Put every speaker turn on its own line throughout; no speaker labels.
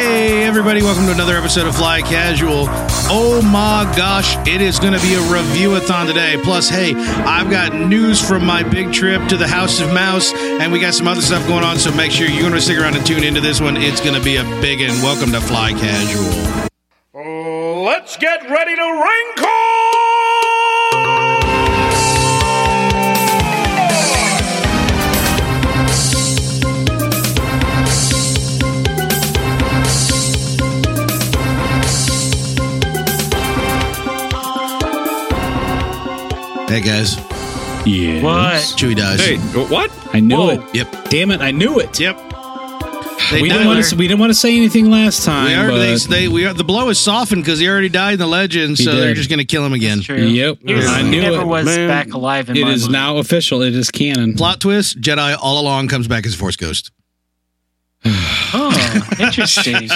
everybody. Welcome to another episode of Fly Casual. Oh my gosh, it is going to be a reviewathon today. Plus, hey, I've got news from my big trip to the House of Mouse, and we got some other stuff going on. So make sure you're going to stick around and tune into this one. It's going to be a big one. Welcome to Fly Casual.
Let's get ready to wrinkle!
Hey guys,
Yeah.
What?
Chewy dies.
Hey, what?
I knew
Whoa.
it.
Yep.
Damn it! I knew it.
Yep. They
We
died.
didn't, want to, we didn't want to say anything last time.
They are,
but
they, they, we are, the blow is softened because he already died in the legend,
He
so they're
did.
just going to kill him again.
True.
Yep.
He was-
I
he
knew
never
it.
was
Man.
back alive in
it
my
is
mind.
now official. It is canon.
Plot twist: Jedi all along comes back as a Force ghost.
Oh, interesting.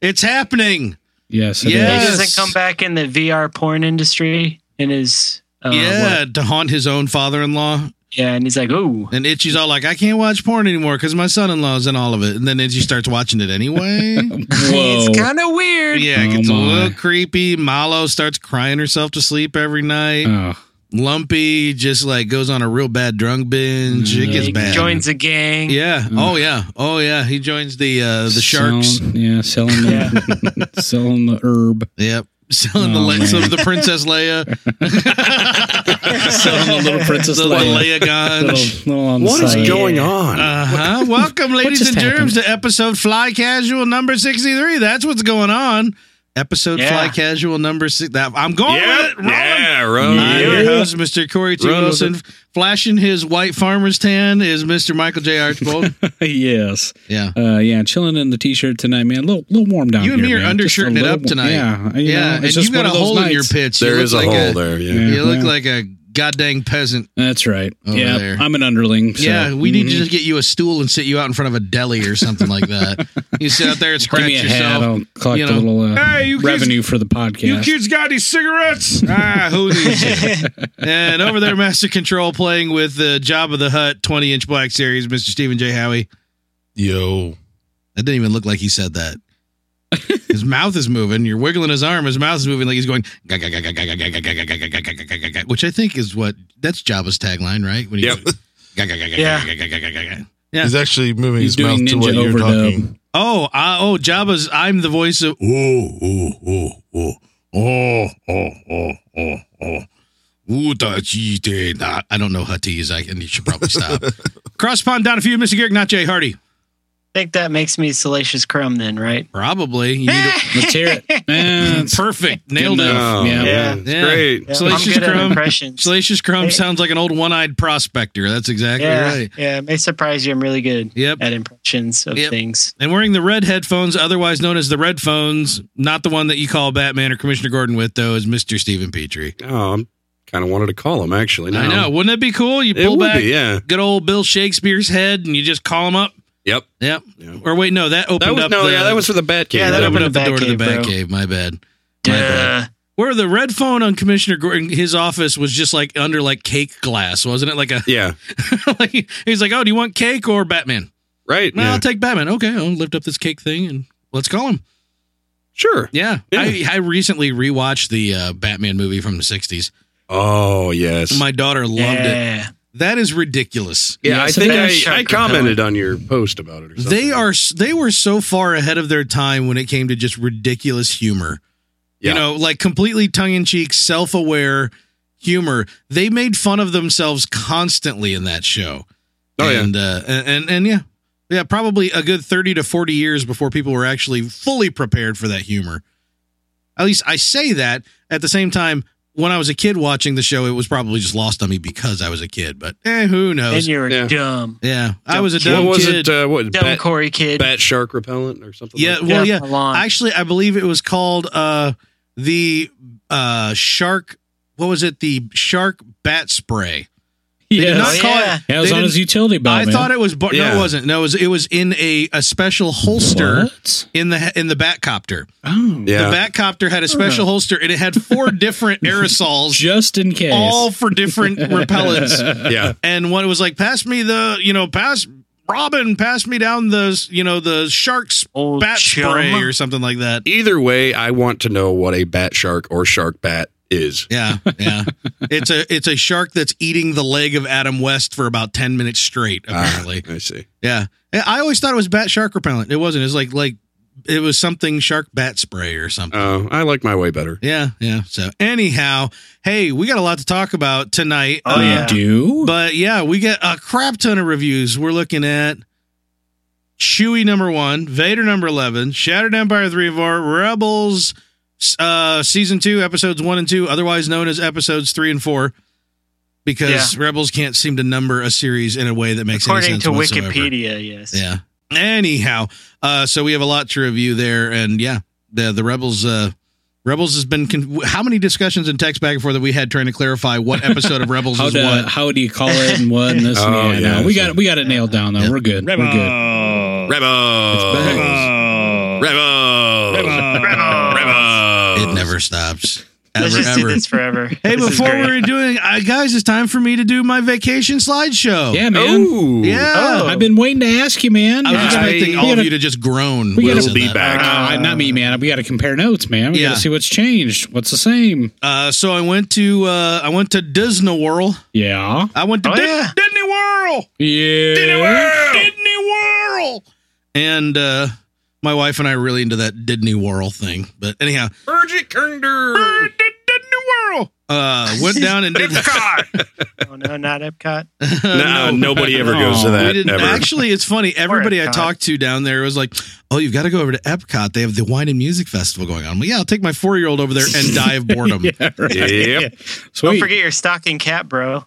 It's happening.
Yes. it is.
He
Yes.
doesn't come back in the VR porn industry and is uh,
yeah,
what?
to haunt his own father-in-law,
yeah, and he's like, ooh,
and Itchy's all like, "I can't watch porn anymore because my son-in-law's in all of it." And then Itchy starts watching it anyway.
Whoa.
it's kind of weird.
yeah, it
Oh,
gets a
my.
little creepy. Malo starts crying herself to sleep every night.
Oh.
Lumpy just like goes on a real bad drunk binge. It
Mm.
gets
he
bad.
joins a gang.
yeah. Oh yeah. Oh yeah. He joins the uh, the sharks.
Selling, yeah, selling the selling the herb.
Yep. Selling the
Oh,
le-
man.
some of the Princess Leia,
selling the little princess
the
Leia.
Leia gun.
Little, little on the
What is
side.
going on?
Uh,
Uh-huh. Welcome, ladies
just
and germs, to episode Fly Casual number 63. That's what's going on. Episode
Yeah.
Fly Casual number six. That, I'm going with it. Rolling.
Yeah,
I'm
Roman.
your host, Mr. Corey T.
Run with
Wilson. Flashing his white farmer's tan is Mr. Michael J. Archbold.
yes.
yeah.
Uh, yeah, chilling in the t-shirt tonight, man. A little, little warm down
You
here.
and me are
man. Just a
undershirting it
little
up
warm-
tonight.
Yeah, you know,
Yeah.
it's
and
just
you've got
one
a
of those
hole in your
nights.
pitch. You
there
look
is a
like
hole there. Yeah.
You look
Yeah.
like a goddamn peasant.
That's right.
Over
yeah,
there.
I'm an underling. so-
yeah, we need
Mhm.
to just get you a stool and sit you out in front of a deli or something like that. You sit out there and
Give
scratch
me a
yourself.
hat. I'll collect
you
a
know.
little uh,
Hey, you kids-
revenue for the
You
podcast.
kids got any cigarettes?
ah, who needs it? and over there, Master Control playing with the Job of the Hut 20 inch Black Series, Mr. Stephen J. Howie.
Yo.
That didn't even look like he said that. His mouth is moving. You're wiggling his arm. His mouth is moving like he's going, "Ga, ga, ga, ga, ga, ga, ga, ga, ga, ga, ga, ga, ga, ga, ga, ga, ga," which I think is what that's Jabba's tagline, right? When he
Yep.
goes, "Ga, ga, ga, ga,
Yeah.
ga, ga, ga, ga, ga, ga."
He's actually moving
He's
his mouth
doing
to what
ninja
you're
overdub.
talking.
Oh, I, oh, Jabba's. I'm the voice of.
Oh, oh, oh, oh, oh, oh, oh, oh, oh.
I I don't know Huttese. I and you should probably stop. Cross pond down a few, Mr. Garrick, not Jay Hardy.
I think that makes me Salacious Crumb then, right?
Probably. You need a-
Let's hear it. Eh, it's
perfect.
good
Nailed it.
enough. Yeah.
yeah. It's
Yeah.
great.
Yeah, I'm
Salacious
good at
Crumb.
impressions.
Salacious Crumb
Hey.
sounds like an old one-eyed prospector. That's exactly
yeah,
right.
yeah, it may surprise you. I'm really good
Yep.
at impressions of
Yep.
things.
And wearing the red headphones, otherwise known as the red phones, not the one that you call Batman or Commissioner Gordon with, though, is Mr. Stephen Petrie.
Oh, I'm kind of wanted to call him actually. Now.
I know. Wouldn't it be cool? You
It
pull
would
back
be, yeah.
good old Bill Shakespeare's head and you just call him up.
Yep.
Yep.
Yeah.
Or wait, no, that opened
That was
up.
no,
the,
yeah, that was for the Batcave.
Yeah,
Yeah,
that
that
that
opened
opened
up
the
the door to the
Batcave,
Batcave.
bro.
My bad. My bad.
Duh.
Where the red phone on Commissioner Gordon, his office was just like under like cake glass, wasn't it? Like a
yeah,
like, he's like, oh, do you want cake or Batman?
right.
Well,
yeah.
I'll take Batman. Okay, I'll lift up this cake thing and let's call him.
sure.
Yeah, I, I recently rewatched the uh, Batman movie from the '60s.
Oh, yes.
My daughter loved it.
yeah.
That is ridiculous.
yeah,
Yeah,
I
so
think
they are
I,
sharp
I commented on your post about it or something.
They are s- they were so far ahead of their time when it came to just ridiculous humor. You
Yeah.
know, like completely tongue in cheek, self aware humor. They made fun of themselves constantly in that show.
Oh, yeah.
and, uh, and and and yeah, yeah, probably a good thirty to forty years before people were actually fully prepared for that humor. At least I say that. At the same time, when I was a kid watching the show, it was probably just lost on me because I was a kid. But eh, who
And
knows?
you were
Yeah.
dumb.
Yeah, I was a
Dumb
dumb
What was
kid.
it? Uh, what
Dumb
bat,
Corey kid.
bat shark repellent or something?
yeah,
like
well, yeah.
Dumb Alon.
Actually, I believe it was called uh the uh shark. What was it? The shark bat spray. They did
yes.
not
Oh,
call
yeah.
it.
Yeah, it was
they
on
didn't-
his utility belt.
I thought it was, but no,
Yeah.
it wasn't. No, it was, it was in a, a special holster
What?
in the in the Batcopter.
Oh,
that? yeah.
The Batcopter had a special holster and it had four different aerosols,
just in case.
all for different repellents.
yeah.
And one was like, "Pass me the, you know, pass Robin, pass me down the you know the shark's
Old
bat
chum.
spray or something like that.
Either way, I want to know what a bat shark or shark bat is.
Yeah, yeah. it's a it's a shark that's eating the leg of Adam West for about ten minutes straight.
Ah,
Apparently,
I see.
yeah. And I always thought it was bat shark repellent. It wasn't. It was like like it was something shark bat spray or
Ah.
something.
Uh,
Oh, I like my way better.
yeah, yeah. So anyhow, hey, we got a lot to talk about tonight.
Oh,
Uh,
yeah.
do?
But yeah, we get a crap ton of reviews. We're looking at Chewy number one, Vader number eleven, Shattered Empire three and four, Rebels uh season two, episodes one and two, otherwise known as episodes three and four. Because Rebels can't seem to number a series in a way that makes
According
any sense
to
whatsoever.
Wikipedia, yes.
Yeah. Anyhow, uh, so we have a lot to review there, and yeah, the the rebels. Uh, Rebels has been con- how many discussions and texts back and forth that we had trying to clarify what episode of Rebels
How
is
do,
what.
how do you uh, call it and what and this and
Oh,
that.
yeah,
No, we
so-
got it, we got it nailed down though.
Yeah.
We're good. We're good.
Rebels.
Uh,
Rebels.
Rebels.
Rebels. Rebels.
It never stops.
Oh, Let's
Ever,
just do
ever.
this forever.
Hey,
This is
before
great.
we're doing, uh, guys, it's time for me to do my vacation slideshow.
Yeah, man.
Ooh.
Yeah.
Oh.
I've been waiting to ask you, man.
I was
You gotta-
expecting
you
all of
gotta-
you to just groan. when
we
I
gotta-
said
We'll be
that.
back.
Uh, not me, man. We got to compare notes, man. We got
Yeah.
to see what's changed. What's the same?
Uh, so I went to uh, I went to Disney World.
Yeah.
I went to
Oh,
Di-
yeah.
Disney World.
Yeah.
Disney World. And uh, my wife and I are really into that Disney World thing. But anyhow,
Urgent Kinder.
Disney World. Uh, went down and did.
Oh, no, not Epcot.
No, nobody ever
No.
goes to
We
that.
didn't,
Ever.
actually, it's funny. Everybody I
Epcot.
talked to down there was like, "Oh, you've got to go over to Epcot. They have the wine and music festival going on." I'm like, "Yeah, I'll take my four year old over there and die of boredom." yeah,
Yeah, right.
Yep.
Sweet.
Don't forget your stocking cap, bro.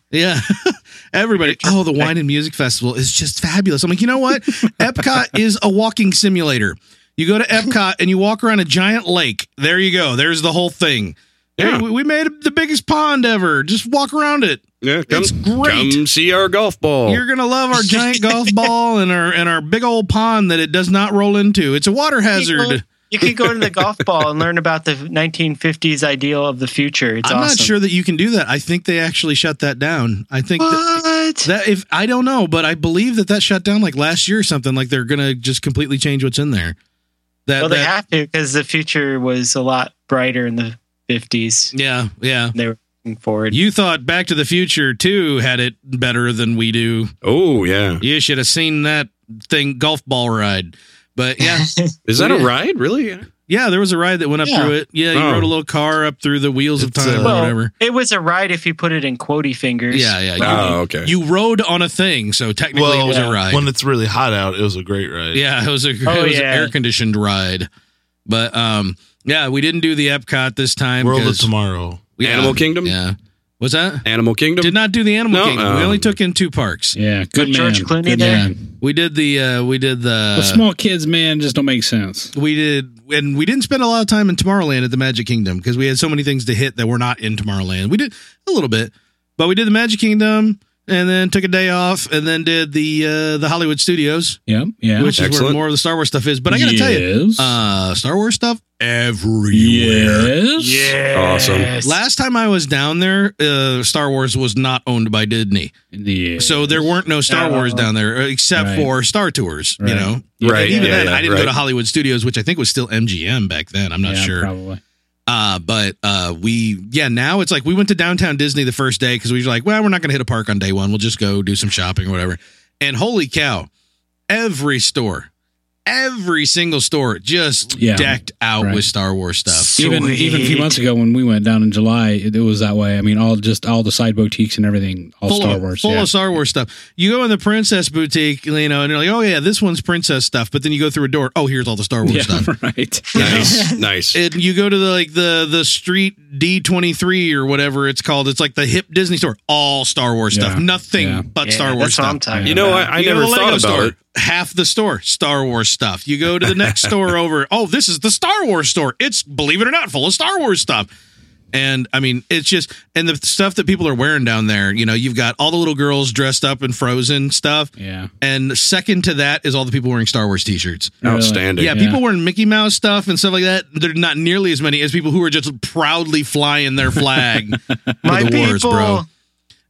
everybody. Oh, the wine and music festival is just fabulous. I'm like, you know what? Epcot is a walking simulator. You go to Epcot and you walk around a giant lake. There you go. There's the whole thing.
Yeah.
Hey, we- we made the biggest pond ever. Just walk around it.
Yeah, come,
It's great.
Come see our golf ball.
You're gonna love our giant golf ball and our and our big old pond that it does not roll into. It's a water hazard.
People- You could go to the golf ball and learn about the 1950s ideal of the future. It's
I'm
awesome.
not sure that you can do that. I think they actually shut that down. I think that,
What?
that if I don't know, but I believe that that shut down like last year or something. Like they're gonna just completely change what's in there. That,
well, they
that-
have to because the future was a lot brighter in the 50s.
yeah, yeah.
They were looking forward.
You thought Back to the Future too had it better than we do.
oh yeah,
You should have seen that thing golf ball ride. But yeah,
is that a ride? Really?
yeah, there was a ride that went up
Yeah.
through it. Yeah, you
Oh.
rode a little car up through the wheels
It's,
of time
uh,
or
Well,
whatever.
It was a ride if you put it in quotey fingers.
Yeah, yeah. You,
Oh okay.
you rode on a thing, so technically it
Well,
was a
uh,
ride.
When it's really hot out, it was a great ride.
yeah, it was a
Oh,
it was
yeah.
an air conditioned ride. But um yeah, we didn't do the Epcot this time.
World of
'cause-
Tomorrow.
yeah,
Animal Kingdom.
Yeah. Was that?
Animal Kingdom.
Did not do the Animal
No,
Kingdom. we
um,
only took in two parks.
Yeah. Good man.
George Clooney
Good
there?
man.
We did the uh we did the
But small kids, man, just don't make sense.
we did and we didn't spend a lot of time in Tomorrowland at the Magic Kingdom because we had so many things to hit that were not in Tomorrowland. We did a little bit, but we did the Magic Kingdom and then took a day off and then did the uh the Hollywood Studios.
Yep. Yeah.
which is where
Excellent.
more of the Star Wars stuff is. But I gotta tell you,
Yes.
uh, Star Wars stuff everywhere.
yes.
Yeah.
Awesome.
Last time I was down there, uh, Star Wars was not owned by Disney,
Yes.
so there weren't no Star
Oh.
Wars down there uh, except
Right.
for Star Tours. You
Right.
know,
Right.
even
yeah,
then,
yeah,
I didn't
right.
go to Hollywood Studios, which I think was still MGM back then. I'm not
Yeah,
sure.
Probably.
Uh, but uh, we, yeah, now it's like we went to downtown Disney the first day because we were like, well, we're not going to hit a park on day one. We'll just go do some shopping or whatever. And holy cow, every store, every single store just
Yeah.
decked out
Right.
with Star Wars stuff.
Even even a few
Sweet.
months ago when we went down in July, it, it was that way. I mean, all just all the side boutiques and everything, all
Full,
Star
of,
Wars.
full
yeah.
of Star Wars stuff. You go in the princess boutique, you know, and you're like, oh, yeah, this one's princess stuff. But then you go through a door, oh, here's all the Star Wars
yeah,
stuff.
right.
Nice. Nice.
And you go to the like the the street D twenty three or whatever it's called. It's like the hip Disney store. All Star Wars
Yeah.
stuff. Nothing
Yeah.
but
Yeah,
Star Wars
That's what
stuff.
I'm talking
you know,
about.
I, I
You go to
never
the
thought about
store,
it.
Half the store, Star Wars stuff. You go to the next store over. Oh, this is the Star Wars store. It's believe it or not, full of Star Wars stuff. And I mean, it's just and the stuff that people are wearing down there. You know, you've got all the little girls dressed up in Frozen stuff,
Yeah.
and second to that is all the people wearing Star Wars T-shirts.
Really.
Outstanding.
Yeah,
Yeah.
people wearing Mickey Mouse stuff and stuff like that. They're not nearly as many as people who are just proudly flying their flag.
My
the wars,
people.
bro.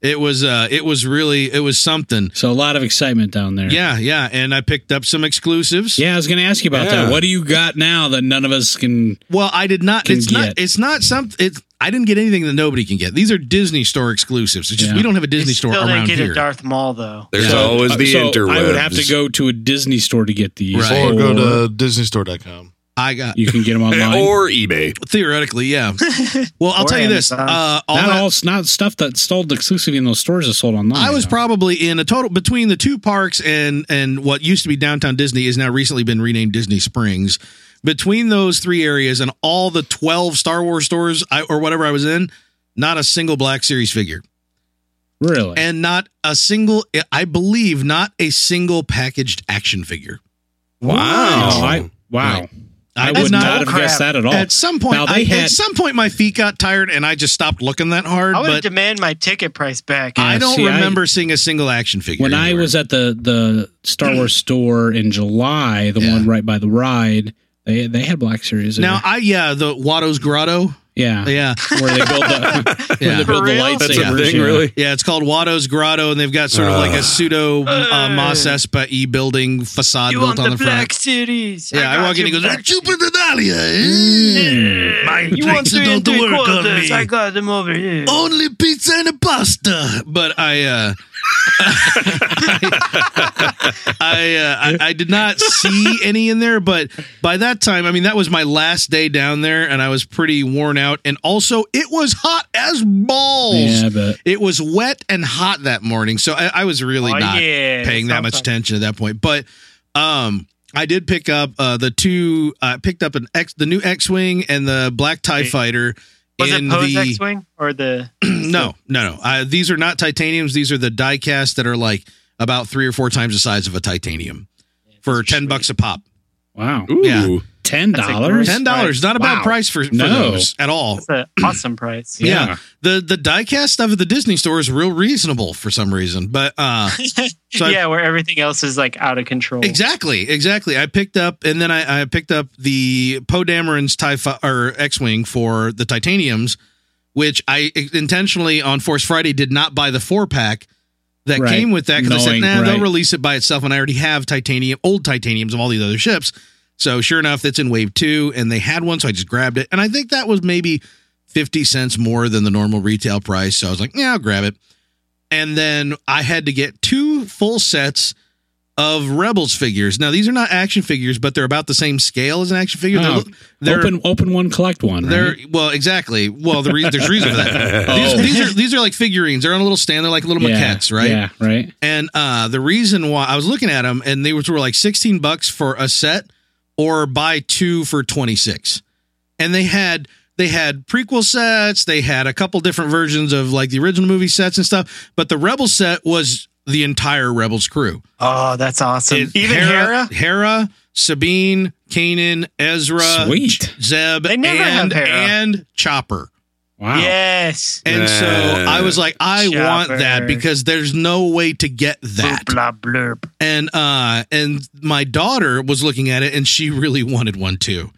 It was uh, it was really it was something.
So a lot of excitement down there.
Yeah, yeah, and I picked up some exclusives.
Yeah, I was going to ask you about
Yeah.
that. What do you got now that none of us can?
Well, I did not.
Can
It's not.
get.
It's not something. It's I didn't get anything that nobody can get. These are Disney Store exclusives. It's just
Yeah.
we don't have a Disney
You
store
still didn't
around
get
here.
a Darth Maul though.
There's
Yeah.
always the
so
interwebs.
I would have to go to a Disney store to get these,
Right.
Or go to DisneyStore.com.
I got
you can get them online.
or eBay.
theoretically, yeah. Well, I'll
Or
tell you this.
Amazon.
Uh, all
not
that-
all, not stuff that's sold exclusively in those stores is sold online.
I was
though.
probably in a total between the two parks and and what used to be downtown Disney is now recently been renamed Disney Springs. Between those three areas and all the twelve Star Wars stores I, or whatever I was in, not a single Black Series figure,
really.
and not a single I believe not a single packaged action figure.
wow, Oh, I, wow, I
did
would not, have
crap.
guessed that at all.
At some point,
Now, they
I, at
had-
some point, my feet got tired, and I just stopped looking that hard.
I would
But
demand my ticket price back.
I don't
see, I-
remember seeing a single action figure.
when I
anywhere.
was at the the Star Wars store in July, the
Yeah.
one right by the ride, they they had Black Series.
now,
there.
I yeah, the Watto's Grotto,
yeah,
yeah,
where they build Uh-huh. the, where
Yeah.
they build the
For real?
lightsabers.
That's a thing,
yeah.
really.
Yeah, it's called Watto's Grotto, and they've got sort of like a
Ugh.
pseudo uh, Mos
Hey.
Espa e building facade
You
built
want
on
the
the front.
Black Series?
Yeah, I,
got
walk in, he
you Mm.
goes,
Black
"Ah, Jupiter Dahlia, eh? My
You want
pizza
three
don't
and three
work on
quarters?
me. Oh,
I got them over here.
Only pizza and a pasta. But I, uh, I, uh, I, I did not see any in there. But by that time, I mean that was my last day down there, and I was pretty worn out. And also, it was hot as balls.
Yeah, but
It was wet and hot that morning, so I, I was really
Oh,
not
yeah,
paying that much
something.
attention at that point. But um, I did pick up uh, the two. I picked up an X, the new X-wing and the Black Tie
Wait,
Fighter.
Was
in
it Poe's
the
X-wing or the?
no, no, no. Uh, these are not titaniums. These are the die cast that are like about three or four times the size of a titanium for ten bucks a pop.
wow,
Ooh.
Yeah.
ten
That's a
dollars.
Ten dollars, not a bad
Wow.
price for, for
No.
those at all.
That's an awesome price.
Yeah. The the diecast stuff at the Disney store is real reasonable for some reason, but uh, so I-
yeah, where everything else is like out of control.
Exactly, exactly. I picked up, and then I, I picked up the Poe Dameron's Tie Fi- or X Wing for the Titaniums, which I intentionally on Force Friday did not buy the four pack that
Right.
came with that because I said,
Knowing-
nah, they'll
right.
release it by itself, and I already have titanium, old titaniums of all these other ships. So sure enough, that's in Wave Two, and they had one, so I just grabbed it, and I think that was maybe fifty cents more than the normal retail price. So I was like, yeah, I'll grab it. And then I had to get two full sets of Rebels figures. Now these are not action figures, but they're about the same scale as an action figure.
Oh,
They're, they're,
open open one, collect one.
they're
right?
well, exactly. Well, the re- there's reason for that. these,
Oh.
these are these are like figurines. They're on a little stand. They're like little maquettes, right?
Yeah, right.
And uh, the reason why I was looking at them, and they were, were like sixteen bucks for a set, or buy two for twenty six. And they had they had prequel sets. They had a couple different versions of like the original movie sets and stuff. But the Rebel set was the entire Rebels crew.
Oh, that's awesome.
It-
Even Hera.
Hera, Sabine, Kanan, Ezra,
Sweet.
Zeb,
They never
and,
have Hera.
and Chopper.
Wow.
Yes.
And so
Yeah.
I was like, I want that
Chopper.
because there's no way to get that.
Blah blurb.
And uh and my daughter was looking at it and she really wanted one too.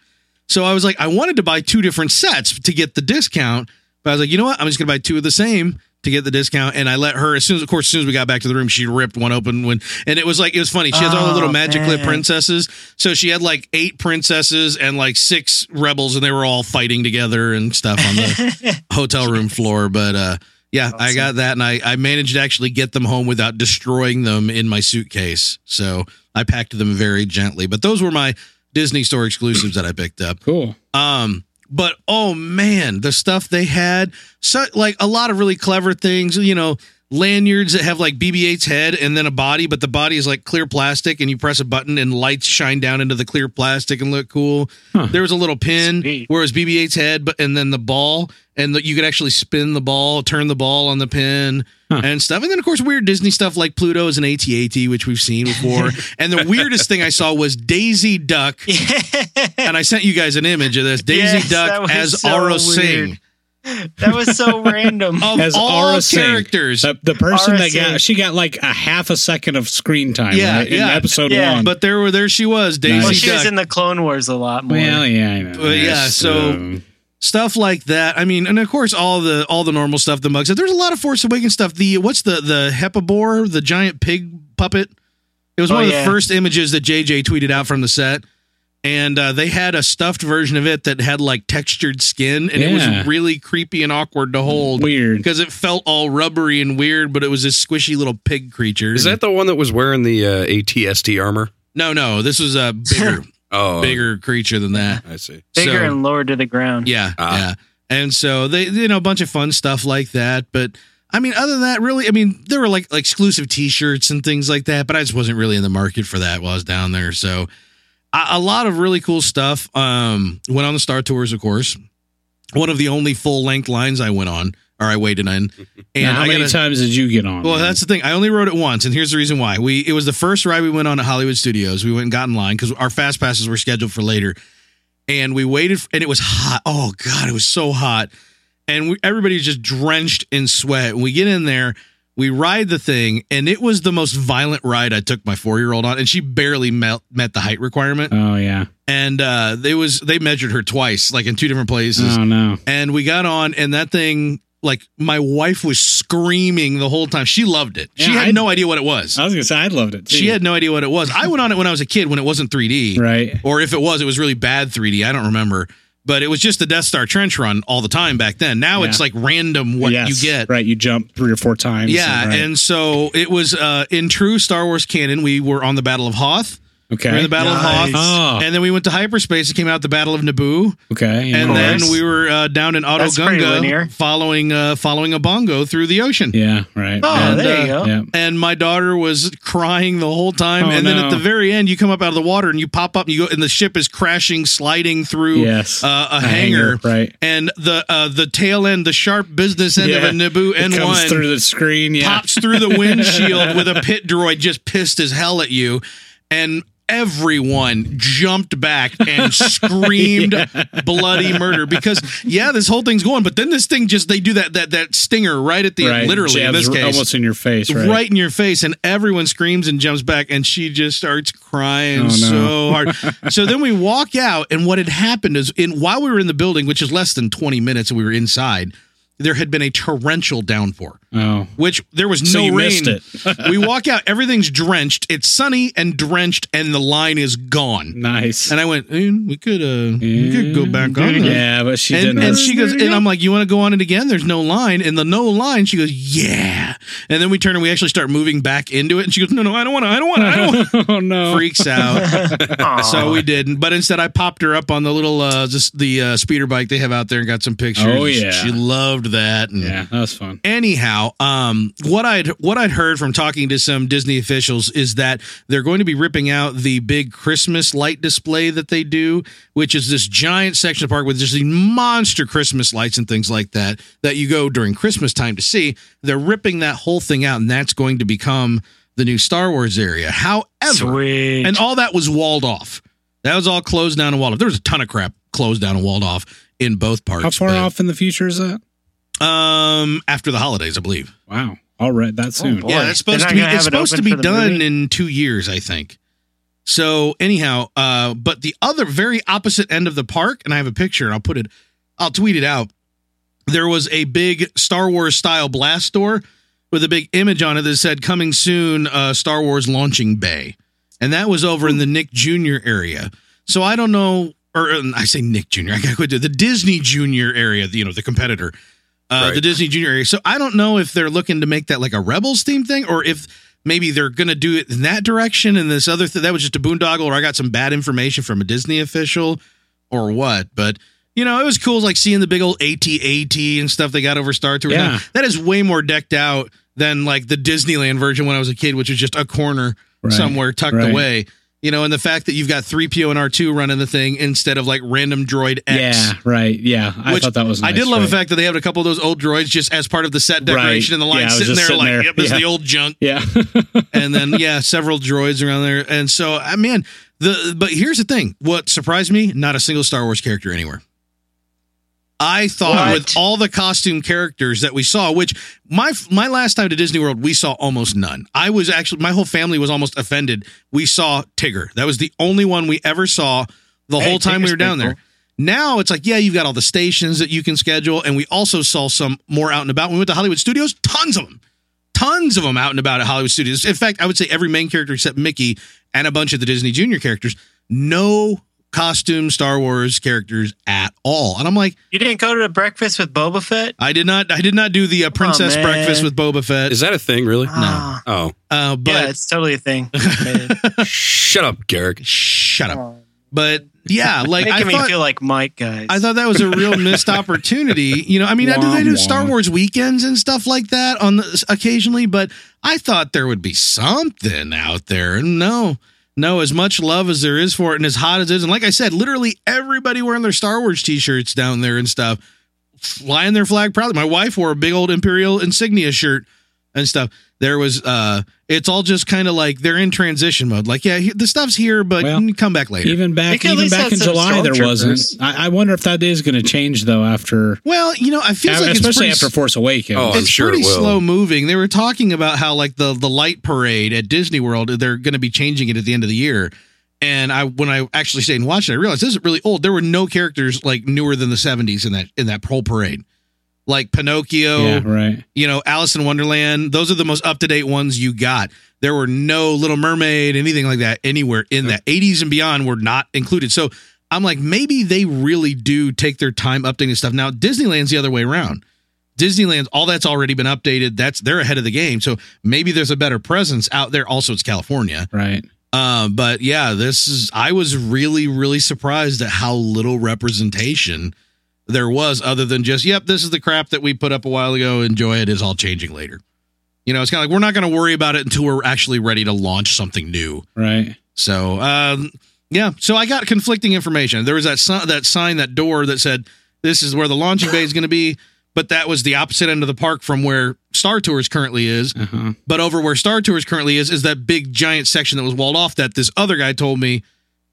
So I was like, I wanted to buy two different sets to get the discount, but I was like, you know what? I'm just gonna buy two of the same to get the discount. And I let her as soon as of course as soon as we got back to the room, she ripped one open when and it was like it was funny. She has all the
Oh,
little magic lip
man.
princesses. So she had like eight princesses and like six rebels and they were all fighting together and stuff on the hotel room floor. But uh yeah, I got that and I, I managed to actually get them home without destroying them in my suitcase. So I packed them very gently. But those were my Disney store exclusives that I picked up.
Cool.
Um, but oh man, the stuff they had, so like a lot of really clever things, you know, lanyards that have like BB-8's head and then a body, but the body is like clear plastic, and you press a button and lights shine down into the clear plastic and look cool.
Huh.
There was a little pin
Sweet.
where it was BB-8's head, but and then the ball, and the, you could actually spin the ball, turn the ball on the pin.
Huh.
And stuff, and then of course weird Disney stuff like Pluto is an AT-AT, which we've seen before. and the weirdest thing I saw was Daisy Duck and I sent you guys an image of this Daisy
Yes, that
Duck
was
as
so
Aro
weird.
Singh
that was so random.
of
As
all
Aura Singh.
characters.
The, the person that
RSA.
got she got like a half a second of screen time
Yeah,
right,
yeah.
in episode
Yeah.
one.
But there were there she was Daisy
well,
Nice.
she was
Duck.
in the Clone Wars a lot more.
well, yeah, I know.
Well, yeah,
Yes,
so-
um,
stuff like that. I mean, and of course all the all the normal stuff, the mugs. There's a lot of Force Awakens stuff. The what's the the Hepabore, the giant pig puppet. It was
Oh,
one of
yeah.
the first images that JJ tweeted out from the set. And uh, they had a stuffed version of it that had like textured skin, and it
Yeah.
was really creepy and awkward to hold
uh, Weird.
because it felt all rubbery and weird. But it was this squishy little pig creature.
Is that the one that was wearing the uh, ATST armor?
no, no? This was a bigger,
Oh,
bigger creature than that.
I see.
Bigger
So-
and lower to the ground.
Yeah,
Ah.
yeah. And so they, you know, a bunch of fun stuff like that. But I mean, other than that, really, I mean, there were like, like exclusive T-shirts and things like that. But I just wasn't really in the market for that while I was down there. So a, a lot of really cool stuff. Um, went on the Star Tours, of course. One of the only full length lines I went on, or I waited in. And
Now, how
I
many
gotta-
times did you get on?
well,
man?
that's the thing. I only rode it once, and here's the reason why. We it was the first ride we went on at Hollywood Studios. We went and got in line because our fast passes were scheduled for later, and we waited. f- And it was hot. Oh God, it was so hot, and we, everybody was just drenched in sweat. And we get in there, we ride the thing, and it was the most violent ride I took my four year old on, and she barely met, met the height requirement.
Oh yeah.
And uh, they was they measured her twice, like in two different places
Oh no.
and we got on and that thing like my wife was screaming the whole time she loved it she
Yeah,
had
I- Oh,
no idea what it was
I was gonna say I loved it. Too.
she had no idea what it was i went on it when i was a kid when it wasn't 3d
right.
or if it was it was really bad 3d i don't remember but it was just the death star trench run all the time back then now
Yeah.
it's like random what
Yes,
you get
Right. You jump three or four times.
yeah
right.
and so it was uh in true star wars canon we were on the battle of hoth
okay.
we were in the battle
Nice.
of hoth
Oh.
and then we went to hyperspace it came out the battle of naboo
okay.
and
Of
then
course.
we were uh, down in Auto
That's pretty
Gunga
linear.
following uh, following a bongo through the ocean.
yeah. Right.
Oh,
And,
there
uh,
you go.
yeah.
And my daughter was crying the whole time.
Oh,
and then at
no.
the very end, you come up out of the water and you pop up and you go, and the ship is crashing, sliding through
Yes.
uh, a,
A
hangar.
hangar, right.
And the uh, the tail end, the sharp business end of a
Yeah.
Naboo
It
N
comes
one
through the screen. Yeah.
pops through the windshield with a pit droid just pissed as hell at you and everyone jumped back and screamed bloody murder because yeah this whole thing's going but then this thing just they do that that that stinger right at the end,
Right.
literally in
Jabs
this
r-
case
almost in your face.
right.
Right.
in your face and everyone screams and jumps back and she just starts crying
Oh, no.
so hard so then we walk out and what had happened is in while we were in the building which is less than 20 minutes and we were inside there had been a torrential downpour
Oh.
which there was no
So you
rain.
missed
we walk out, everything's drenched. It's sunny and drenched, and the line is gone.
Nice.
And I went, "Eh, we could, uh, we could go back
Yeah,
on. that."
Yeah, but she
And,
didn't.
and she goes, and I'm like, you want to go on it again? There's no line. And the no line, she goes, yeah. And then we turn and we actually start moving back into it. And she goes, no, no, I don't want to. I don't want to. I don't want
oh no.
to. Freaks out.
Aw.
so we didn't. But instead, I popped her up on the little, uh, just the uh, speeder bike they have out there and got some pictures.
Oh,
And she-
yeah.
She loved that. And
Yeah, that was fun.
anyhow um what i'd what i'd heard from talking to some disney officials is that they're going to be ripping out the big christmas light display that they do which is this giant section of the park with just these monster christmas lights and things like that that you go during christmas time to see they're ripping that whole thing out and that's going to become the new star wars area however
Sweet.
and all that was walled off that was all closed down and walled off there was a ton of crap closed down and walled off in both parts
How far
but,
off in the future is that?
um after the holidays i believe
Wow. All right,
Oh,
that soon.
boy.
yeah, that's
They're
supposed
not
to be
gonna
it's
have it
supposed to
open
be
for the
done
movie?
in two years, I think. So anyhow, uh, but the other very opposite end of the park, and I have a picture, and I'll put it, I'll tweet it out. There was a big Star Wars style blast door with a big image on it that said "Coming soon, uh, Star Wars launching bay," and that was over in the Nick Jr. area. So I don't know, or um, I say Nick Jr. I gotta quit the Disney Jr. area, you know, the competitor uh,
Right.
the Disney Junior area. So I don't know if they're looking to make that like a Rebels theme thing, or if maybe they're going to do it in that direction. And this other thing that was just a boondoggle, or I got some bad information from a Disney official, or what. But you know, it was cool, like seeing the big old AT-AT and stuff they got over Star Tours.
Yeah.
Now, That is way more decked out than like the Disneyland version when I was a kid, which was just a corner
Right.
somewhere tucked
Right.
away. You know, and the fact that you've got 3PO and R2 running the thing instead of like random droid X.
Yeah, right. Yeah, I
Which
thought that was.
I
Nice,
did love
right.
the fact that they had a couple of those old droids just as part of the set decoration,
Right.
and the line
Yeah, I was
sitting there
just sitting
like,
there.
"Yep, this is
Yeah.
the old junk."
Yeah,
And then yeah, several droids around there, and so I mean the. But here's the thing: what surprised me? Not a single Star Wars character anywhere. I thought
What?
with all the costume characters that we saw, which my my last time to Disney World, we saw almost none. I was actually my whole family was almost offended. We saw Tigger. That was the only one we ever saw the
Hey,
whole time we
Tigger's
were down
pretty
there. Now it's like, yeah, you've got all the stations that you can schedule. And we also saw some more out and about. When we went to Hollywood Studios, tons of them. Tons of them out and about at Hollywood Studios. In fact, I would say every main character except Mickey and a bunch of the Disney Junior characters, no costume Star Wars characters at all. And I'm like,
You didn't go to the breakfast with Boba Fett?
I did not, I did not do the uh, princess
man.
breakfast with Boba Fett.
Is that a thing, really?
Ah,
Oh,
Uh, but
yeah, it's totally a thing.
shut up, Garrick.
shut up.
Aw.
But yeah, like I
Making me
thought,
feel like Mike, guys.
I thought that was a real missed opportunity. You know, I mean, I do they do
Wah, wah.
Star Wars weekends and stuff like that on the, occasionally, but I thought there would be something out there. And No, no, as much love as there is for it, and as hot as it is, and like I said, literally everybody wearing their Star Wars T-shirts down there and stuff, flying their flag proudly. My wife wore a big old Imperial insignia shirt and stuff. There was, uh, it's all just kind of like they're in transition mode. Like, yeah, he- the stuff's here, but
Well,
mm, come back later.
Even
They
back,
could at
even
least
back
have
in
some
July, there wasn't.
stormtroopers.
I, I wonder if that day is going to change though after,
well, you know, I feel like it's
especially
pretty
after Force Awakens.
Oh, I'm
it's
sure it
pretty
will.
slow moving. They were talking about how like the the light parade at Disney World, they're going to be changing it at the end of the year. And I when I actually stayed and watched it, I realized this is really old. There were no characters like newer than the 70s in that in that whole parade. Like Pinocchio,
yeah, right.
you know, Alice in Wonderland, those are the most up to date ones you got. There were no Little Mermaid, anything like that, anywhere in that. 80s and beyond were not included. So I'm like, maybe they really do take their time updating stuff. Now, Disneyland's the other way around. Disneyland, all that's already been updated. That's they're ahead of the game. So maybe there's a better presence out there. Also, it's California.
Right.
Uh, but yeah, this is I was really, really surprised at how little representation there was other than just, yep, this is the crap that we put up a while ago. Enjoy it is all changing later. You know, it's kind of like we're not going to worry about it until we're actually ready to launch something new.
Right.
So, um, yeah, so I got conflicting information. There was that si- that sign, that door that said this is where the launching bay is going to be, but that was the opposite end of the park from where Star Tours currently is.
Uh-huh.
But over where Star Tours currently is, is that big giant section that was walled off that this other guy told me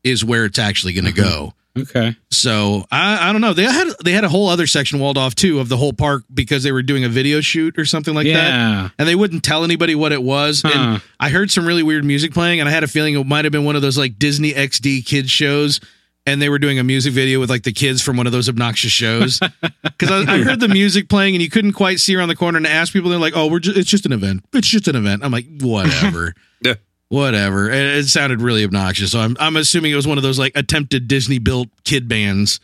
is where it's actually going to
Mm-hmm.
go.
Okay.
So I, I don't know. They had they had a whole other section walled off too of the whole park because they were doing a video shoot or something like that,
yeah.
and they wouldn't tell anybody what it was.
Huh.
And I heard some really weird music playing, and I had a feeling it might have been one of those like Disney XD kids shows. And they were doing a music video with like the kids from one of those obnoxious shows. Because I, I heard the music playing and you couldn't quite see around the corner and ask people. They're like, "Oh, we're just, it's just an event. It's just an event." I'm like, whatever,
Yeah.
whatever. And it sounded really obnoxious. So I'm I'm assuming it was one of those like attempted Disney built kid bands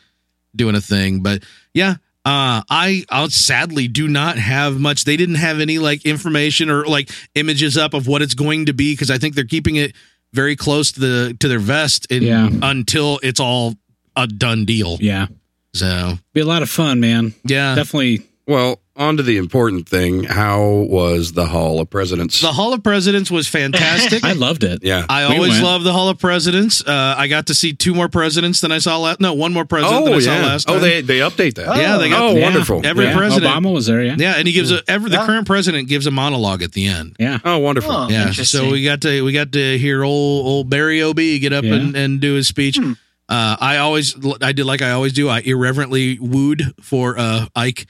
doing a thing. But yeah, uh, I I sadly do not have much. They didn't have any like information or like images up of what it's going to be because I think they're keeping it very close to the to their vest in,
Yeah.
until it's all a done deal.
Yeah.
So
Be a lot of fun, man.
yeah.
Definitely.
Well, on to the important thing. How was the Hall of Presidents?
The Hall of Presidents was fantastic.
I loved it.
yeah.
I
We
always
went.
love the Hall of Presidents. Uh, I got to see two more presidents than I saw last. No, one more president than I
oh,
saw
yeah.
last.
Oh,
time.
they, they update that.
Yeah, they got-
oh,
Yeah.
wonderful.
Every
Yeah.
president.
Obama was there. Yeah.
yeah, and he gives a every the
Yeah.
current president gives a monologue at the end.
Yeah.
Oh, wonderful.
Oh,
Yeah,
interesting.
so we got to we got to hear old old Barry Ob get up
Yeah.
and, and do his speech.
Hmm.
Uh, I always I did like I always do. I irreverently wooed for uh, Ike.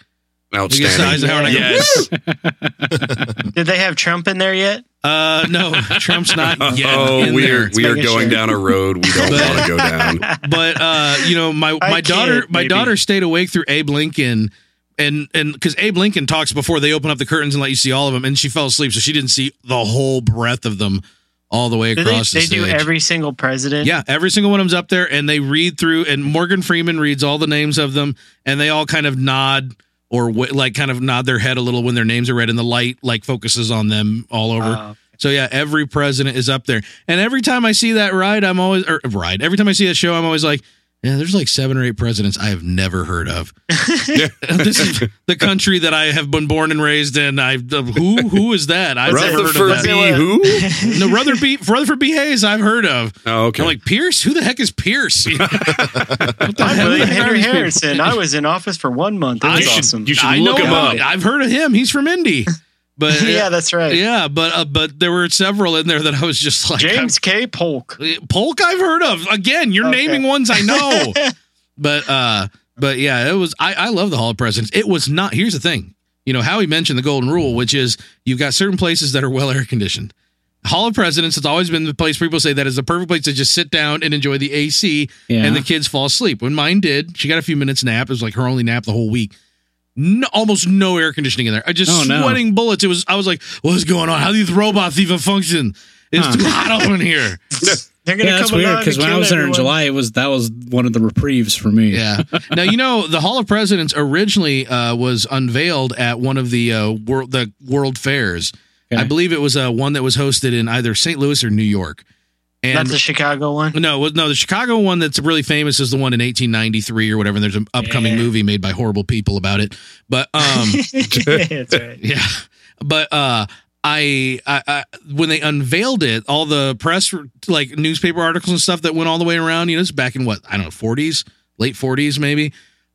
We get to
Outstanding.
Eisenhower and I go,
Yes.
Did they have Trump in there yet?
Uh, no, Trump's not yet.
oh,
in
we
there.
are, we are
making
going
sure.
down a road we don't
But-
want to go down.
but uh, you know, my
I
my
can't,
daughter my
maybe.
daughter stayed awake through Abe Lincoln, and and because Abe Lincoln talks before they open up the curtains and let you see all of them, and she fell asleep, so she didn't see the whole breadth of them all the way
Did they,
across
they
the stage.
do every single president?
yeah, every single one of them's up there, and they read through, and Morgan Freeman reads all the names of them, and they all kind of nod or w- like kind of nod their head a little when their names are read, and the light like focuses on them all over.
Wow.
So yeah, every president is up there. And every time I see that ride, I'm always or ride. Every time I see that show, I'm always like, yeah, there's like seven or eight presidents I have never heard of. this is the country that I have been born and raised in. I who who is that? I've never heard
Rutherford
of
B.
that.
Who?
No, Rutherford B. Rutherford B. Hayes, I've heard of.
Oh, okay.
I'm like Pierce. Who the heck is Pierce? what the
I'm
heck
William
are these
Henry
people?
Harrison. I was in office for one month. It
I
was
should-
awesome.
you should
I
look
know
him up.
I've heard of him. He's from Indy. But uh,
yeah, that's right.
yeah, but uh, but there were several in there that I was just like I'm-
James K. Polk.
Polk I've heard of. Again, you're
Okay.
naming ones I know. but uh but yeah, it was I, I love the Hall of Presidents. It was not here's the thing. You know, Howie mentioned the golden rule, which is you've got certain places that are well air conditioned. Hall of Presidents has always been the place people say that is the perfect place to just sit down and enjoy the AC
Yeah.
and the kids fall asleep. When mine did, she got a few minutes nap. It was like her only nap the whole week. No, almost no air conditioning in there. I just
Oh, no.
sweating bullets. It was I was like, what's going on? How do these robots even function? It's
Huh.
too hot up in here.
They're gonna
Yeah,
come
that's weird
along
because
and
when I
kill
was there in
everyone.
July, it was that was one of the reprieves for me.
Yeah. Now you know the Hall of Presidents originally uh, was unveiled at one of the uh, world the World Fairs.
Okay.
I believe it was uh, one that was hosted in either St. Louis or New York. And
Not the Chicago one.
No, well, no, the Chicago one that's really famous is the one in 1893 or whatever. And there's an upcoming
Yeah.
movie made by horrible people about it. But um,
That's right.
yeah, but uh, I, I, I when they unveiled it, all the press like newspaper articles and stuff that went all the way around. You know, it's back in what I don't know, 40s, late 40s maybe.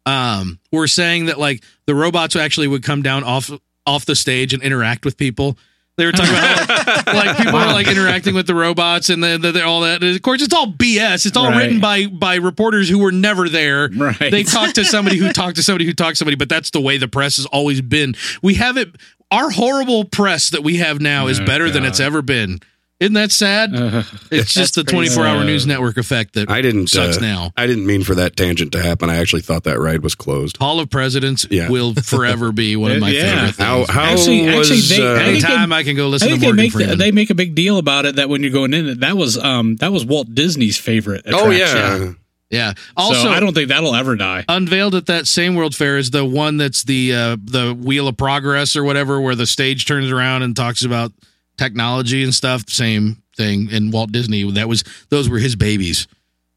Um, were saying that like the robots actually would come down off off the stage and interact with people. They were talking about how, like, like, people are like interacting with the robots and the, the, the- all that. And of course, it's all BS. It's all
Right.
written by by reporters who were never there.
Right.
They talked to somebody who talked to somebody who talked to somebody. But that's the way the press has always been. We have it. Our horrible press that we have now is
Oh,
better than
God. Uh,
it's ever been. Isn't that sad?
Ugh.
it's just the
That's
twenty
crazy.
four hour
Uh,
news network effect that
I didn't.
sucks
uh,
now.
I didn't mean for that tangent to happen. I actually thought that ride was closed.
Hall of Presidents
Yeah.
will forever be one of my
Yeah.
favorite things.
How? How
Actually-
was?
actually, they-
uh,
I think they-
Anytime I can go
I
listen to
think they
Morgan
make
Freeman.
they make a big deal about it that when you're going in, that was um that was Walt Disney's favorite.
oh
attraction.
yeah.
yeah.
Also,
Also,
I don't think that'll ever die.
unveiled at that same World Fair is the one that's the uh, the Wheel of Progress or whatever, where the stage turns around and talks about technology and stuff. Same thing. And Walt Disney, that was those were his babies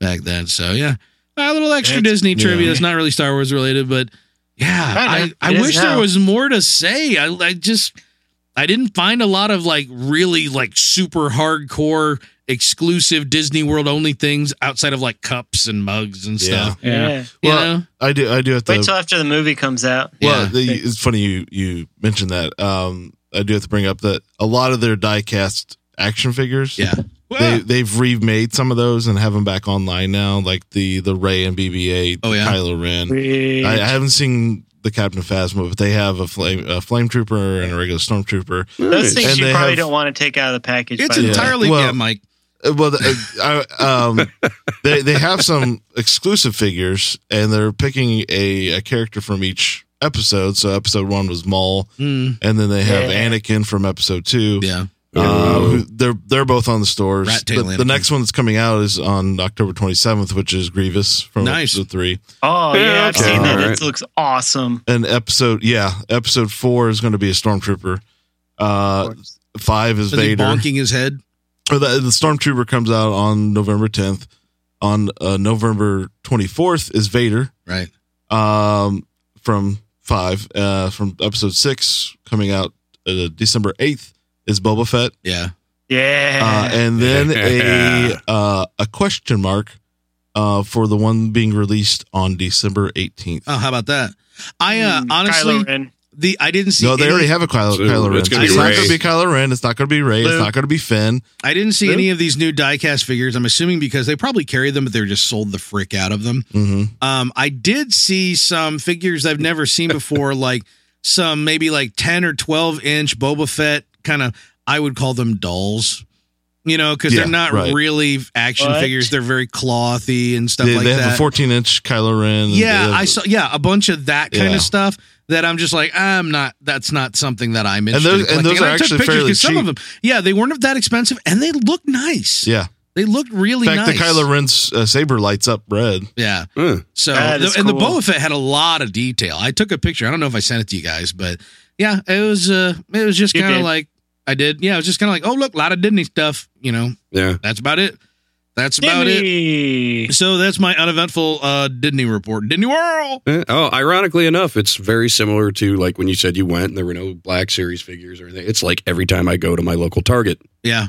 back then. So yeah, a little extra
That's-
Disney trivia. It's not really Star Wars related, but yeah, I,
Kinda.
I
It is
wish there
now.
was more to say. I, I just I didn't find a lot of like really like super hardcore exclusive Disney World only things outside of like cups and mugs and stuff.
Yeah.
You
Well,
know?
I do. I do have to.
Wait till after the movie comes out.
Yeah.
Well, the, it's funny you you mentioned that. Um, I do have to bring up that a lot of their die-cast action figures.
Yeah.
They, they've remade some of those and have them back online now, like the the Ray and BB-8,
Oh, yeah.
Kylo Ren. I, I haven't seen the Captain Phasma, but they have a flame a flame trooper and a regular stormtrooper.
Those
And
things you
they
probably
have-
don't want to take out of the package.
It's
by the way.
entire-
entirely
Well-
yeah, Mike.
Uh, Well, uh, I, um, they they have some exclusive figures, and they're picking a, a character from each episode. So episode one was Maul,
mm.
and then they have
Yeah.
Anakin from episode two.
yeah,
Um,
Um,
Uh, who- they're they're both on the stores.
Rat
The,
tail
the
Anakin.
next one that's coming out is on October 27th, which is Grievous from
Nice.
episode three.
Oh yeah,
Yeah,
I've
okay.
seen that.
Alright.
It looks awesome.
And episode yeah, episode four is going to be a stormtrooper. Uh, five is
Is he
Vader.
bonking his head.
Or the, the stormtrooper comes out on November 10th. On uh, November 24th is Vader.
Right.
Um, from five. Uh, from episode six coming out uh, December 8th is Boba Fett.
Yeah.
uh,
Yeah.
and then a uh, a question mark uh, for the one being released on December 18th.
Oh, how about that? I uh,
Mm,
honestly,
Kylo Ren.
the I didn't see.
no, they
any,
already have a Kylo,
So
Kylo Ren.
it's
It's,
gonna
be
not
Rey.
going to be Kylo Ren. It's not going to be Ray. It's
Luke.
not going to be Finn.
I didn't see
Luke?
any of these new diecast figures. I'm assuming because they probably carry them, but they're just sold the frick out of them.
hmm
Um, I did see some figures I've never seen before, like some maybe like 10 or 12 inch Boba Fett kind of, I would call them dolls, you know, because
Yeah,
they're not
right.
really action
What?
figures. They're very clothy and stuff
They,
like
they
that.
have a 14 inch Kylo Ren. and
yeah,
they have-
I saw. Yeah, a bunch of that kind
Yeah.
of stuff that I'm just like, I'm not. That's not something that I'm interested. in
those- and
collecting.
those are
I took
actually
pictures
fairly
'cause Some of them, yeah, they weren't that expensive, and they look nice.
Yeah.
they looked really
In fact,
nice.
the Kylo Ren's uh, saber lights up red.
yeah.
Mm.
So
That is
the- and the
Ah, cool.
Boba Fett had a lot of detail. I took a picture. I don't know if I sent it to you guys, but yeah, it was. uh It was just
You
kind of
did.
like I did. Yeah, it was just kind of like, oh look, a lot of Disney stuff. You know,
Yeah.
that's about it. That's about it.
Disney.
So that's my uneventful uh Disney report. Disney World.
Eh, Oh, ironically enough, it's very similar to like when you said you went and there were no Black Series figures or anything. It's like every time I go to my local Target,
Yeah.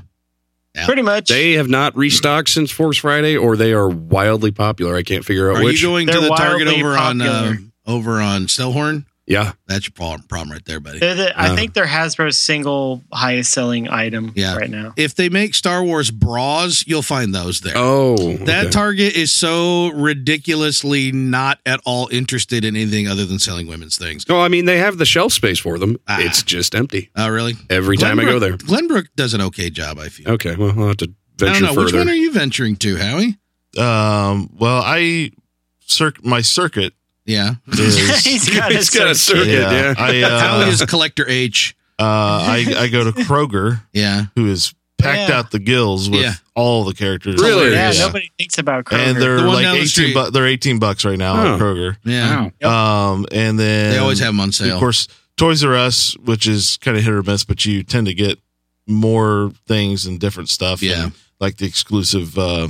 Pretty much.
they have not restocked since Force Friday, or they are wildly popular. I can't figure out
Are
which.
you going to
They're
the Target
wildly
over on uh,
popular.
over on Stellhorn?
Yeah.
That's your problem, problem right there, buddy.
They're the, I
Uh.
think they're Hasbro's single highest selling item
Yeah.
right now.
If they make Star Wars bras, you'll find those there.
Oh,
That
okay.
Target is so ridiculously not at all interested in anything other than selling women's things.
No, I mean they have the shelf space for them.
Ah.
It's just empty
Oh, really?
every time I go there.
Glenbrook does an okay job, I feel.
Okay, well I'll have to
I
venture
don't know. Which
further.
one are you venturing to, Howie?
Um, well, I circ my circuit
Yeah.
is.
He's got his
He's got a
circuit.
circuit, yeah.
I,
Howie
uh,
is Collector H.
uh, I I go to Kroger,
Yeah.
who is packed
Yeah.
out the gills with
Yeah.
all the characters.
Really?
Yeah,
Yeah.
nobody thinks about Kroger.
And they're
The one
like
down the
eighteen.
street.
Bu- they're eighteen bucks right now at
Oh.
Kroger.
Yeah.
Wow.
Yep.
Um, and then
They always have them on
Of
sale.
course, Toys R Us, which is kind of hit or miss, but you tend to get more things and different stuff.
Yeah.
and, like the exclusive uh,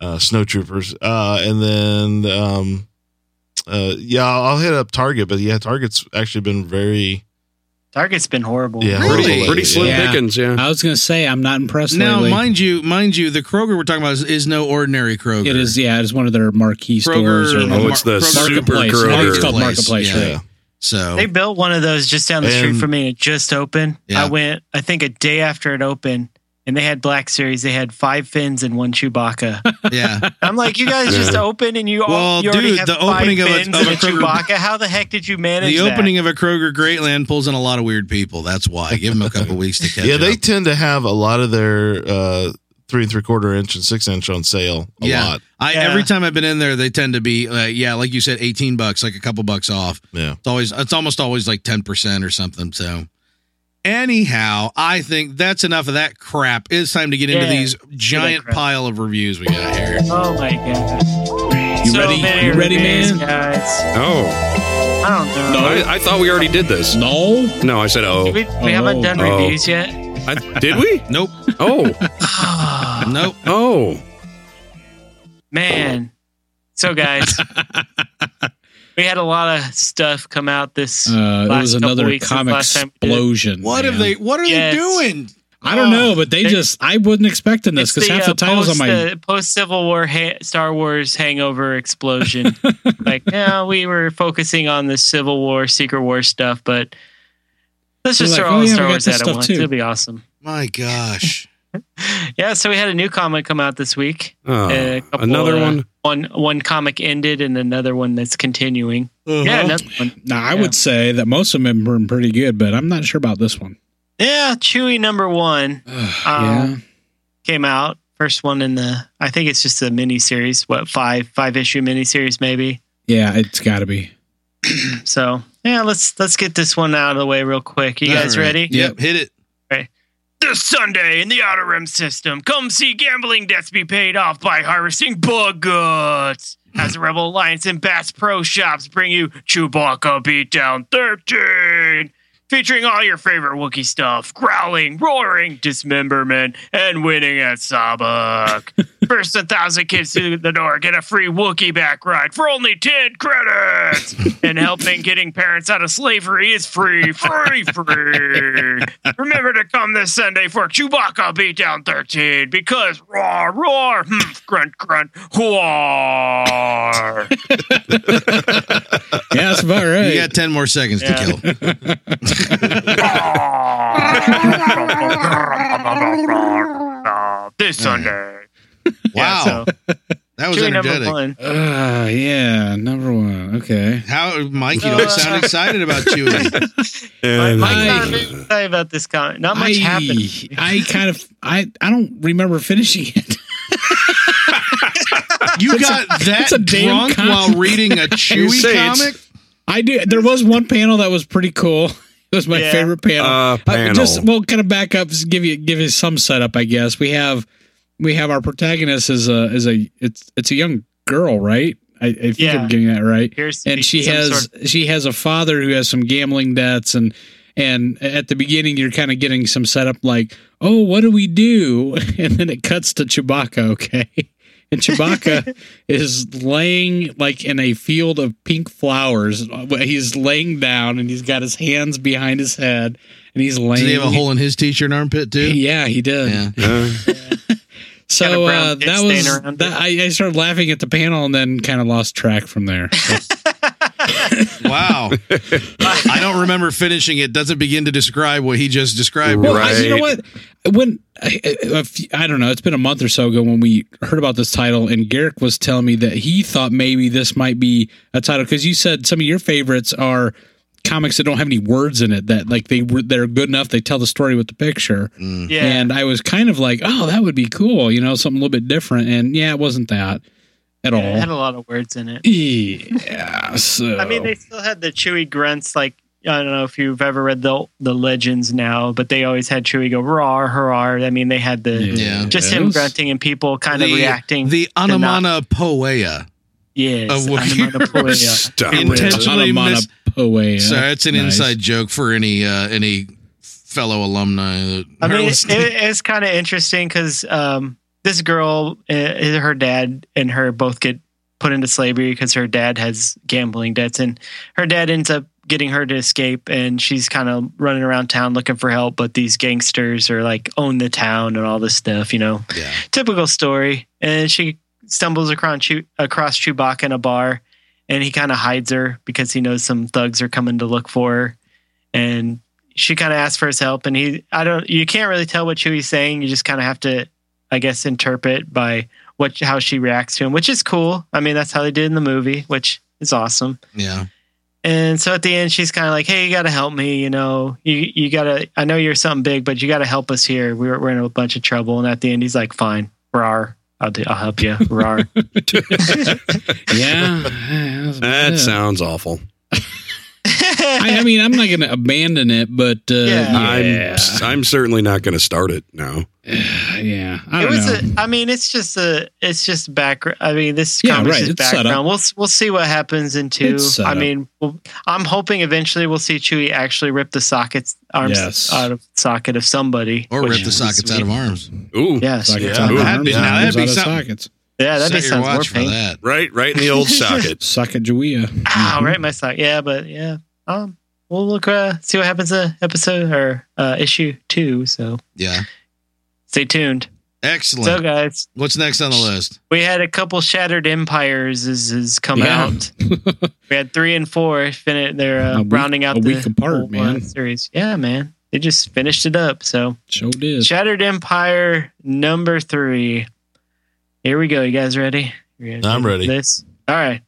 uh, Snow Troopers, uh, and then um, uh, yeah, I'll hit up Target, but yeah, Target's actually been very
Target's been horrible.
yeah
Really? Uh,
horrible lately.
Pretty slim
Yeah.
pickings, yeah.
I was gonna say I'm not impressed
Now,
lately.
mind you, mind you, the Kroger we're talking about is, is no ordinary Kroger.
it is yeah, it's one of their marquee
Kroger.
stores or
Oh, it's the
Kroger-
super
marketplace. I think it's
Kroger.
called marketplace.
Yeah.
right?
Yeah,
So
They built one of those just down the street
And-
from me. It just opened.
Yeah.
I went, I think, a day after it opened, and they had Black Series. They had five fins and one Chewbacca.
yeah,
I'm like, you guys just
Yeah.
open and you
Well,
all, you already
dude,
have
the
five
opening of a-
fins
of
and
a
a
Kroger-
Chewbacca. How the heck did you manage
the
that?
opening of a Kroger Greatland pulls in a lot of weird people. That's why. Give them a couple weeks to catch
yeah, they
up.
tend to have a lot of their uh, three and three quarter inch and six inch on sale a
Yeah.
lot.
I
Yeah.
every time I've been in there, they tend to be uh, yeah, like you said, eighteen bucks, like a couple bucks off.
Yeah,
It's always it's almost always like ten percent or something. So anyhow, I think that's enough of that crap. It's time to get into
Yeah.
these giant
crap.
pile of reviews we got here.
Oh my god!
You
So
ready?
many
You ready,
reviews,
man?
Guys,
Oh,
I don't know.
I, I thought we already did this.
No.
No, I said oh.
We, we haven't done
Oh.
reviews yet.
I, did we?
Nope,
Oh,
nope.
oh.
Man. So guys, we had a lot of stuff come out this
Uh, it
Last
was
couple
another
weeks since
comic
last time we did.
explosion.
What have
man.
they? What are
Yes.
they doing?
I don't know, but they
Ah, They- uh,
just I wasn't expecting this because half the titles
post,
on my
post Civil War ha- Star Wars hangover explosion. like, yeah, we were focusing on the Civil War, Secret War stuff, but let's
You're
just
like,
throw
oh,
all the
yeah, we
Star
got
Wars
this
at it
stuff
once.
too.
It'll be awesome.
My gosh.
Yeah, so we had a new comic come out this week.
Oh,
A couple,
another
uh,
one.
One one comic ended, and another one that's continuing.
Mm-hmm.
Yeah,
Uh-huh.
another one.
now I
Yeah.
would say that most of them were pretty good, but I'm not sure about this one.
Yeah, Chewy number one.
yeah.
came out. First one in the I think it's just a mini series, what five five issue mini series maybe.
Yeah, it's gotta be.
So yeah, let's let's get this one out of the way real quick. You guys
All right.
ready?
Yep, hit it.
This Sunday in the Outer Rim system, come see gambling debts be paid off by harvesting bug guts. As the Rebel Alliance and Bass Pro Shops bring you Chewbacca Beatdown 13, featuring all your favorite Wookiee stuff growling, roaring, dismemberment, and winning at Sabak. First 1,000 kids through the door get a free Wookiee back ride for only 10 credits. and helping getting parents out of slavery is free, free, free. Remember to come this Sunday for Chewbacca Beatdown 13 because roar, roar, hmph, grunt, grunt, roar.
Yeah, that's about right.
You got ten more seconds
Yeah.
to kill.
this Sunday.
Wow, that was
Chewy number
energetic.
one.
Uh, yeah, number one. Okay.
How, Mike? You don't sound excited about Chewie.
Mike,
I-
not very excited about this comment. Not much
I,
happened.
I kind of I I don't remember finishing it.
You got that
that's a damn
drunk
con-
while reading a Chewie
say it's-
comic?
I do. There was one panel that was pretty cool. It was my
Yeah.
favorite panel.
Uh,
I-
panel.
Just well, kind of back up. Just give you give you some setup. I guess we have we have our protagonist is a is a it's it's a young girl, right? I, I think
Yeah.
I'm getting that right.
Appears to be
and she
some
has
sort
she has a father who has some gambling debts and and at the beginning you're kind of getting some setup like oh what do we do and then it cuts to chewbacca okay and chewbacca is laying like in a field of pink flowers he's laying down and he's got his hands behind his head and he's laying
Did he have a hole in his t-shirt armpit too?
yeah he did
Yeah.
so
Got a brown
uh,
pit
that
stain
was
around
that, I, I started laughing at the panel and then kind of lost track from there
Wow. I don't remember finishing it. Doesn't begin to describe what he just described.
Well, I, you know
Right.
what? When I, I- a few- I don't know, it's been a month or so ago when we heard about this title, and Garrick was telling me that he thought maybe this might be a title because you said some of your favorites are comics that don't have any words in it that like they were they're good enough they tell the story with the picture
Yeah.
and i was kind of like oh that would be cool you know something a little bit different and yeah it wasn't that at
Yeah, it had
all
a lot of words in it.
yeah so
I mean, they still had the Chewy grunts. Like I don't know if you've ever read the the legends now, but they always had Chewy go rawr, hurrah. I mean, they had the
Yeah.
just
It
him
was-
grunting and people kind of
The-
reacting.
The
to not-
onomatopoeia.
yes,
of what you
onomatopoeia.
were
Stop
Intense-
it.
intentionally mis-
Onomatopoeia.
So it's an
Nice.
inside joke for any uh, any fellow alumni. that
I
are
mean, it,
listening.
it's kind of interesting because um, this girl, uh, her dad and her both get put into slavery because her dad has gambling debts, and her dad ends up getting her to escape, and she's kind of running around town looking for help. But these gangsters are like own the town and all this stuff, you know.
Yeah.
Typical story, and she stumbles across Chew- across Chewbacca in a bar, and he kind of hides her because he knows some thugs are coming to look for her, and she kind of asks for his help, and he I don't you can't really tell what Chewie's saying. You just kind of have to, I guess, interpret by what how she reacts to him, which is cool. I mean, that's how they did in the movie, which is awesome.
yeah.
And so at the end, she's kind of like, "Hey, you got to help me. You know, you you got to. I know you're something big, but you got to help us here. We're we're in a bunch of trouble." And at the end, he's like, "Fine, rar, I'll do. I'll help you, rar."
yeah, yeah, that's about
That
it.
sounds awful.
I, I mean, I'm not going to abandon it, but uh,
Yeah.
yeah,
I'm I'm certainly not going to start it now.
yeah. I
it
don't
was
know.
a, I mean, it's just a. It's just background. I mean, this
Yeah,
comics
right,
is
it's set up.
background. We'll s- we'll see what happens in two.
It's set
I
up.
mean, we'll, I'm hoping eventually we'll see Chewie actually rip the sockets arms
Yes.
out of socket of somebody,
Or
which
rip the
would be
sockets out of
sweet.
arms.
Ooh,
Yes,
Socket.
Sockets
Yeah.
out of
Ooh,
that'd be-
arms,
now that'd
arms
be
out of
something.
sockets.
yeah, that'd be
Set your
sounds more
watch for
pain.
that.
right, right in the old socket.
Socket Jawea.
Ah, right, my sock. Yeah, but yeah, um, we'll look uh, see what happens to episode or uh, issue two. So
Yeah.
stay tuned.
Excellent.
So guys,
What's next on the list?
we had a couple shattered empires is, is come
Yeah.
out. We had three and four. Fin- they're uh,
A week-
rounding out
a
the
week apart,
whole, uh,
man.
series. Yeah, man. They just finished it up. So
Show did.
Shattered Empire number three. Here we go. You guys ready? You guys
I'm
for
ready.
This. All right.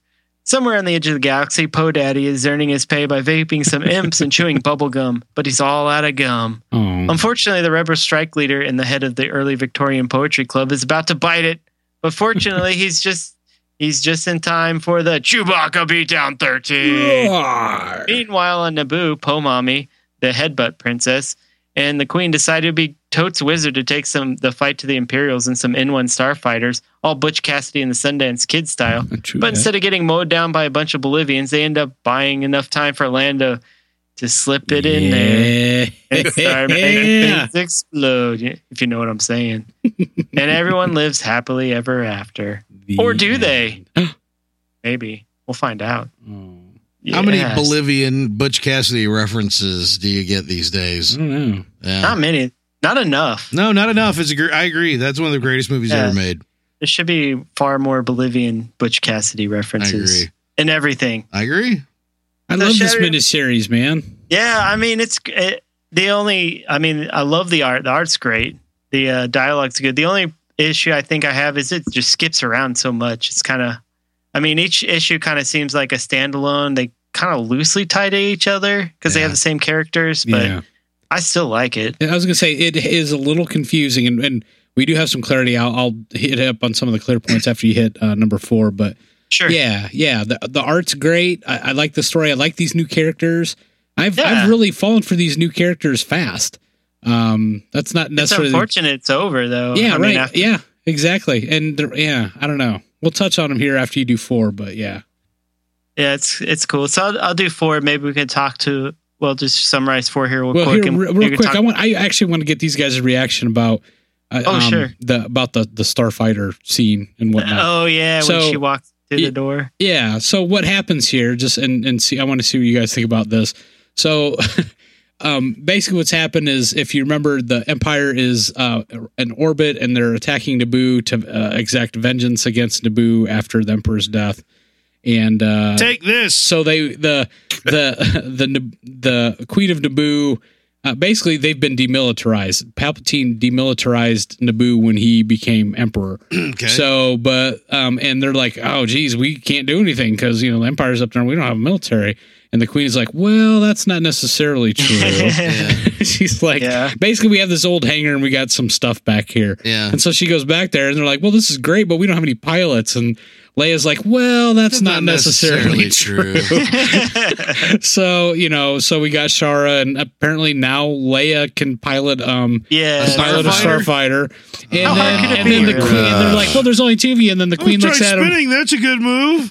Somewhere on the edge of the galaxy, Poe Daddy is earning his pay by vaping some imps and chewing bubble gum, but he's all out of gum.
Oh,
Unfortunately, the rebel strike leader and the head of the early Victorian poetry club is about to bite it, but fortunately, he's just he's just in time for the Chewbacca beatdown thirteen. Meanwhile, on Naboo, Po Mommy, the headbutt princess, and the queen decide to be Totes Wizard to take some the fight to the Imperials and some N1 starfighters, all Butch Cassidy and the Sundance Kid style.
true.
But instead of getting mowed down by a bunch of Bolivians, they end up buying enough time for Lando to slip it in there and start making
yeah.
things explode, if you know what I'm saying. and everyone lives happily ever after. Or do they? Maybe. We'll find out.
Oh,
How many
Yes.
Bolivian Butch Cassidy references do you get these
I
days?
don't know.
Yeah.
Not many. Not enough.
no, not enough. It's a gr- I agree. That's one of the greatest movies
Yeah.
ever made.
There should be far more Bolivian Butch Cassidy
I
references
agree.
and everything.
I agree.
I
The
love this
Shattered-
miniseries, man.
Yeah, I mean it's it, the only. I mean, I love the art. The art's great. The uh, dialogue's good. The only issue I think I have is it just skips around so much. It's kind of. I mean, each issue kind of seems like a standalone. They kind of loosely tie to each other because they
Yeah.
have the same characters, but
yeah.
I still like it.
I was gonna say it is a little confusing, and, and we do have some clarity. I'll, I'll hit up on some of the clear points after you hit uh, number four, but
Sure.
yeah, yeah, the the art's great. I, I like the story. I like these new characters. I've
Yeah.
I've really fallen for these new characters fast. Um, that's not
It's
necessarily
unfortunate it's over though.
yeah,
I mean,
right,
after-
yeah, exactly. And they're- yeah, I don't know. We'll touch on them here after you do four, but yeah,
Yeah, it's it's cool. So I'll, I'll do four. Maybe we can talk to. Well, just summarize four here real
well,
quick.
here,
and
re-
we
real
can
quick,
talk-
I want I actually want to get these guys' reaction about uh,
Oh, sure.
the about the the starfighter scene and whatnot.
oh yeah,
So-
when she walks through
Yeah.
the door.
Yeah. So what happens here? Just and and see. I want to see what you guys think about this. So, um, basically, what's happened is if you remember, the Empire is uh, in orbit and they're attacking Naboo to uh, exact vengeance against Naboo after the Emperor's death, and uh,
Take this.
so they the the the the Queen of Naboo. Uh, basically, they've been demilitarized. Palpatine demilitarized Naboo when he became emperor.
Okay.
So, but um, and they're like, oh, geez, we can't do anything because you know the empire's up there. and We don't have a military. And the queen is like, well, that's not necessarily true. She's like,
Yeah.
basically, we have this old hangar and we got some stuff back here.
Yeah.
And so she goes back there and they're like, well, this is great, but we don't have any pilots. And Leia's like, well, that's not, necessarily,
true.
true. so, you know, so we got Shara and apparently now Leia can pilot um,
Yeah.
pilot a starfighter, and
How hard
then,
could it
and then the
be?
queen, and they're like, "Well, there's only two of you," and then the queen
Try
looks at him.
spinning. That's a good move.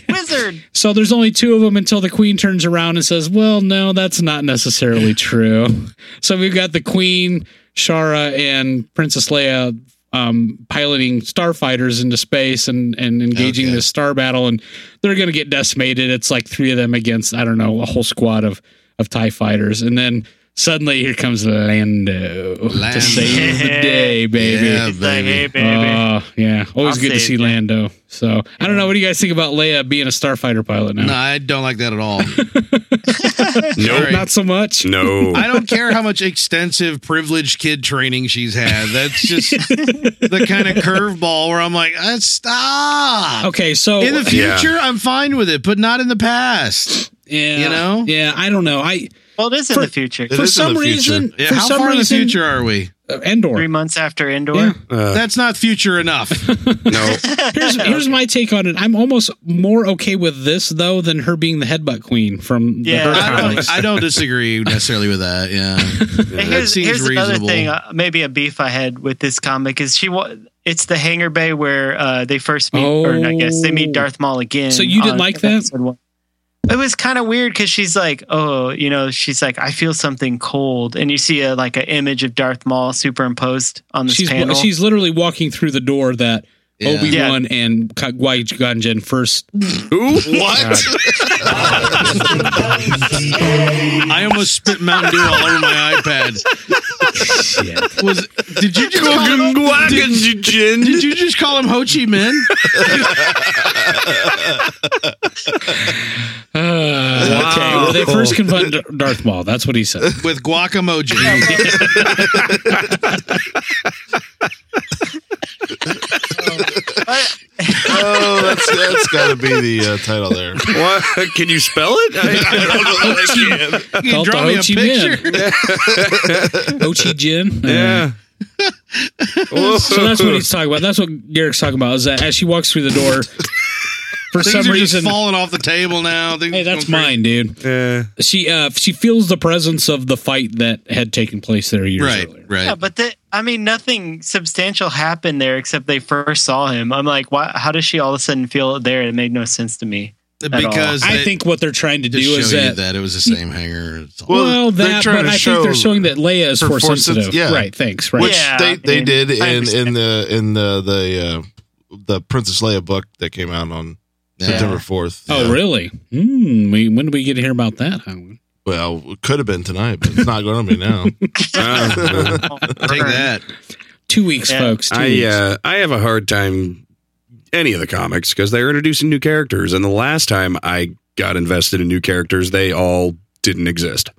Wizard.
So there's only two of them until the queen turns around and says, "Well, no, that's not necessarily true." So we've got the queen, Shara, and Princess Leia um, piloting starfighters into space and and engaging
Okay.
this star battle, and they're going to get decimated. It's like three of them against I don't know a whole squad of of Tie fighters, and then. Suddenly, here comes Lando,
Lando.
to save the day, baby.
Yeah,
It's like, hey,
baby.
baby.
Uh, yeah, always
I'll
good to
say
see
it, yeah.
Lando. So I don't know. What do you guys think about Leia being a starfighter pilot now?
No, I don't like that at all.
Nope.
Not so much.
No.
I don't care how much extensive privileged kid training she's had. That's just the kind of curveball where I'm like, "Ah, stop.
Okay, so
In the
Yeah.
future, I'm fine with it, but not in the past.
yeah,
you know?
yeah, I don't know. I
Well, it is in
For-
the future.
It
for
is in
some
the future.
reason,
Yeah,
for
how
some
far in the
reason,
future are we?
uh,
Three
Endor.
months after Endor.
Yeah.
Uh,
That's not future enough.
no.
Here's here's my take on it. I'm almost more okay with this though than her being the headbutt queen from
Yeah.
the her
I don't,
comics.
I don't disagree necessarily with that. Yeah.
And here's,
seems
here's another
reasonable.
thing, uh, maybe a beef I had with this comic is she. Wa- it's the hangar bay where uh, they first meet, or I guess they meet
Oh.
Darth Maul again.
So you didn't
on
like that?
episode one. It was kind of weird because she's like, oh, you know, she's like, I feel something cold, and you see a like an image of Darth Maul superimposed on this
she's
panel.
she's literally walking through the door that
Yeah.
Obi Wan and Qui Gon Jinn first.
what?
I almost spit Mountain Dew all over my iPad. Was did you just call him, did, did you just call him Ho Chi Minh?
Uh, Okay, well they first confront Dar- Darth Maul. That's what he said.
with guacamoji.
oh, that's that's got to be the uh, title there.
What? Can you spell it? I-
you
Called
draw
the
me
Ho
a
Chi
picture.
Ochi Jin. Uh,
yeah.
So that's what he's talking about. That's what Garrick's talking about. Is that as she walks through the door, for
Things
some
are
reason,
just falling off the table now. Things
hey,
are
that's
going
mine, dude.
Yeah.
She uh, she feels the presence of the fight that had taken place there years
crazy.
earlier.
Right, right.
yeah, but the, I mean, nothing substantial happened there except they first saw him. I'm like, why? How does she all of a sudden feel it there? It made no sense to me. all.
because
I
they-
think what they're trying to
to
do
show
is
you
that,
it was the same hanger. It's all-
Well,
well,
they're
that,
trying
but
to
I think they're
show
showing that Leia is
her
force
force
sensitive.
sensitive, yeah.
Right. Thanks. Right.
Which
Yeah,
they,
I
they
mean,
did
I
in in
understand.
the in the the uh, the Princess Leia book that came out on September fourth.
Oh, really? Hmm. we, when do we get to hear about that? Howard?
Well, it could have been tonight, but it's not going to be now.
Uh,
take that.
Two weeks,
Yeah.
folks. Two
I
weeks.
uh, I have a hard time any of the comics because they're introducing new characters, and the last time I got invested in new characters, they all didn't exist.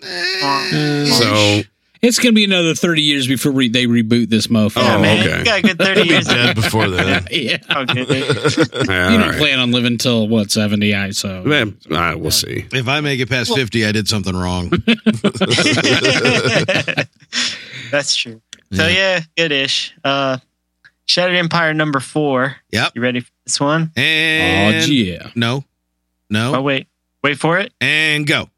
So
it's going to be another thirty years before we, they reboot this mofo.
Yeah,
Oh,
man,
okay.
you got a good thirty years. of-
Dead before then.
yeah.
Oh, did they?
you
all
don't
right.
plan on living till what seventy? I so
Man, uh, we'll see.
If I make it past fifty, I did something wrong.
That's true. So yeah, good ish. Uh Shattered Empire number four.
Yep.
You ready for this one?
And
oh yeah.
no,
Oh
no,
wait. Wait for it.
and go.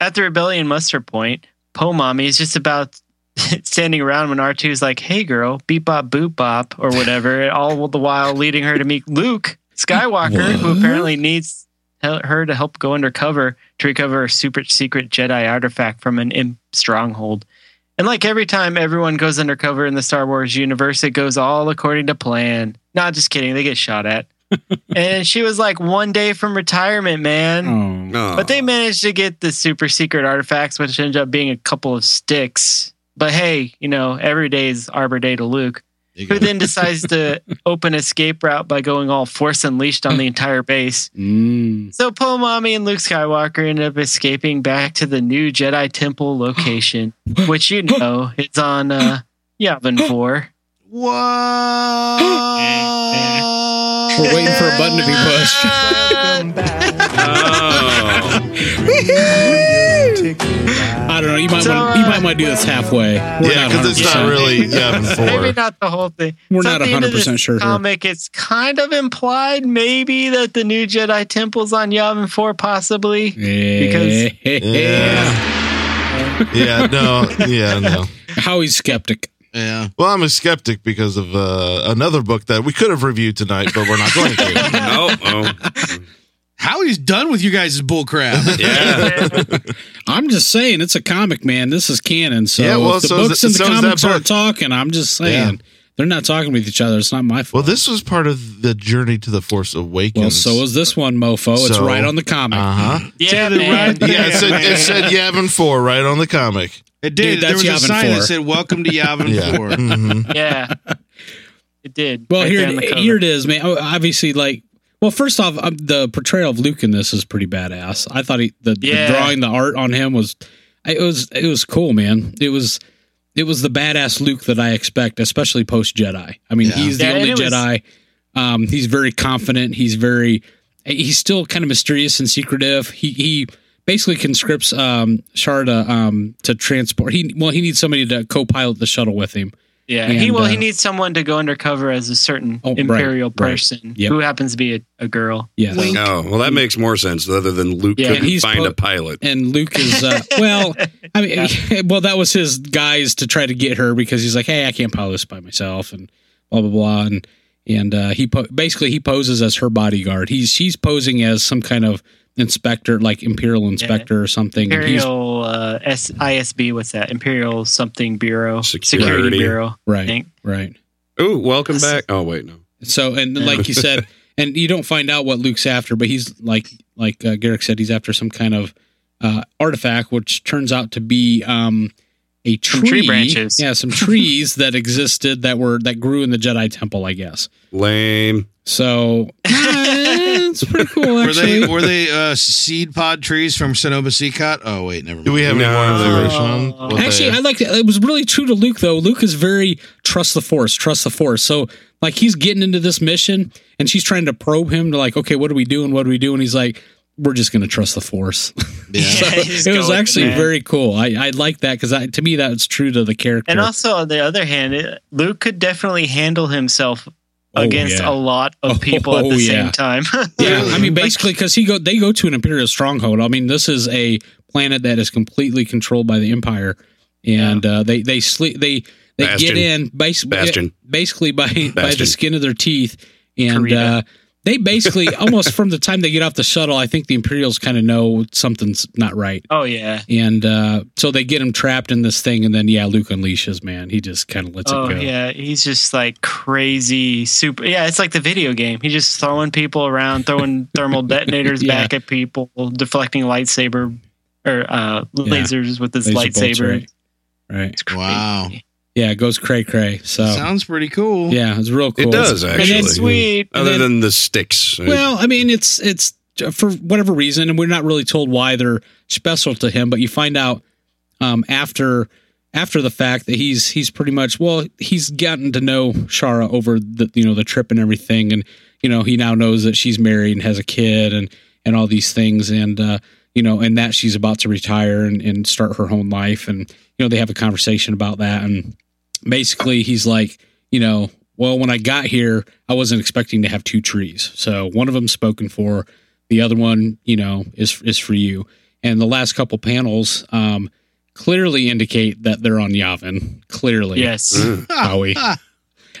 At the rebellion muster point, Po Mommy is just about standing around when R2 is like, hey girl, beep bop boop bop or whatever, all the while leading her to meet Luke Skywalker,
What?
who apparently needs hel- her to help go undercover to recover a super secret Jedi artifact from an imp stronghold. And like every time everyone goes undercover in the Star Wars universe, it goes all according to plan. Not just kidding, they get shot at. and she was like one day from retirement, man.
Oh.
Oh.
But they managed to get the super secret artifacts, which ended up being a couple of sticks. But hey, you know, every day is Arbor Day to Luke.
You
who
go,
then decides to open escape route by going all force unleashed on the entire base.
Mm.
So Po Mommy and Luke Skywalker end up escaping back to the new Jedi Temple location, which you know it's on uh, Yavin 4.
What?
We're waiting for a button to be pushed.
Oh.
I don't know. You might
So,
want you
uh,
might want to do this halfway. We're
yeah,
not
because it's not
100%.
really yeah
Maybe
four.
not the whole thing.
We're
So
not
at the end of
100%
this
sure here.
Comic, it's kind of implied maybe that the new Jedi Temple's on Yavin 4, possibly. Because-
Yeah. yeah, no, yeah, no.
Howie's skeptic.
Yeah.
Well, I'm a skeptic because of uh, another book that we could have reviewed tonight, but we're not going to.
Oh, oh.
Howie's done with you guys' bullcrap.
Yeah.
I'm just saying, it's a comic, man. This is canon. So
Yeah, well,
if the
so is
books
it-
and the
so is that
comics aren't
book.
talking. I'm just saying
Yeah.
they're not talking with each other. It's not my
Well,
fault.
this was part of the journey to the Force Awakens.
Well, so is this one, mofo. it's
So,
right on the comic.
uh huh.
Yeah,
the
man.
right-
Yeah, it said, it said Yavin Four right on the comic.
It did.
Dude,
there
that's
was a
Yavin
sign that
4.
said, Welcome to Yavin
Yeah.
4.
hmm
yeah. It did.
well,
Right
here
there on the
it,
cover.
here it is, man. Oh, Obviously, like, well, first off, um, the portrayal of Luke in this is pretty badass. I thought he the,
Yeah.
the drawing, the art on him was it was it was cool, man. It was it was the badass Luke that I expect, especially post Jedi. I mean,
Yeah.
he's the
Yeah, and
only
it was-
Jedi. Um, he's very confident. He's very he's still kind of mysterious and secretive. He he basically conscripts um Sharda um to transport. He well he needs somebody to co-pilot the shuttle with him.
Yeah,
And,
he well, he
uh,
needs someone to go undercover as a certain
Oh, right,
imperial
right.
person
Yep.
who happens to be a, a girl.
Yes.
Oh, well, that makes more sense other than Luke
Yeah,
couldn't
he's
find
po-
a pilot.
and Luke is uh, well. I mean, well, that was his guise to try to get her because he's like, "Hey, I can't pilot this by myself," and blah blah blah, and and uh, he po- basically he poses as her bodyguard. He's she's posing as some kind of inspector, like imperial inspector or something. and he's-
Imperial uh, S- ISB, what's that? Imperial something bureau, security,
Security.
bureau. I
right,
think.
right.
Ooh, welcome back. Oh, wait, no.
So and like you said, and you don't find out what Luke's after, but he's like like uh, Garrick said, he's after some kind of uh, artifact, which turns out to be um, a tree,
Some tree branches.
Yeah, some trees that existed that were that grew in the Jedi Temple, I guess.
Lame.
So eh, it's pretty cool,
Were they
actually.
were they uh, seed pod trees from Sonoma Seacot? Oh wait, never mind.
Do we have any
No.
more of the original?
Oh.
What they-
Actually, I like that. It was really true to Luke, though. Luke is very trust the force, trust the force. So, like, he's getting into this mission and she's trying to probe him to, like, okay, what are we doing? What are we doing? He's like, we're just going to trust the force.
Yeah.
Yeah, just
it
go
was
with it,
actually
man.
very cool. I, I like that because to me, that was true to the character.
And also, on the other hand, it, Luke could definitely handle himself
Oh,
against
yeah.
a lot of
Oh,
people at the
yeah.
same time.
yeah,
Really?
I mean, basically, because he go they go to an imperial stronghold. I mean, this is a planet that is completely controlled by the empire, and uh, they they sleep they they
Bastion.
get in basically
Bastion.
basically by by the
Bastion.
skin of their teeth, and
Corrida.
uh, they basically almost from the time they get off the shuttle, I think the Imperials kind of know something's not right,
oh yeah.
and uh, so they get him trapped in this thing, and then yeah, Luke unleashes. Man, he just kind of lets
Oh
it go.
yeah, he's just like crazy super. Yeah, it's like the video game. He's just throwing people around, throwing thermal detonators
Yeah.
back at people, deflecting lightsaber or uh, lasers with his
Laser bolts,
lightsaber.
right. Right.
It's crazy.
Wow.
Yeah, it goes cray cray. So
Sounds pretty cool.
yeah, it's real cool.
It does,
And then
actually.
Sweet.
Other
then-
than the sticks.
Well, I mean, it's it's for whatever reason, and we're not really told why they're special to him. But you find out um, after after the fact that he's he's pretty much well, he's gotten to know Shara over the you know the trip and everything, and you know he now knows that she's married and has a kid and and all these things, and uh, you know, and that she's about to retire and, and start her own life, and you know they have a conversation about that, and basically he's like, you know, well, when I got here, I wasn't expecting to have two trees. So one of them's spoken for, the other one, you know, is is for you. And the last couple panels um, clearly indicate that they're on Yavin. Clearly,
Yes.
Mm. Howie.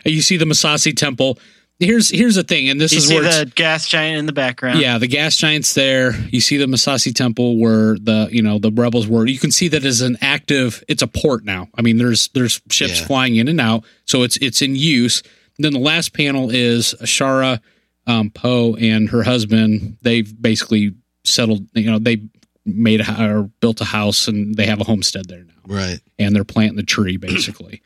you see the Masasi Temple. Here's here's the thing, and this
you
is
see
where it's-
the gas giant in the background.
yeah, the gas giants there. You see the Masasi Temple where the you know the rebels were. You can see that is an active. It's a port now. I mean, there's there's ships
Yeah.
flying in and out, so it's it's in use. then the last panel is Shara um, Poe and her husband. They've basically settled. You know, they made a, hou- or built a house and they have a homestead there now,
Right.
and they're planting the tree basically.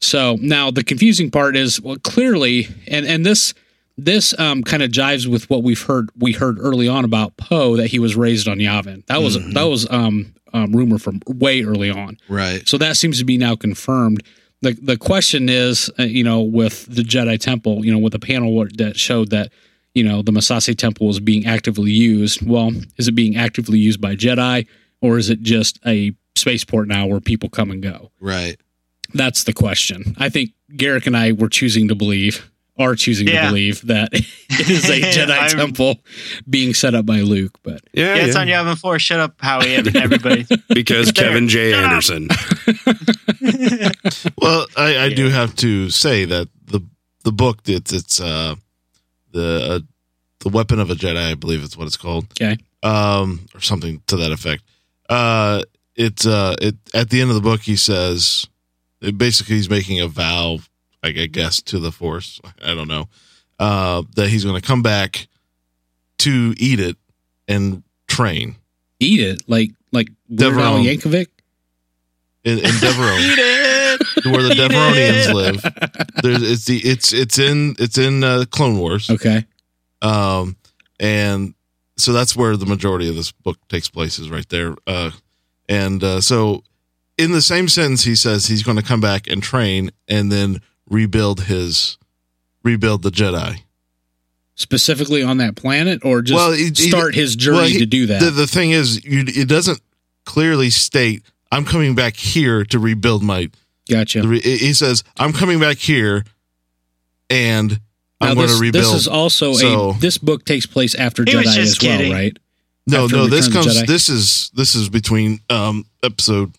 So now the confusing part is well clearly and and this this um, kind of jives with what we've heard we heard early on about Poe that he was raised on Yavin. That was that was um, um rumor from way early on.
Right.
So that seems to be now confirmed. The the question is, uh, you know, with the Jedi Temple, you know, with the panel what- that showed that, you know, the Masasi Temple was being actively used. Well, is it being actively used by Jedi or is it just a spaceport now where people come and go?
Right.
That's the question. I think Garrick and I were choosing to believe, are choosing
Yeah.
to believe that it is a Jedi
I'm-
Temple being set up by Luke. But
Yeah,
Yeah, it's
yeah.
on Yavin 4. Shut up, Howie, and everybody.
because
There.
Kevin J. Anderson.
Well, I, I do have to say that the the book it's it's uh the uh, the weapon of a Jedi, I believe it's what it's called.
Okay.
Um, or something to that effect. Uh, it's uh, it at the end of the book he says, it basically he's making a vow, I gu- guess, to the Force. I don't know, uh, that he's going to come back to eat it and train
eat it like like Weird Al
Devereaux.
Yankovic.
in, in Devereaux.
Eat it.
where the
Eat it.
Deveronians live. There's, it's the it's it's in it's in uh, Clone Wars,
Okay.
um, and so that's where the majority of this book takes place is right there. Uh, and uh, so, in the same sentence, he says he's going to come back and train and then rebuild his rebuild the Jedi.
specifically on that planet or just
Well, he- he-
start his journey
well, he-
to do that?
The, the thing is, you, it doesn't clearly state I'm coming back here to rebuild my
gotcha.
The re- he he says, "I'm coming back here, and
Now,
I'm going
this-
to rebuild."
This is also
So-
a this book takes place after
He
Jedi
was just
as
kidding.
well, right?
no,
after
no,
Return
this
of the
comes.
Jedi.
This is this is between um episode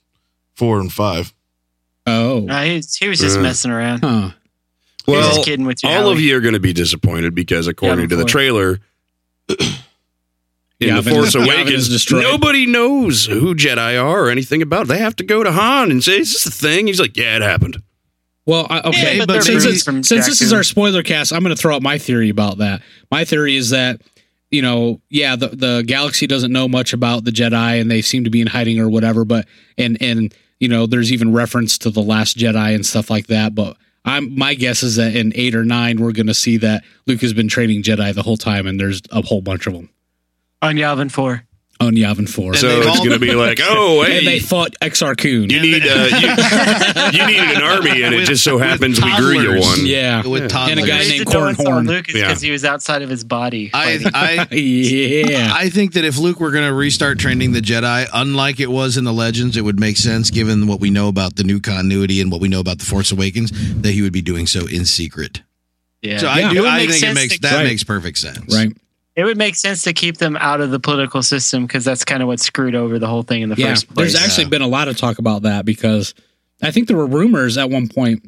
four and five.
Oh,
No, he, was- he was just
Uh.
messing around.
huh.
He was
Well,
just kidding with you.
all
Howie.
of you are going to be disappointed because, according to the
before.
trailer, in
Yeah,
the
but-
Force
yeah, but it's
Awakens,
destroyed.
nobody knows who Jedi are or anything about. It. They have to go to Han and say, "Is this a thing?" He's like, "Yeah, it happened."
Well, I, okay,
but
but,
they're
since,
movies
it's-
from
since this is
Jakku.
our spoiler cast, I'm going to throw out my theory about that. My theory is that you know, yeah, the the galaxy doesn't know much about the Jedi, and they seem to be in hiding or whatever. But and and you know, there's even reference to the Last Jedi and stuff like that. But I'm my guess is that in eight or nine, we're going to see that Luke has been training Jedi the whole time, and there's a whole bunch of them
on Yavin 4.
on Yavin Four,
And
so
they've
it's
all-
going to be like, "Oh,
and they
hey,
fought Exar Kun.
you need uh, you, you needed an army, and it
With-
just so
with
happens we grew you
toddlers.
one."
yeah,
With
Yeah.
toddlers.
And a guy
The
named
reason no one saw
Cornhorn.
Luke is
Yeah.
because he was outside of his body.
I,
fighting.
I,
yeah.
I think that if Luke were going to restart training the Jedi, unlike it was in the Legends, it would make sense given what we know about the new continuity and what we know about the Force Awakens that he would be doing so in secret.
yeah.
So
Yeah.
I
It
do.
would
I
make
think it
sense
makes
to-
that
Right.
makes perfect sense.
Right.
it would make sense to keep them out of the political system because that's kind of what screwed over the whole thing in the
yeah,
first place.
There's actually
Yeah.
been a lot of talk about that because I think there were rumors at one point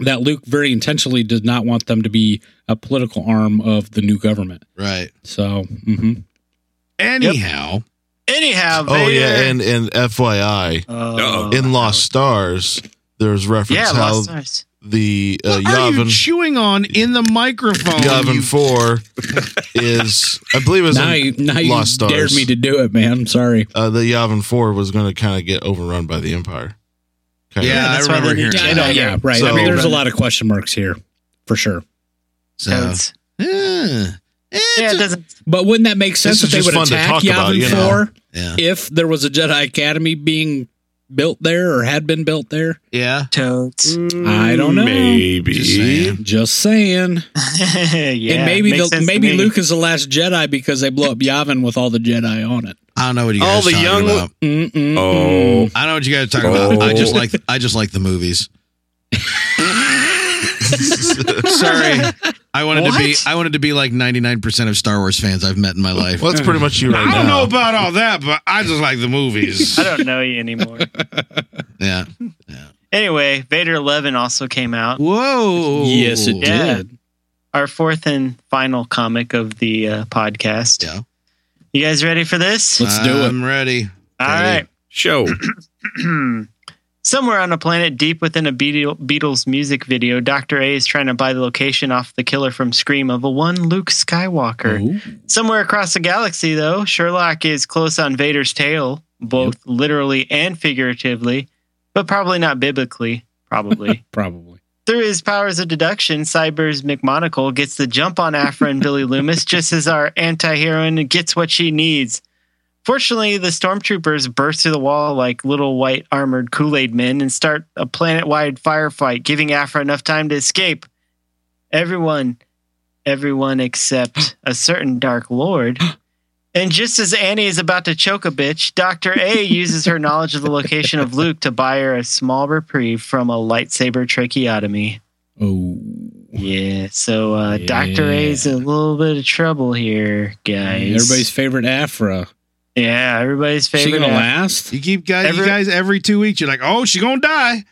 that Luke very intentionally did not want them to be a political arm of the new government.
Right.
So, mhm.
Anyhow,
Anyhow,
Oh
Vader-
yeah, and and FYI,
Oh,
in Lost Stars, there's reference
yeah,
how
Lost Stars.
the uh,
what are you
Yavin
chewing on in the microphone?
Yavin
you-
four is I believe it was
now
in-
you, now you
Lost Stars.
dared me to do it, man. I'm sorry.
uh, the Yavin four was going to kind of get overrun by the Empire.
Yeah,
Kind
Yeah,
I
that's why
remember
they
hearing
need
Yeah,
that.
I know. Yeah, right. I
So-
mean, there's a lot of question marks here for sure.
So,
Codes.
yeah.
Yeah,
Eh, It's
it
a-
doesn't.
But wouldn't that make sense
This
if
is
they
just
would
fun to
attack
talk
Yavin
about, you know.
4
yeah.
if there was a Jedi Academy being built there or had been built there?
Yeah.
Toads.
I don't know.
Just
Maybe.
saying.
Just saying.
yeah,
and maybe
makes
the,
sense to
maybe
me.
Luke is the last Jedi because they blow up Yavin with all the Jedi on it.
I don't know what you guys
All
are
the
talking
young-
about.
Mm-mm.
Oh,
I don't know what you guys are talking about. I just like I just like the movies. Sorry. I wanted to be
What?
I wanted to be like 99% of Star Wars fans I've met in my life.
Well, that's pretty much you right now.
about all that, but I just like the movies.
I don't know you anymore.
yeah.
anyway, Vader 11 also came out.
Whoa.
yes, it
Yeah.
did.
Our fourth and final comic of the uh, podcast.
Yeah.
You guys ready for this?
Let's do it.
I'm ready.
All
ready.
right.
show.
Somewhere on a planet deep within a Beatle- Beatles music video, Dr. A is trying to buy the location off the killer from Scream of a one Luke Skywalker. Somewhere across the galaxy, though, Sherlock is close on Vader's tail, both literally and figuratively, but probably not biblically. probably.
probably.
Through his powers of deduction, Cyber's McMonocle gets the jump on Afra and Billy Loomis just as our anti heroine gets what she needs. Fortunately, the stormtroopers burst through the wall like little white armored Kool Aid men and start a planet wide firefight, giving Afra enough time to escape. Everyone, everyone except a certain Dark Lord. And just as Annie is about to choke a bitch, Dr. A uses her knowledge of the location of Luke to buy her a small reprieve from a lightsaber tracheotomy.
Oh,
Yeah, so uh, Dr. A's in a little bit of trouble here, guys.
everybody's favorite Afra.
yeah, everybody's
she
favorite.
gonna
Af-
last?
You keep guys,
Every-
you guys every two weeks. You're like, oh, she gonna die.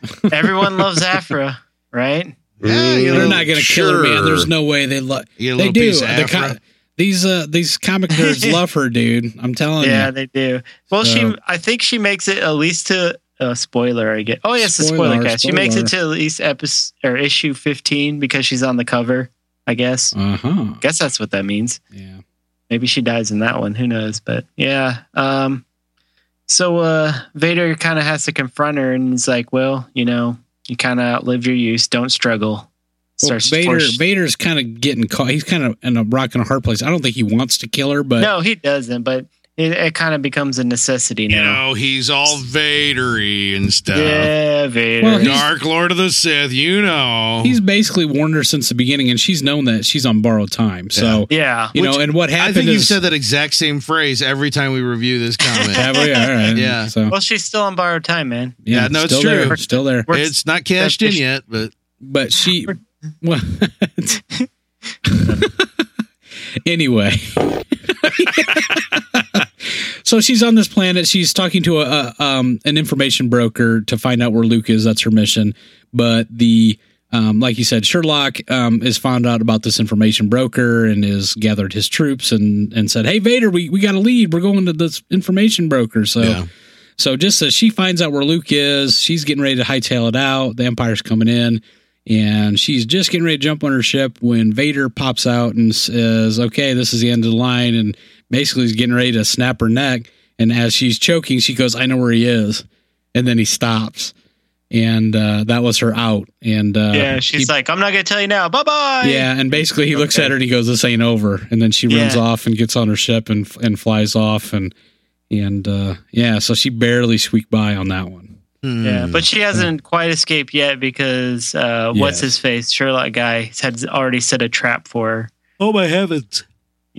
Everyone loves Afra, right?
Yeah, you know,
They're not gonna kill her, man. There's no way they love.
You get a
They
little
do.
piece of
The co-
Afra.
these uh, these comic nerds love her, dude. I'm telling
Yeah,
you.
they do. Well, she,
Oh, So-
I think she makes it at least to uh, spoiler. I get. Oh yes, the
Spoiler,
spoiler cast. She makes it to
spoiler.
at least episode or issue fifteen because she's on the cover. I guess.
Uh huh.
Guess that's what that means.
Yeah.
Maybe she dies in that one. Who knows? But yeah. Um. So uh, Vader kind of has to confront her, and he's like, "Well, you know, you kind of outlived your use. Don't struggle."
Well,
Starts to
Vader.
force-
Vader's kind of getting caught. He's kind of in a rock and a hard place. I don't think he wants to kill her, but
no, he doesn't. But it, it kind of becomes a necessity
You
now.
know, he's all Vadery and stuff.
yeah, Vader.
Well, he's-
Dark Lord of the Sith, you know.
he's basically warned her since the beginning, and she's known that she's on borrowed time. So
yeah.
you
Which-
know, and what
I
happened
think
is
you've said that exact same phrase every time we review this
Yeah,
comment.
well, yeah, all right.
Yeah.
So
Well, she's still on borrowed time, man.
yeah,
yeah, no, it's
still
true.
There, still there,
We're-
it's not cashed in yet, but
but she. Well, anyway. so she's on this planet. She's talking to a, a um, an information broker to find out where Luke is. That's her mission. But the um, like you said, Sherlock um, is found out about this information broker and has gathered his troops and and said, "Hey Vader, we, we got a lead. We're going to this information broker." So
Yeah.
so just as she finds out where Luke is, she's getting ready to hightail it out. The Empire's coming in. And she's just getting ready to jump on her ship when Vader pops out and says, Okay, this is the end of the line. And basically, he's getting ready to snap her neck. And as she's choking, she goes, I know where he is. And then he stops. And uh, that was her out. And uh,
yeah, she's
he-
like, I'm not gonna tell you now. Bye bye.
yeah, and basically he looks
Okay.
at her and he goes, "This ain't over." And then she runs
Yeah.
off and gets on her ship and and flies off and and uh, yeah, so she barely squeaked by on that one.
yeah. But she hasn't quite escaped yet because uh, what's
Yes.
his face Sherlock guy had already set a trap for her.
oh my heavens!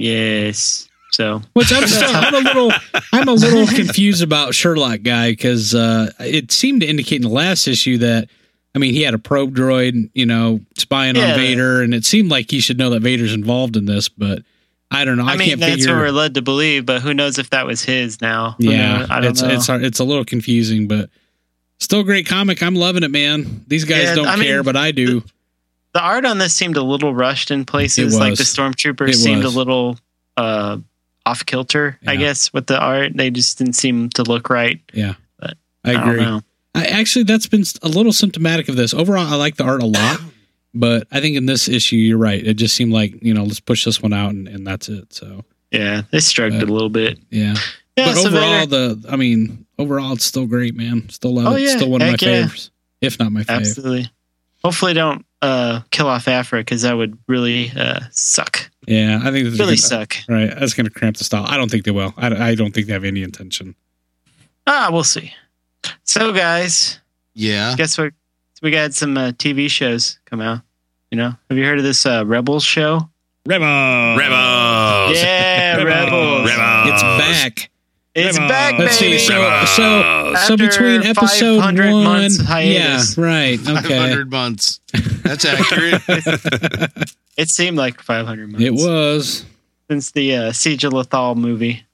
Yes. So
Which I'm, still, I'm a little I'm a little confused about Sherlock guy because uh, it seemed to indicate in the last issue that I mean he had a probe droid you know spying
Yeah.
on Vader and it seemed like he should know that Vader's involved in this, but I don't know. I,
I, mean,
can't
that's
figure.
what we're led to believe, but who knows if that was his now? Who
Yeah,
knows? I don't
it's
know.
it's hard- it's a little confusing, but still great comic. I'm loving it, man. These guys
Yeah,
don't
I mean,
care, but I do.
the art on this seemed a little rushed in places.
It
Like
was.
the stormtroopers
It
seemed
was.
a little uh, off kilter, I
Yeah.
guess, with the art. They just didn't seem to look right.
I
don't
agree.
know.
I actually that's been a little symptomatic of this. Overall, I like the art a lot, but I think in this issue, you're right. It just seemed like you know let's push this one out and, and that's it. So
Yeah, they struggled
But-
a little bit.
yeah,
Yeah,
but
so
overall,
Vader-
the I mean overall, it's still great, man. Still love
Oh,
it.
yeah.
Still one of my
Heck yeah.
favorites, if not my favorite.
Absolutely. Hopefully, don't uh, kill off Afra because that would really uh, suck.
Yeah, I think that's
Really
gonna,
suck.
right. That's going to cramp the style. I don't think they will. I, I don't think they have any intention.
Ah, we'll see. So, guys,
Yeah,
guess what? We got some uh, TV shows come out. You know, have you heard of this uh, Rebels show?
Rebel.
Oh,
Rebels.
Yeah, Rebels.
Rebels.
It's
Uh,
Rebels.
back.
It's
Rebels.
back, baby.
Let's see. So,
Rebels.
so, so
After
between episode
500
one,
months hiatus.
yeah, right. Okay,
500 months. That's accurate.
It seemed like 500 months.
it was.
since the uh, Siege of Lethal movie.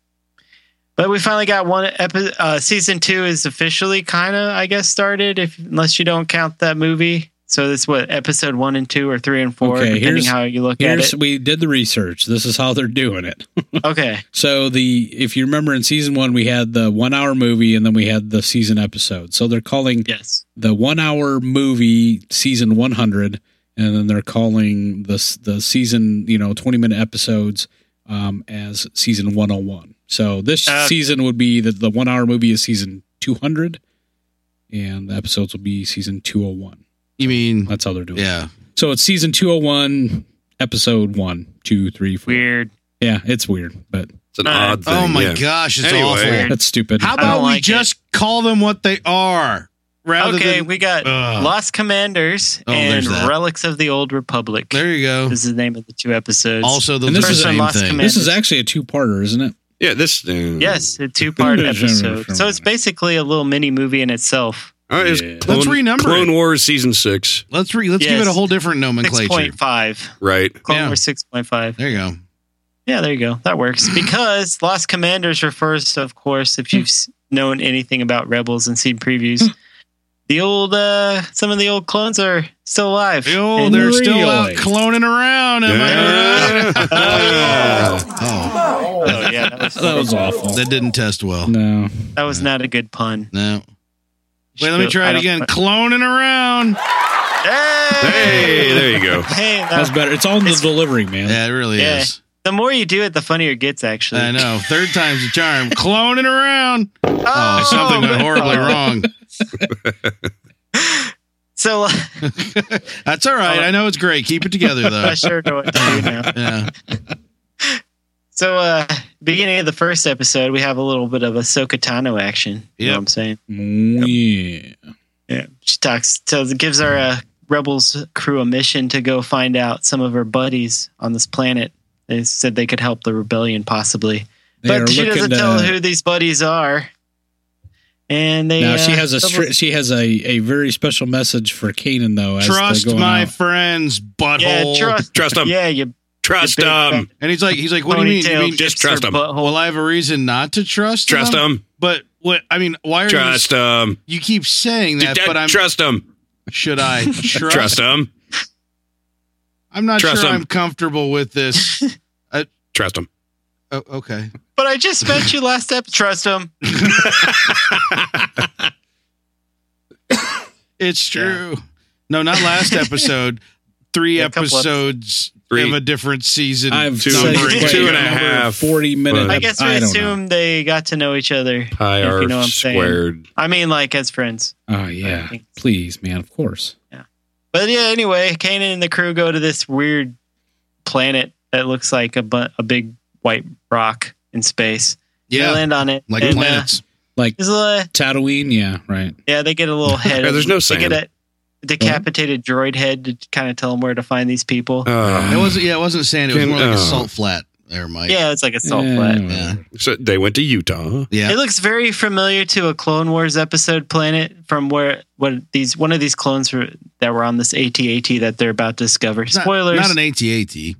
But we finally got one episode. Uh, season two is officially kind of, I guess, started. If unless you don't count that movie, so that's what episode one and two or three and four,
Okay,
depending
here's-
how you look at
Here's
it.
we did the research. This is how they're doing it.
Okay,
So the if you remember in season one, we had the one hour movie, and then we had the season episode. So they're calling
yes,
the one hour movie season 100 and then they're calling the the season you know 20 minute episodes um, as season 101 so this
Uh,
season would be that the one hour movie is season 200 and the episodes will be season 201.
You mean,
That's how they're doing. it.
yeah.
So it's season 201, episode one, two, three, four.
Weird.
Yeah, it's weird, but
It's an
Uh,
odd thing.
oh my
yeah.
gosh, it's
Anyway.
awful.
Weird.
that's stupid.
How
I
about
don't
we
like
just call them what they are? Rather
Okay,
than,
we got
Ugh.
Lost Commanders
Oh,
and
there's that.
Relics of the Old Republic.
there you go.
is the name of the two episodes.
Also, the
And this
the
is
same
Lost
thing.
Command.
This is actually a two-parter, isn't it?
Yeah, this. Uh,
yes, a two part episode. So it's basically a little mini movie in itself.
All right, it's
Yeah.
Clone,
Let's renumber
Clone
it.
Wars season six.
Let's re- let's give
Yes.
it a whole different
Six
nomenclature.
point five.
Right.
Clone
Yeah.
Wars six point five.
There you go.
Yeah, there you go. That works because Lost Commanders refers, of course, if you've s- known anything about Rebels and seen
Hmm.
previews. The old, uh, some of the old clones are still alive.
Oh,
And-
they're still out
Really?
cloning around. Am I right?
Yeah.
Oh,
oh, yeah, that was,
That was awful.
that didn't test well.
No,
that was not a good pun.
No. Wait, let me
I
try it
don't-
again. Cloning around.
Hey,
hey, there you go.
hey, that
that's better. It's all in the
It's-
delivery, man.
Yeah, it really
Yeah.
is.
The more you do it, the funnier it gets. Actually,
I know. Third time's a charm. Cloning around. Oh, something went horribly wrong.
So uh,
That's all right. I know it's great. Keep it together though.
I sure know what to do now.
Yeah.
So, uh, beginning of the first episode, we have a little bit of a Sokotano action. You
Yep.
know what I'm saying?
Mm, yeah.
Yeah. She talks, tells, gives our uh, Rebels crew a mission to go find out some of her buddies on this planet. They said they could help the rebellion possibly,
They are
but she
looking
doesn't
to-
tell who these buddies are. And they
Now she
uh,
has a stri- she has a, a very special message for Kanan though. As they're
Trust
going
my
out.
friends,
yeah,
butthole.
trust,
Trust them.
yeah, you
Trust
big
them.
and he's like, he's like, what do you mean? You
ponytail
mean
Just
fixer
trust 'em.
butthole.
well, I have a reason not to trust.
Trust
them?
them.
But what? I mean, why are
Trust them.
you? You keep saying that, but I'm.
Trust them.
should I trust?
Trust them.
I'm not
Trust
sure
him.
I'm comfortable with this.
Trust them.
Oh, okay.
But I just met you last step. Trust him.
It's true. No, not last episode. Three
Yeah, a couple
episodes
Three.
of a different season.
I've
Two
said
and
it
three-
quite
two
a
and a
number of
half.
forty minute.
I guess we
don't know.
assume they got to know each other.
Pi
If
r
you know what I'm saying.
squared.
I mean, like as friends.
Oh yeah,
think so.
please, man. Of course.
But yeah, anyway, Kanan and the crew go to this weird planet that looks like a, bu- a big white rock in space.
yeah,
They land on it.
like
and, uh,
planets.
Like
there's a little-
Tatooine. Yeah, right.
yeah, they get a little head.
Yeah, there's no
they
sand.
get a decapitated droid head to kind of tell them where to find these people.
it
Uh,
wasn't. Yeah, it wasn't sand. It was
Can-
more like a
oh.
salt flat. There, Mike.
yeah, it's like a salt
Eh,
flat.
Yeah.
so they went to Utah.
Yeah.
It looks very familiar to a Clone Wars episode planet from where what these one of these clones were, that were on this AT-AT that they're about to discover.
It's not-
Spoilers.
Not, an ATAT.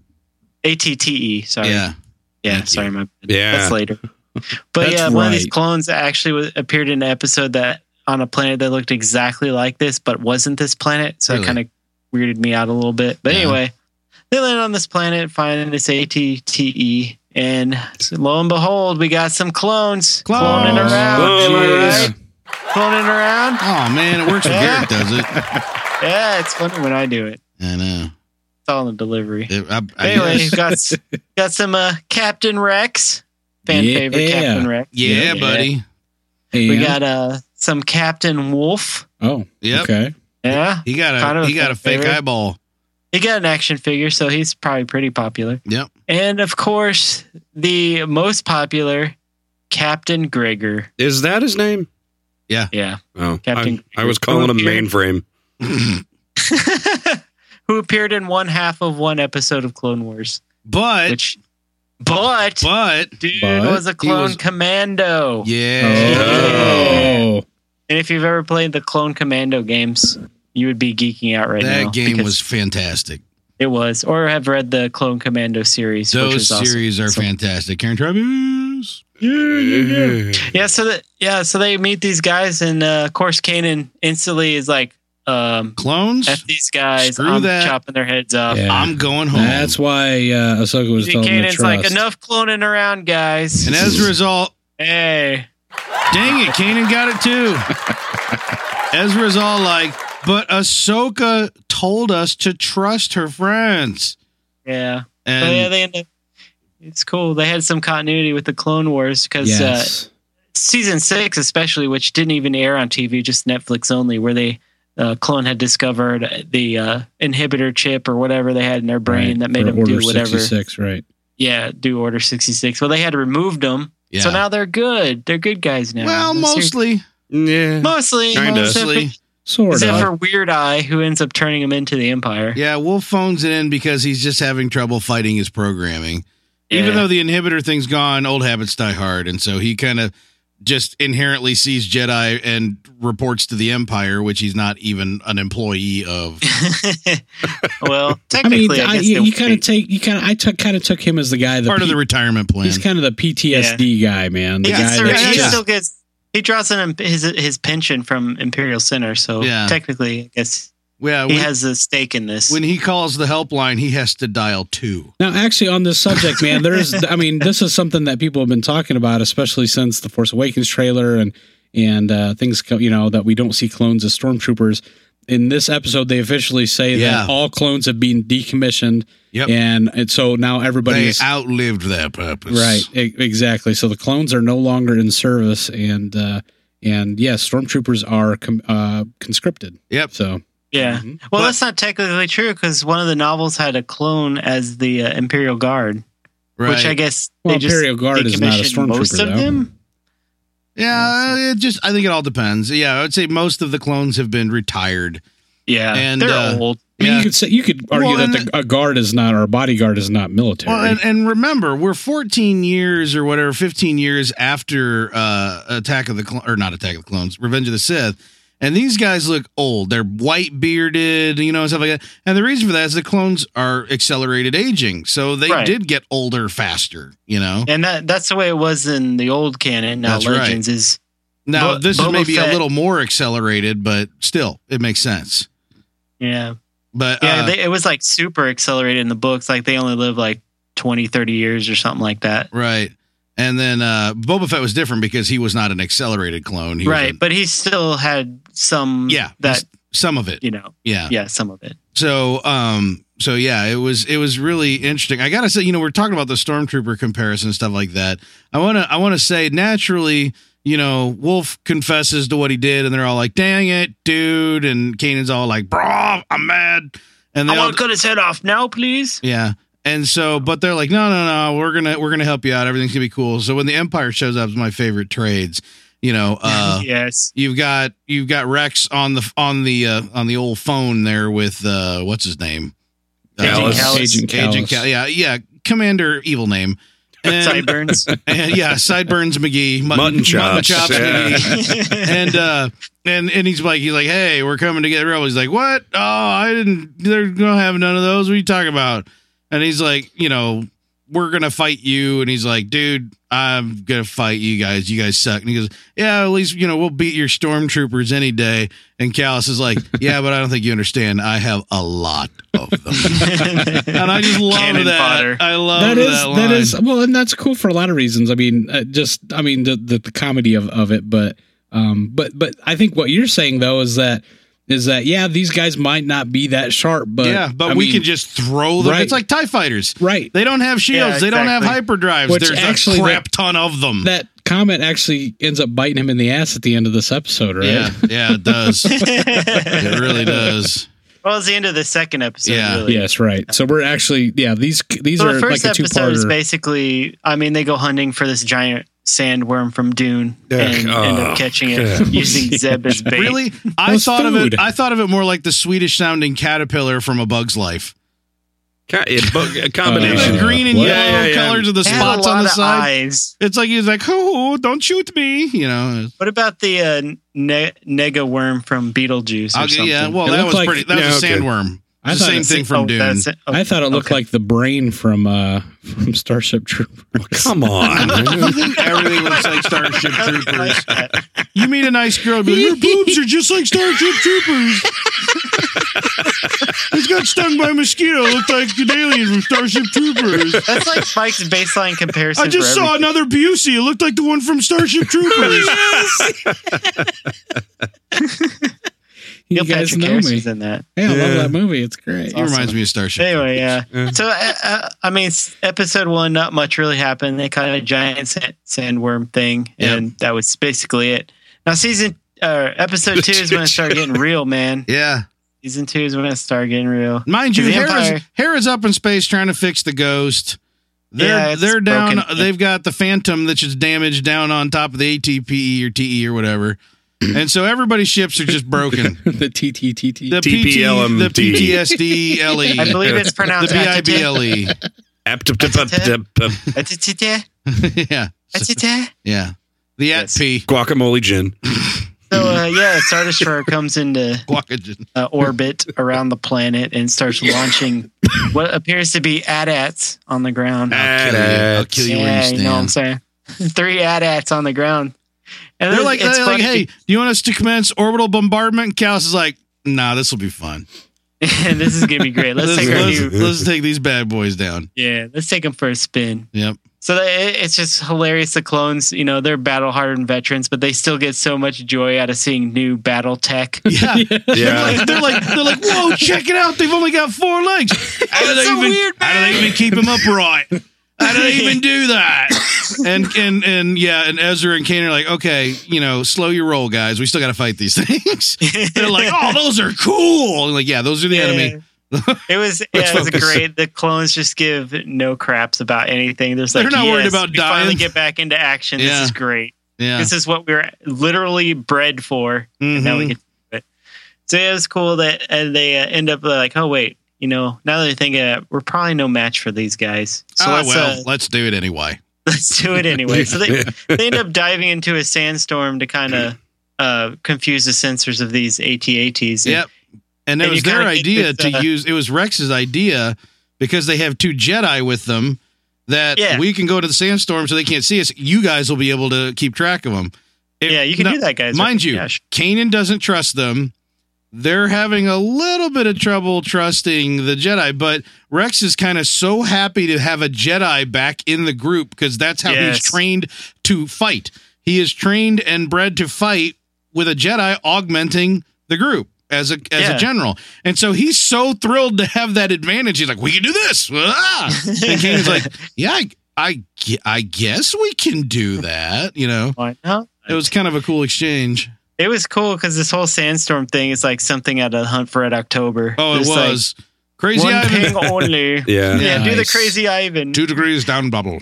ATTE. E, Sorry.
Yeah.
Yeah,
Thank you.
sorry, my bad.
Yeah.
That's later. But
That's
yeah, one of these
right.
clones actually wa- appeared in an episode that on a planet that looked exactly like this, but wasn't this planet. So
Really?
it kind of weirded me out a little bit. But
Yeah.
anyway, they land on this planet, finding this ATTE, E, and lo and behold, we got some clones, cloning
Clones.
around,
Oh,
am I
jeez.
right? cloning around.
Oh man, it works when
Yeah.
Garrett does it.
Yeah, it's funny when I do it.
I know.
It's all in the delivery.
It- I, I
Anyway,
guess.
got s- got some uh, Captain Rex fan
Yeah.
favorite Captain Rex.
yeah,
Yeah.
buddy.
We
And-
got uh some Captain Wolf.
Oh,
Yep.
okay.
Yeah.
He got a
Kind of a
he got a fake
favorite.
eyeball.
He got an action figure, so he's probably pretty popular.
Yep.
And of course, the most popular Captain Gregor.
Is that his name?
Yeah.
Oh,
Captain-
I, I was calling him
Captain-
mainframe.
Who appeared in one half of one episode of Clone Wars,
But
which but,
but
dude
But
was a clone
was-
commando.
yeah,
Oh,
And if you've ever played the clone commando games, you would be geeking out right
that
now.
game
because
was fantastic.
it was, or have read the Clone Commando series. which
Those
was awesome.
series are
So-
fantastic. Karen Travis.
Yeah, so that yeah, so they meet these guys, and uh, of course, Kanan instantly is like, um,
Clones.
"F these guys!
Screw
I'm
that.
chopping their heads off."
Yeah.
I'm going home.
that's why uh, Ahsoka was
And
telling him to
Kanan's
trust.
like, "Enough cloning around, guys."
and as a result,
hey,
dang it, Kanan got it too. Ezra's all like, but Ahsoka told us to trust her friends.
yeah, so Oh, yeah,
And
they end up. It's cool. They had some continuity with the Clone Wars uh, because
Yes.
season six, especially, which didn't even air on TV, just Netflix only, where they uh, clone had discovered the uh, inhibitor chip or whatever they had in their brain
Right,
that made
for
them do
Order
whatever.
66, right.
Yeah, do Order sixty six. Well, they had removed them,
Yeah.
so now they're good. They're good guys now.
well,
That's serious-
mostly,
Yeah.
mostly,
Kinda.
except for-
mostly.
Sort
Except
of.
for Weird Eye, who ends up turning him into the Empire.
Yeah, Wolf phones it in because he's just having trouble fighting his programming. Even
Yeah.
though the inhibitor thing's gone, old habits die hard, and so he kind of just inherently sees Jedi and reports to the Empire, which he's not even an employee of.
well,
I mean,
technically, I,
I,
guess
you,
they-
you kind of take you kind of I took kind of took him as the guy the
part of
P-
the retirement plan.
he's kind of the PTSD guy, man. The
he,
guy
gets the-
that's
yeah,
he
yeah.
just-
still gets he draws an imp- his his pension from Imperial Center, so
Yeah.
technically, I guess
yeah,
he
when,
has a stake in this.
when he calls the helpline, he has to dial two.
Now, actually, on this subject, man, there is. I mean, this is something that people have been talking about, especially since the Force Awakens trailer and and uh, things. co- You know that we don't see clones as stormtroopers. In this episode, they officially say
Yeah.
that all clones have been decommissioned,
Yep.
and, and so now
they
everybody's
outlived their purpose.
right. e- exactly. So the clones are no longer in service, and uh, and yes, stormtroopers are com- uh, conscripted.
Yep.
So mhm.
yeah,
Mm-hmm.
well,
But-
that's not technically true because one of the novels had a clone as the uh, Imperial Guard,
Right.
which I guess
well,
they just
Imperial Guard is not a
decommissioned
stormtrooper.
most of
though.
them.
yeah, it just I think it all depends. Yeah, I would say most of the clones have been retired.
Yeah,
And,
they're
uh,
old.
I mean,
Yeah.
you could say you could argue
Well,
that
and-
the, a guard is not or a bodyguard is not military.
Well, and, and remember, we're 14 years or whatever, 15 years after uh, Attack of the Cl- or not Attack of the Clones, Revenge of the Sith, and these guys look old. They're white bearded, you know, and stuff like that. And the reason for that is the clones are accelerated aging, so they
Right.
did get older faster. You know,
And that that's the way it was in the old canon. Now
That's right.
Legends is
now
Bo-
this is
Boba
maybe a
Fett-
little more accelerated, but still, it makes sense.
yeah.
But
Yeah,
uh,
they, it was like super accelerated in the books. Like they only live like 20, 30 years or something like that.
right. And then uh, Boba Fett was different because he was not an accelerated clone. He was
Right.
a-
But he still had some,
Yeah,
that,
some of it.
you know,
Yeah.
yeah, some of it.
So um so yeah, it was it was really interesting. I gotta say, you know, we're talking about the stormtrooper comparison and stuff like that. I wanna I wanna say naturally, you know, Wolf confesses to what he did, and they're all like, "Dang it, dude!" And Kanan's all like, "Bro, I'm mad," and they
I
all,
want to cut his head off now, please.
yeah. And so, but they're like, "No, no, no, we're gonna we're gonna help you out. Everything's gonna be cool." So when the Empire shows up, is my favorite trades. You know, uh,
yes.
You've got you've got Rex on the on the uh, on the old phone there with uh, what's his name? Uh,
Agent Callus.
Agent Callus.
Agent Cal- yeah, yeah. Commander Evil Name. And,
Sideburns.
and yeah, Sideburns McGee,
Mutton chops, yeah.
McGee. And uh, and and he's like, he's like, hey, we're coming to get rebel. He's like, what? Oh, I didn't. They're gonna have none of those. What are you talking about? And he's like, you know, we're gonna fight you. And he's like, dude, I'm gonna fight you guys. You guys suck. And he goes, yeah, at least you know we'll beat your stormtroopers any day. And Callus is like, yeah, but I don't think you understand. I have a lot of them. And I just love
Cannon
that.
fodder.
I love
that is
That,
that
line.
is well, and that's cool for a lot of reasons. I mean, uh, just I mean the, the the comedy of of it, but um, but but I think what you're saying though is that is that yeah, these guys might not be that sharp, but
yeah, but
I
we
mean,
can just throw them.
Right.
It's like Tie Fighters.
right.
They don't have shields.
Yeah,
They don't have
exactly.
hyperdrives.
Which
There's
actually
a
that-
crap ton of them.
That comment actually ends up biting him in the ass at the end of this episode, right?
Yeah, yeah, it does. it really does.
well, it's the end of the second episode.
Yeah.
Really.
Yes, right. So we're actually yeah these these
So
are
the
like
first
a two
episode is
parter.
basically, I mean, they go hunting for this giant sandworm from Dune and
Ugh,
end
oh,
up catching it
God.
using Zeb as bait.
Really, I
was
thought of
food.
it. I thought of it more like the Swedish sounding caterpillar from A Bug's Life.
Ca- it- bu- a
the
combination.
Uh,
green and
what?
yellow
Yeah, yeah, yeah.
colors of the
They had a
spots on
lot
the
of
side.
eyes.
It's like he's like, "Oh, don't shoot me!" You know.
What about the uh, ne- nega worm from Beetlejuice? Or
I'll get-
something?
yeah. Well,
It
that
looked
was
like-
pretty. That was a
yeah, okay.
sandworm.
I
It's the
thought
same
it-
thing from
Oh,
Dune.
that's it.
I thought it looked
Okay.
like the brain from uh from Starship Troopers.
Come on. man.
Everything looks like Starship
I
Troopers.
like that.
You meet a nice girl, but your boobs are just like Starship Troopers. He's got stung by a mosquito. Looks like an alien from Starship Troopers.
That's like Mike's baseline comparison.
I just
for
saw
everything.
another Busey. It looked like the one from Starship Troopers.
He You
Neil
guys
Patrick
know
Harris
me.
was in that.
Yeah, I
Yeah.
love that movie. It's great.
He reminds me of Starship.
Anyway, yeah.
Yeah.
So, uh, uh, I mean, s- episode one, not much really happened. They caught a giant sand, sandworm thing,
Yep.
and that was basically it. Now, season uh, episode two is when it started getting real, man.
Yeah.
Season two is when it started getting real.
Mind you,
The
Hera's,
Empire-
Hera's up in space trying to fix the ghost. They're
Yeah, it's
they're down.
broken.
They've got the Phantom that's just damaged down on top of the ATPE E or TE or whatever, and so everybody's ships are just broken.
the TTTT.
The PT, the
TPLMT.
PTSD
I
LE,
believe it's
the
pronounced
BIBLE.
Guacamole
Atitite,
yeah,
atitite.
yeah. The at
Yes.
P
gin.
So, uh, yeah, Star Destroyer comes into
Guacagen.
uh, orbit around the planet and starts launching what appears to be AT-ATs on the ground.
I'll kill you. I'll kill you where you
yeah,
stand.
know what I'm saying? Three AT-ATs on the ground. And
They're
it's-
like,
it's
they're like,
funny
hey, do you want us to commence orbital bombardment? And Callus is like, nah, this will be fun.
be- this is gonna be great. Let's
Let's,
take our
let's-
new,
let's take these bad boys down.
yeah, let's take them for a spin.
Yep.
So that, it, it's just hilarious. The clones, you know, they're battle hardened veterans, but they still get so much joy out of seeing new battle tech.
Yeah.
Yeah.
They're like, they're like, whoa, check it out. They've only got four legs. How do they
It's so
even,
weird,
how do they even keep them upright? How do they even do that? And and and yeah, and Ezra and Kane are like, okay, you know, slow your roll, guys. We still got to fight these things. They're like, oh, those are cool. And like, yeah, those are the enemy.
It was yeah, it was a great. The clones just give no craps about anything. There's like
They're not worried
"Yes,
about
we Finally
dying."
get back into action.
Yeah.
This is great.
Yeah.
This is what we were literally bred for. And now we
Mhm.
get to do it. So yeah, it was cool that and they uh, end up like, oh wait, you know, now that I think uh, we're probably no match for these guys. So
Ah,
let's
well,
uh,
let's do it anyway.
let's do it anyway. So they they end up diving into a sandstorm to kind of uh, confuse the sensors of these ATATs.
Yep. And it
And you
was their
kinda get
idea
this,
to
uh,
use. It was Rex's idea because they have two Jedi with them that
Yeah.
we can go to the sandstorm so they can't see us. You guys will be able to keep track of them. It-
yeah, you can
no-
do that, guys.
Mind you,
Yeah, sure.
Kanan doesn't trust them. They're having a little bit of trouble trusting the Jedi, but Rex is kind of so happy to have a Jedi back in the group because that's how
Yes.
he's trained to fight. He is trained and bred to fight with a Jedi augmenting the group as a as
Yeah.
a general. And so he's so thrilled to have that advantage. He's like, "We can do this." Ah! And Kanan's like, "Yeah, I, I gue- I guess we can do that." You know,
why not?
it was kind of a cool exchange.
It was cool because this whole sandstorm thing is like something out of Hunt for Red October.
Oh, it
It's like,
was crazy.
one
Ivan,
ping only. yeah,
Yeah.
do the
Nice.
crazy Ivan.
two degrees down bubble.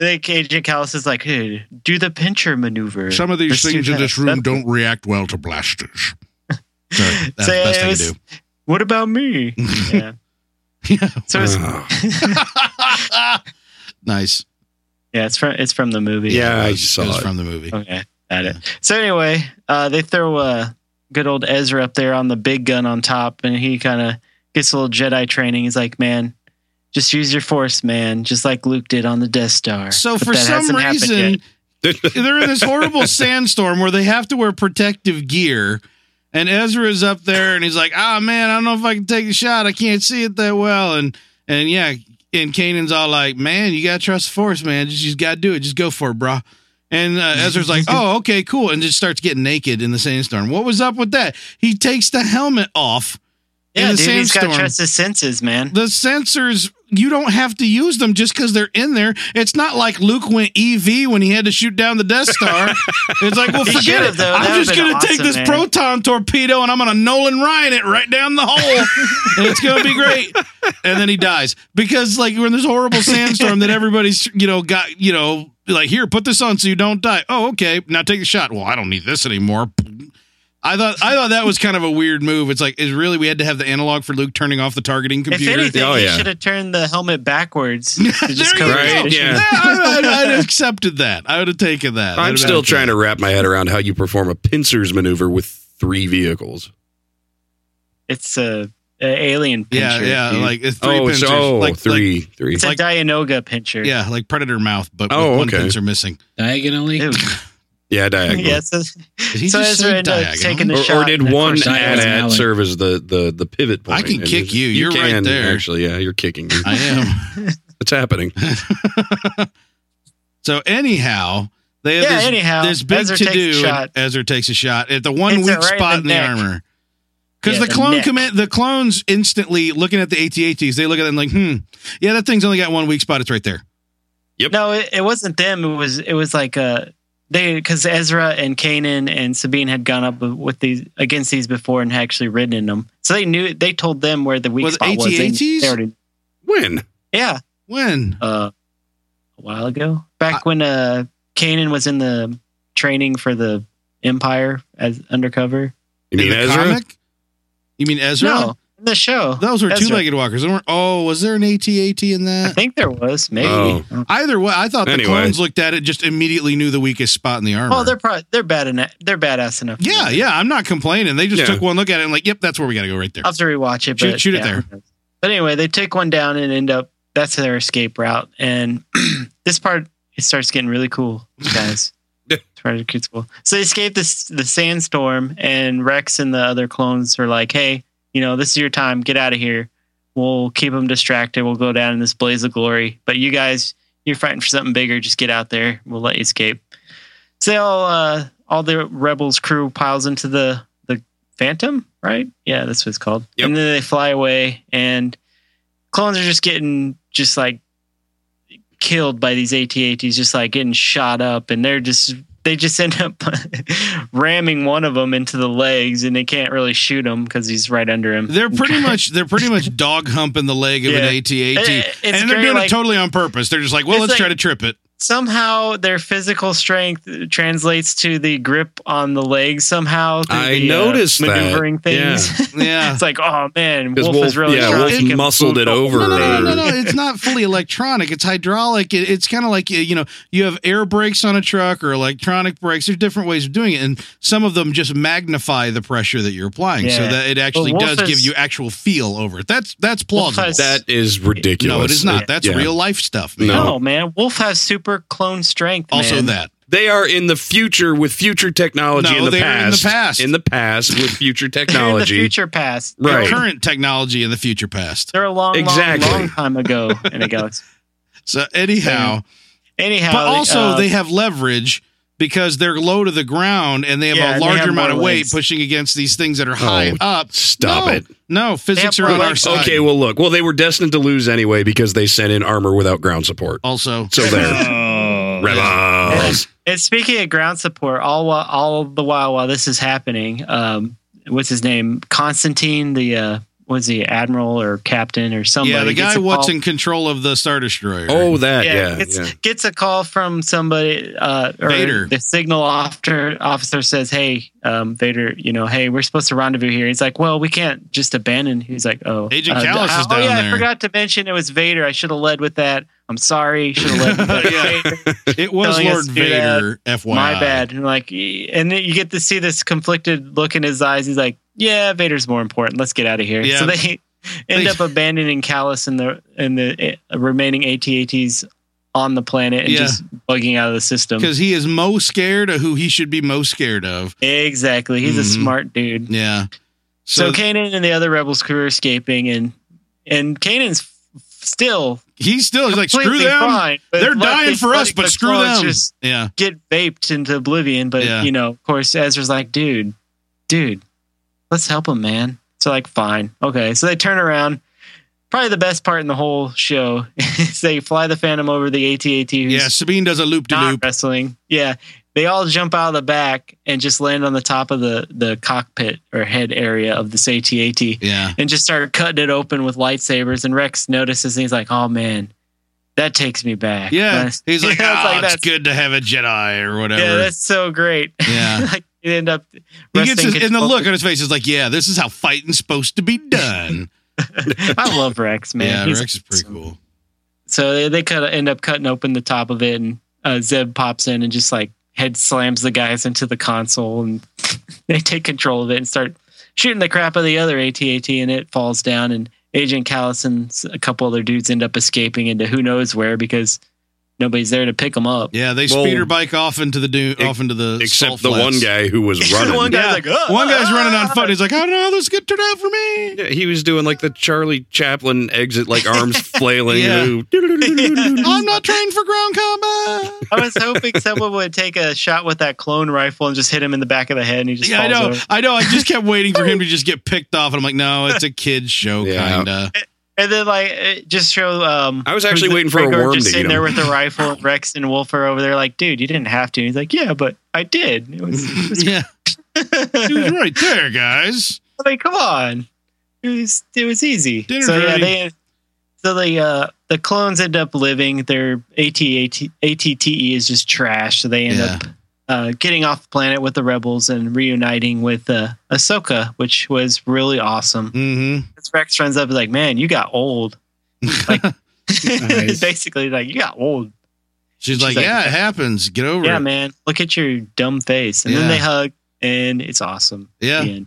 Like Agent Callus is like, hey, do the pincher maneuver.
Some of these
Let's do
things in
that.
this room
That-
don't react well to blasters. So that's
So
the best
it
I
was-
can
What about me? yeah. So it's
Oh.
do. nice.
yeah, it's from it's from the movie.
Yeah,
It
I
was-
saw
it was
it.
from the movie.
Okay. Got it. So anyway, uh, they throw uh, good old Ezra up there on the big gun on top, and he kind of gets a little Jedi training. He's like, man. Just use your force, man, just like Luke did on the Death Star.
So
But
for
that
some
hasn't happened yet.
reason, they're in this horrible sandstorm where they have to wear protective gear. And Ezra's up there and he's like, ah, man, I don't know if I can take the shot. I can't see it that well. And, and yeah, and Kanan's all like, man, you got to trust the force, man. Just, you just got to do it. Just go for it, brah. And uh, Ezra's like, oh, okay, cool. And just starts getting naked in the sandstorm. What was up with that? He takes the helmet off.
yeah,
in the
dude, he's got to
sandstorm
trust his senses, man.
the sensors you don't have to use them just because they're in there. It's not like Luke went EV when he had to shoot down the Death Star. it's like, well,
He
forget
should've,
it.
though. That
I'm
would've
just
been
gonna take
awesome,
this
man.
proton torpedo and I'm gonna Nolan Ryan it right down the hole, and it's gonna be great. And then he dies because like when there's a horrible sandstorm that everybody's you know got you know like here put this on so you don't die. Oh, okay, now take the shot. Well, I don't need this anymore. I thought I thought that was kind of a weird move. It's like is really we had to have the analog for Luke turning off the targeting computer.
If anything,
Oh, yeah.
he should have turned the helmet backwards. to just
There you
cover
go.
his
Right, yeah.
issues.
I, would have accepted that. I would have taken that.
I'm still trying to wrap my head around how you perform a pincers maneuver with three vehicles.
It's a, a alien
Yeah,
pincher.
yeah,
dude.
like it's three
Oh, it's
pincers.
oh,
like, like-
three, three.
it's a
like-
Dianoga pincher.
yeah, like predator mouth, but with
Oh,
one
okay.
pincer missing.
Diagonally.
Ew.
yeah, diagonal.
yeah so,
Did he
so
just say
Ezra ended up
diagonal?
taking the
or,
shot.
or did
and of
one
course I
ad
was-
ad
alley.
serve as the, the the pivot point?
I can
And
kick you. You're right
can,
there.
Actually, yeah, you're kicking. me.
I am.
It's happening.
So anyhow, they have
Yeah,
this,
anyhow,
this big
Ezra
to
takes a
do.
shot.
Ezra takes a shot at the one
Hits it
weak
right in
spot
the
in the
neck.
armor. Because
Yeah,
the
the
clone
neck.
command, the clones instantly looking at the AT-ATs, they look at them like, hmm, yeah, that thing's only got one weak spot. It's right there.
No, it, it wasn't them. It was it was like uh they because Ezra and Kanan and Sabine had gone up with these against these before and had actually ridden in them, so they knew they told them where the weak
Was it
spot was. They- They,
AT-ATs?
already,
When?
yeah,
When?
uh, a while ago, back when uh Kanan was in the training for the Empire as undercover.
You mean
In the
Ezra?
comic? You mean Ezra?
No, in the show.
Those were
Ezra.
two-legged walkers. They weren't- Oh, was there an AT-AT in
I
that?
think there was maybe.
Oh.
Either way, I thought the
Anyway.
clones looked at it, just immediately knew the weakest spot in the armor.
Oh, they're probably they're bad enough. They're badass enough. to
yeah,
know.
yeah. I'm not complaining. They just
Yeah.
took one look at it and like, yep, that's where we got to go right there.
I'll have to rewatch it.
Shoot-
but
shoot it
there. But anyway, they take one down and end up. That's their escape route. And this part it starts getting really cool, you guys.
Yeah.
It's part of Kids School. So they escape this the sandstorm, and Rex and the other clones are like, "Hey, you know, this is your time. Get out of here. We'll keep them distracted. We'll go down in this blaze of glory. But you guys, you're fighting for something bigger. Just get out there. We'll let you escape." So they all uh, all the rebels crew piles into the the Phantom, right? Yeah, that's what it's called.
Yep.
And then they fly away, and clones are just getting just like killed by these AT-ATs, just like getting shot up, and they're just they just end up ramming one of them into the legs, and they can't really shoot him because he's right under him.
They're pretty much they're pretty much dog humping the leg of
Yeah.
an AT-AT,
It- it's
and they're
great,
doing it
like-
totally on purpose. They're just like, well,
It's
let's
like-
try to trip it.
somehow their physical strength translates to the grip on the legs. Somehow through
I
the, uh,
noticed that.
maneuvering
Yeah.
things.
Yeah.
it's like, oh man,
Because
Wolf, is really
yeah,
strong.
Wolf
He can
muscled it
move
over.
No, no, no, no,
or-
no, no. It's not fully electronic. It's hydraulic. It, it's kind of like you you know you have air brakes on a truck or electronic brakes. There's different ways of doing it, and some of them just magnify the pressure that you're applying, so
Yeah.
that it actually
Wolf
does
is-
give you actual feel over it. That's that's
Wolf
plausible.
has-
That is ridiculous.
no, it is not. That's
Yeah.
real life stuff. man.
No.
No, man. Wolf has super clone strength.
Also
man.
that.
They are in the future with future technology
No,
in, the
they are in the
past,
past.
In the past with future
They're in the
technology.
future past.
The
Right.
Current technology in the future past.
They're a long,
Exactly.
long, long time ago in a galaxy.
So anyhow,
Anyhow,
but also
uh,
they have leverage because they're low to the ground and they have
Yeah,
a
and they
larger
have
amount
more
of weight
legs.
pushing against these things that are high
Oh,
up.
Stop
No,
it.
No, physics
They
are
have
on
more
our
legs.
side.
Okay, well, look. Well, they were destined to lose anyway because they sent in armor without ground support.
Also,
So
Uh,
there. Rebels.
And speaking of ground support, all while, all the while while this is happening, um, what's his name? Constantine, the uh, was he admiral or captain or somebody?
yeah, the
gets
guy
a
what's
call-
in control of the star destroyer.
Oh, that. Yeah.
gets,
yeah.
gets a call from somebody. Uh, or
Vader.
The signal officer officer says, "Hey, um, Vader, you know, hey, we're supposed to rendezvous here." He's like, "Well, we can't just abandon." He's like, "Oh,
Agent
uh,
Callus
uh,
is
Oh
down
yeah,
there."
I forgot to mention it was Vader. I should have led with that. I'm sorry. Should have led with that.
Yeah.
Vader.
it was
telling us
Lord
to do that.
Vader. FYI,
My bad. And like, and then you get to see this conflicted look in his eyes. He's like, "Yeah, Vader's more important. Let's get out of here."
Yeah.
So they end
They-
up abandoning Callus and the and the uh, remaining ATATs on the planet and
Yeah.
just bugging out of the system.
Because he is most scared of who he should be most scared of.
Exactly. He's a
Mhm.
smart dude.
Yeah. So,
So, Kanan and the other rebels crew are escaping, and and Kanan's f- still
he's still he's like screw
completely
them.
Fine, but
They're
luckily
dying for us,
the
but screw
clones
them.
Just
yeah.
get vaped into oblivion. But
Yeah.
you know, of course, Ezra's like, dude, dude, let's help him, man. So like, fine, okay. So they turn around. Probably the best part in the whole show is they fly the Phantom over the AT-AT. who's
Yeah. Sabine does a loop de
not
loop.
wrestling. Yeah, they all jump out of the back and just land on the top of the the cockpit or head area of this AT-AT
Yeah.
and just start cutting it open with lightsabers. And Rex notices and he's like, "Oh man, that takes me back."
Yeah.
That's-
He's like,
I was
oh, it's
that's,
good to have a Jedi or whatever.
yeah, that's so great.
Yeah.
like you end up.
he gets his,
wrestling
and the
control-
look on his face is like, yeah, this is how fighting's supposed to be done.
I love Rex, man.
yeah,
He's
Rex is pretty
awesome.
cool.
So they, they cut end up cutting open the top of it, and uh, Zeb pops in and just like head slams the guys into the console, and they take control of it and start shooting the crap out of the other AT-AT, and it falls down, and Agent Callis and s- a couple other dudes end up escaping into who knows where because Nobody's there to pick them up.
Yeah, they
Well,
speeder bike off into the dune,
ex-
off into the
Except
salt
the one
flats.
guy who was running.
one guy's
Yeah.
like, "Ah,
one guy's
ah,
running on foot. He's like, I don't know how this could turn out for me.
Yeah, he was doing like the Charlie Chaplin exit, like arms flailing.
Yeah.
Ooh.
I'm not trained for ground combat.
I was hoping someone would take a shot with that clone rifle and just hit him in the back of the head, and he just
Yeah, I
falls
know.
over.
I know. I just kept waiting for him to just get picked off, and I'm like, no, it's a kid's show,
Yeah.
kinda.
And then like it just show. Um,
I was actually
who's the
waiting for a
Trigger
worm
just
to eat
sitting there
him.
with the rifle. Rex and Wolf are over there like, dude, you didn't have to. And he's like, yeah, but I did. It was, it was-
Yeah, he was right there, guys.
I mean, come on. It was it was easy.
Dinner's
so yeah,
ready.
they so the uh, the clones end up living. Their AT, AT, ATTE E is just trash. So they end
Yeah.
up uh, getting off the planet with the rebels and reuniting with uh, Ahsoka, which was really awesome.
Mm-hmm.
Rex runs up and is like, man, you got old. Like,
Nice.
basically like you got old.
She's, like,
like,
yeah, it happens. Get over
Yeah,
it.
man. Look at your dumb face. And then
Yeah.
they hug, and it's awesome.
Yeah.
The end.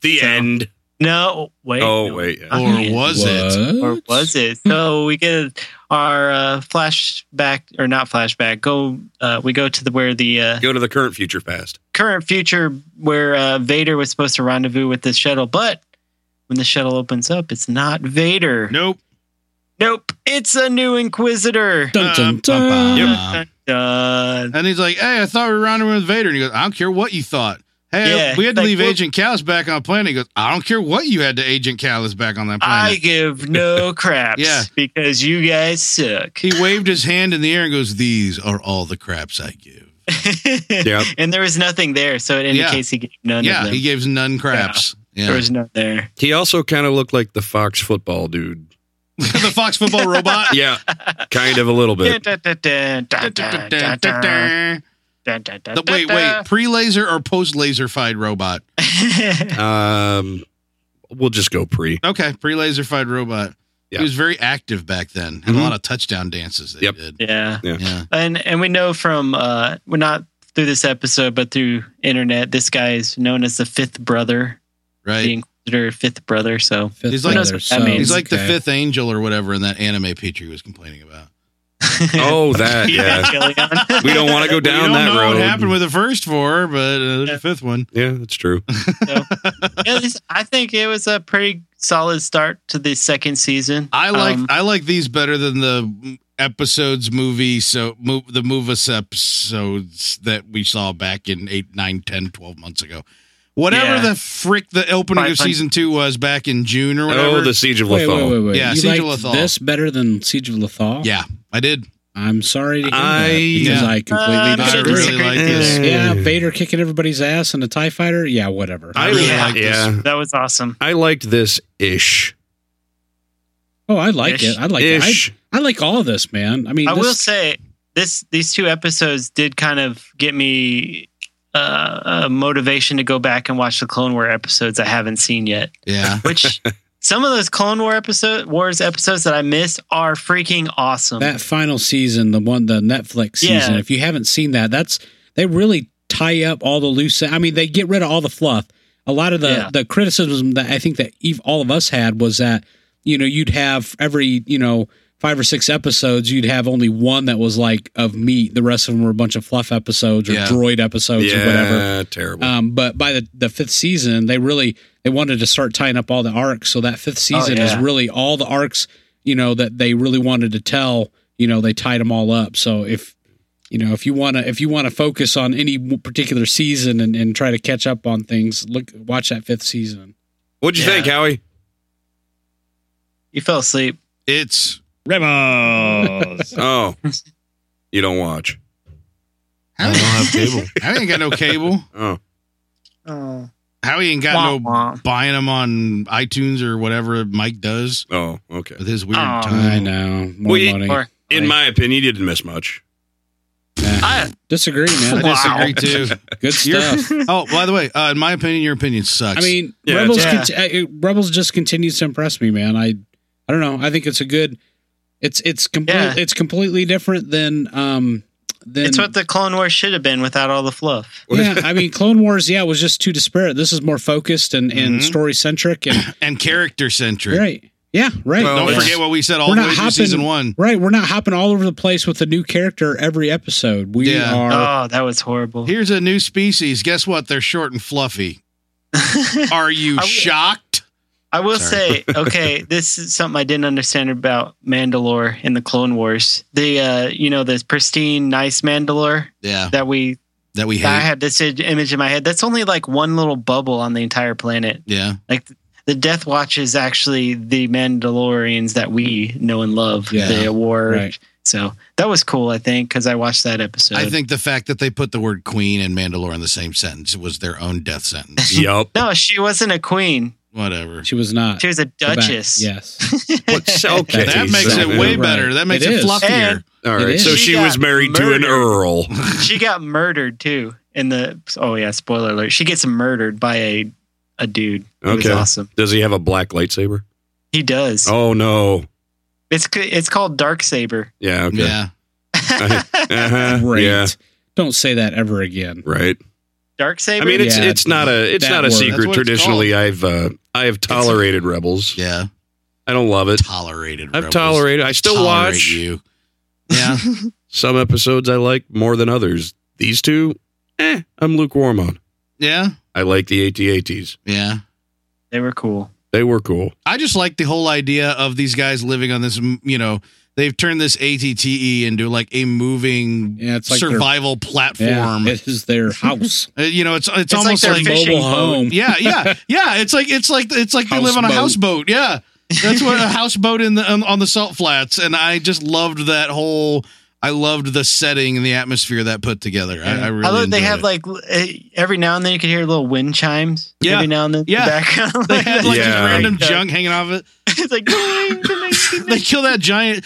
the
So-
end.
No, wait.
Oh
no.
wait, yeah.
Oh,
Or
yeah.
was it?
Or was it? So we get our uh, flashback, or not flashback. Go. Uh, we go to the where the uh,
go to the current, future, past.
current future where uh, Vader was supposed to rendezvous with the shuttle, but when the shuttle opens up, it's not Vader.
Nope.
Nope, it's a new Inquisitor.
Uh,
Dun, dun,
Ba, ba,
dun.
ba.
Done.
uh. And he's like, hey, I thought we were rendezvousing with Vader. And he goes, I don't care what you thought. Hey,
Yeah,
we had to
like,
leave
well-
Agent Callus back on the planet. He goes, I don't care what you had to Agent Callus back on that
I
planet.
give no craps
Yeah.
because you guys suck.
He waved his hand in the air and goes, These are all the craps I give.
Yeah.
and there was nothing there, so it
Yeah.
indicates he gave none of
yeah,
them.
he gives none craps. Yeah.
There was none there.
He also kind of looked like the Fox football dude.
the Fox football robot.
Yeah, kind of a little bit.
the, wait, wait. Pre laser or post laser fied robot?
Um, we'll just go pre.
Okay, pre laser fied robot.
Yeah.
He was very active back then. Had
Mhm.
a lot of touchdown dances that
Yep.
he did.
yeah,
Yeah.
and and we know from uh, we're not through this episode, but through internet, this guy is known as the fifth brother, the
Right.
Inquisitor fifth brother. So
Fifth
He's like-
brother,
That
so-
means-
He's like the
okay.
fifth angel or whatever in that anime picture he was complaining about.
Oh, that yeah.
Jillian.
We don't want to go
We
down
don't
that
know
road.
what happened with the first four, but uh, there's
Yeah.
a fifth one.
yeah, that's true.
Yeah, this- I think it was a pretty solid start to the second season.
I like
Um,
I like these better than the episodes movie so mo- the movies episodes that we saw back in 8 9 10 12 months ago. Whatever
Yeah.
the frick the opening of
500.
season 2 was back in June or whatever.
Oh, the Siege of
Wait, wait,
Lethal.
wait, wait.
Yeah,
you
Siege of
liked
Lothal.
this better than Siege of Lothal?
yeah, I did.
I'm sorry to hear that
I-
because
Yeah.
I completely
Uh,
I
Should've
really
disagree.
disagreed
like
either.
this.
Yeah, Vader kicking everybody's ass in a Tie Fighter. Yeah, whatever.
I
really
yeah.
like this.
yeah.
that was awesome.
I liked this ish.
oh, I like
Ish.
it. I like
ish.
it. I, I like all of this, man. I mean,
I
this,
will say this: these two episodes did kind of get me uh, a motivation to go back and watch the Clone War episodes I haven't seen yet.
Yeah.
Which some of those Clone War episode Wars episodes that I missed are freaking awesome.
that final season, the one, the Netflix
um, Yeah.
season. If you haven't seen that, that's they really tie up all the loose. I mean, they get rid of all the fluff. A lot of the
Yeah.
the criticism that I think that Eve, all of us had was that you know you'd have every you know five or six episodes you'd have only one that was like of meat. The rest of them were a bunch of fluff episodes or
Yeah.
droid episodes or whatever.
Yeah, terrible.
Um, but by the, the fifth season, they really they wanted to start tying up all the arcs. So that fifth season is
yeah.
really all the arcs, you know, that they really wanted to tell. You know, they tied them all up. So if you know if you want to if you want to focus on any w- particular season and, and try to catch up on things, look watch that fifth season.
What'd you
yeah.
think, Howie?
you fell asleep.
It's
uh,
Rebels.
Oh, you don't watch.
I don't have cable. I ain't got no cable.
Oh,
Oh,
Howie ain't got no buying them on iTunes or whatever Mike does
oh, okay.
with his weird
Aw.
time.
I know. More
Well, you-
money.
or-
In
Right.
my opinion, you didn't miss much.
I,
Disagree,
I
man.
Wow.
disagree too.
Good
You're-
stuff.
oh, by the way, uh, in my opinion, your opinion sucks.
I mean,
Yeah,
Rebels.
it's-
Conti- uh, it- Rebels just continues to impress me, man. I, I don't know. I think it's a good. It's it's complete.
Yeah.
It's completely different than um than.
it's what the Clone War should have been without all the fluff.
yeah, I mean, Clone Wars. Yeah, was just too disparate. This is more focused and and
Mhm.
story centric and
and character centric.
right. Yeah, right.
Well,
Don't
it's-
forget what we said all
We're
the
not
way through
hopping-
season one.
Right, we're not hopping all over the place with a new character every episode. We
Yeah.
are
Oh, that was horrible.
Here's a new species. Guess what? They're short and fluffy. Are you
I will-
shocked?
I will
Sorry.
say, okay, this is something I didn't understand about Mandalore in the Clone Wars. The uh, you know, this pristine, nice Mandalore
Yeah,
that we
that we
I
hate.
had this i- image in my head. That's only like one little bubble on the entire planet.
Yeah,
Like the Death Watch is actually the Mandalorians that we know and love.
Yeah.
The award.
Right.
So that was cool, I think, because I watched that episode.
I think the fact that they put the word queen and Mandalore in the same sentence was their own death sentence.
Yup.
no, she wasn't a queen.
Whatever.
she was
Uh,
not
She was a
Go back.
Oh, duchess.
Yes.
What's okay?
That makes
so-
it way
Right.
better. That makes
It
it,
is.
fluffier.
And-
All
It
right.
is.
So
She
she was
got
married to
murdered.
an earl.
she got murdered too in the oh yeah spoiler alert she gets murdered by a a dude It was
Okay.
awesome
Does he have a black lightsaber?
he does
Oh no.
it's c- it's called dark saber
Yeah. Okay.
Yeah.
Uh-huh.
Great.
Yeah.
Don't say that ever again.
Right.
dark
I
saber
mean, it's
Yeah,
it's not a it's
that
not a
word.
That's
secret.
what it's
Traditionally, I've uh, I have tolerated rebels.
Yeah.
I don't love it.
Tolerated.
I've
rebels.
tolerated. I still
Tolerate
watch
you. Yeah.
some episodes. I like more than others. These two, eh, I'm lukewarm on.
yeah.
I like the AT-ATs.
Yeah.
they were cool
They were cool.
I just like the whole idea of these guys living on this. m- You know, they've turned this ATTE E into like a moving
Yeah, it's like their-
survival
Yeah,
platform.
it is their house.
Uh, you know, it's it's,
like
almost
their
like,
fishing
mobile
boat.
home.
yeah, yeah, yeah. It's like it's like it's like they live on a houseboat. Yeah, that's what a houseboat in the on, on the salt flats. And I just loved that whole. I loved the setting and the atmosphere that put together. I, I really.
i love they
enjoyed
have
it.
like l- eh, every now and then you could hear little wind chimes
Yeah.
every now and then in the
Yeah.
background.
They had like just
Yeah.
random
uh,
junk hanging off it.
it's like ding, ding, ding,
They
ding.
kill that giant.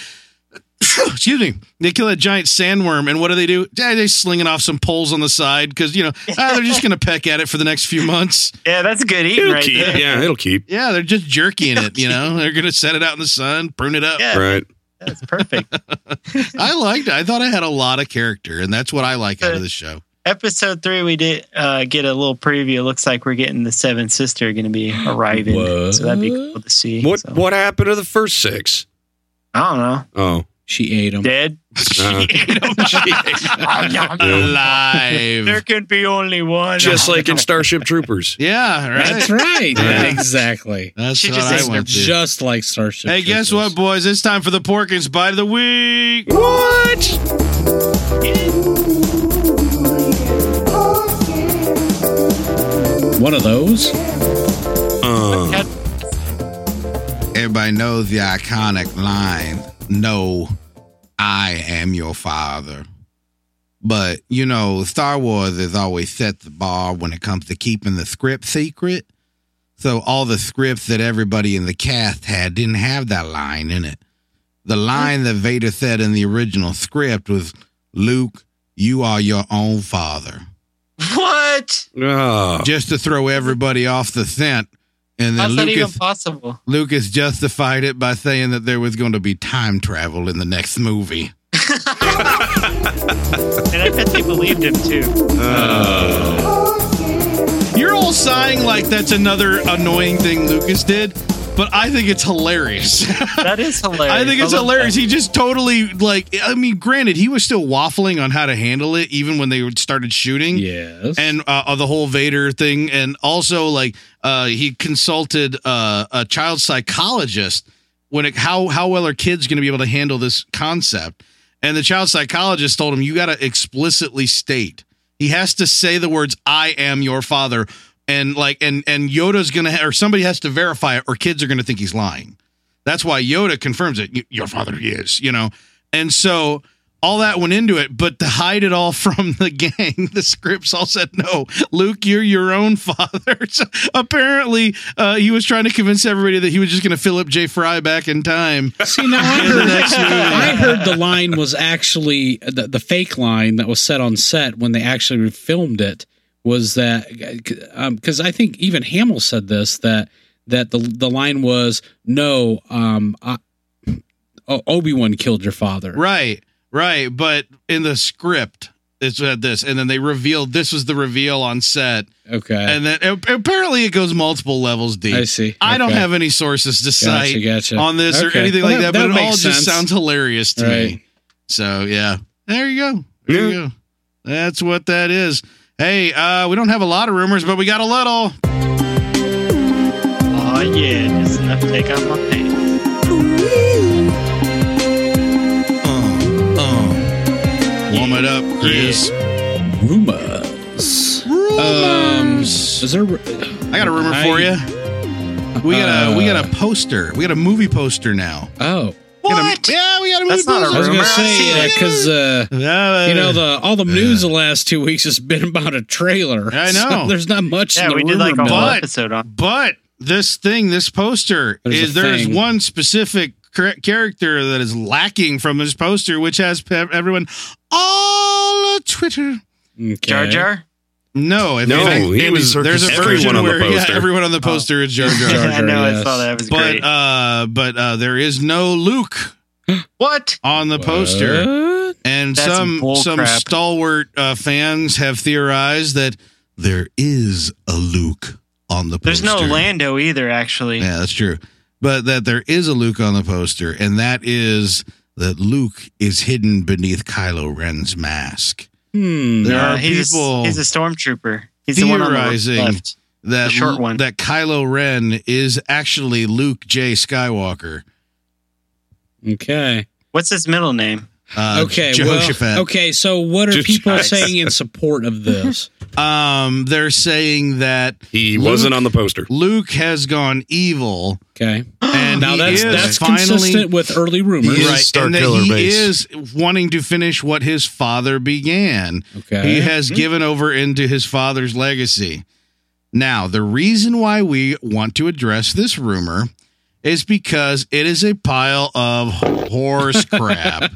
Excuse me. They kill that giant sandworm, and what do they do? Yeah, they slinging off some poles on the side because you know ah, they're just gonna peck at it for the next few months.
yeah that's good eating
It'll
right
keep.
there
Yeah, it'll keep.
Yeah, they're just jerkying it. You know, they're gonna set it out in the sun, prune it up.
yeah
Right.
that's perfect
I liked it. I thought I had a lot of character, and that's what I like out of this show.
episode three we did uh get a little preview looks like we're getting the seventh sister gonna be arriving so that'd be cool to see
What
so.
what happened to the first six?
i don't know
Oh.
She ate them.
dead
uh,
Alive.
There can be only one.
just like in Starship Troopers.
Yeah, right.
That's right.
Yeah.
Exactly.
That's
She
what
just
I
is
went to.
Just like Starship.
Hey, guess
Troopers.
what, boys? It's time for the Porkins Bite of the Week.
What?
One of those?
Uh,
Everybody knows the iconic line No, I am your father. But, you know, Star Wars has always set the bar when it comes to keeping the script secret. So all the scripts that everybody in the cast had didn't have that line in it. The line that Vader said in the original script was Luke, you are your own father.
What?
oh.
Just to throw everybody off the scent. And then
How's that even
Lucas
possible?
Lucas justified it by saying that there was going to be time travel in the next movie.
And I bet they believed him too.
You're all sighing like that's another annoying thing Lucas did, but I think it's hilarious.
That is hilarious.
I think it's
love
hilarious. He just totally like I mean, granted, he was still waffling on how to handle it even when they started shooting.
Yes.
and uh, uh, the whole Vader thing, and also like uh, he consulted uh, a child psychologist when it, how how well are kids going to be able to handle this concept? And the child psychologist told him you got to explicitly state. He has to say the words "I am your father," and like and and Yoda's gonna ha- or somebody has to verify it, or kids are gonna think he's lying. That's why Yoda confirms it. "Y- Your father is, you know, and so all that went into it, but to hide it all from the gang, the scripts all said, no, Luke, you're your own father. So apparently, uh, he was trying to convince everybody that he was just going to fill up Jay Fry back in time.
See, now I
In the
heard,
next movie.
I heard the line was actually the, the fake line that was set on set when they actually filmed it was that because I think even Hamill said this that that the the line was no um Obi Wan killed your father
Right, right. But in the script, It's had this, and then they revealed this was the reveal on set,
Okay.
and then a- apparently it goes multiple levels deep.
I see.
I don't
Okay.
have any sources to cite
gotcha, gotcha.
on this or
Okay.
anything
Well,
like that,
that-
but
that
it all
makes
just
sense.
sounds hilarious to
Right.
me. So yeah, there you go. There you go. That's what that is. Hey, uh, we don't have a lot of rumors, but we got a little.
Oh yeah, just enough to take off my pants.
Uh, uh, warm it up, Chris.
Rumors. Um,
Rumors.
is there?
I got a rumor
I-
for you. We got a we got
Uh,
a poster. We got a movie poster now.
Oh,
We got a- yeah, we got a movie
That's not a
I was
poster.
gonna
Rumor.
say
Yeah.
because uh,
Yeah,
you know the all the news the last two weeks has been about a trailer.
I
so
know.
there's not much. in
Yeah,
the
we did
rumor
like a whole
mill.
But-
episode on.
But this thing, this poster,
There's a
is there is
thing.
one specific char- character that is lacking from this poster, which has pe- everyone all a Twitter.
Okay.
Jar Jar.
No, if
No,
anything,
he
it
was
was, there's a
everyone
version
on the
where yeah,
poster.
everyone on the poster is Jar
Jar
Jar.
I
Jar,
know. I
yes.
saw that. It was
but
great.
uh, but uh, there is no Luke
what?
on the poster.
What?
And
That's
some
bull
some
crap.
stalwart uh, fans have theorized that there is a Luke on the
There's
poster.
no Lando either, actually. Uh,
Yeah, that's true. But that there is a Luke on the poster, and that is that Luke is hidden beneath Kylo Ren's mask.
Hmm.
There
Uh,
are
he's
people
A, he's a stormtrooper. He's the one on the
theorizing.
left.
That
The short one.
that Kylo Ren is actually Luke J. Skywalker.
Okay.
What's his middle name?
Uh,
Okay.
Jehoshaphat.
Well, okay. So, what are
Just-
people
Nice.
saying in support of this?
Um, they're saying that
He
Luke-
wasn't on the poster.
Luke has gone evil.
Okay.
and
Now
he
that's
is
that's
finally
consistent with early rumors.
He is
right,
Star
and that
Killer
he
base.
is wanting to finish what his father began.
Okay.
He has given over into his father's legacy. Now, the reason why we want to address this rumor is because it is a pile of horse crap,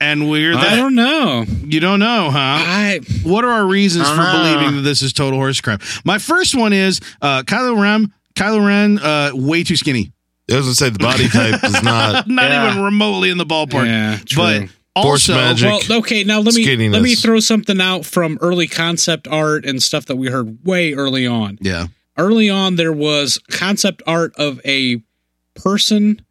and we're
I
that Uh,
don't know.
you don't know, huh?
I
What are our reasons
I
for
don't know.
believing that this is total horse crap? My first one is uh, Kylo Ren. Kylo Ren, uh, way too skinny.
I was gonna say the body type is not.
not
Yeah.
even remotely in the ballpark.
yeah,
but
true.
Force
also,
magic.
well, okay. Now let me let me
skinniness.
throw something out from early concept art and stuff that we heard way early on.
yeah,
Early on, there was concept art of a person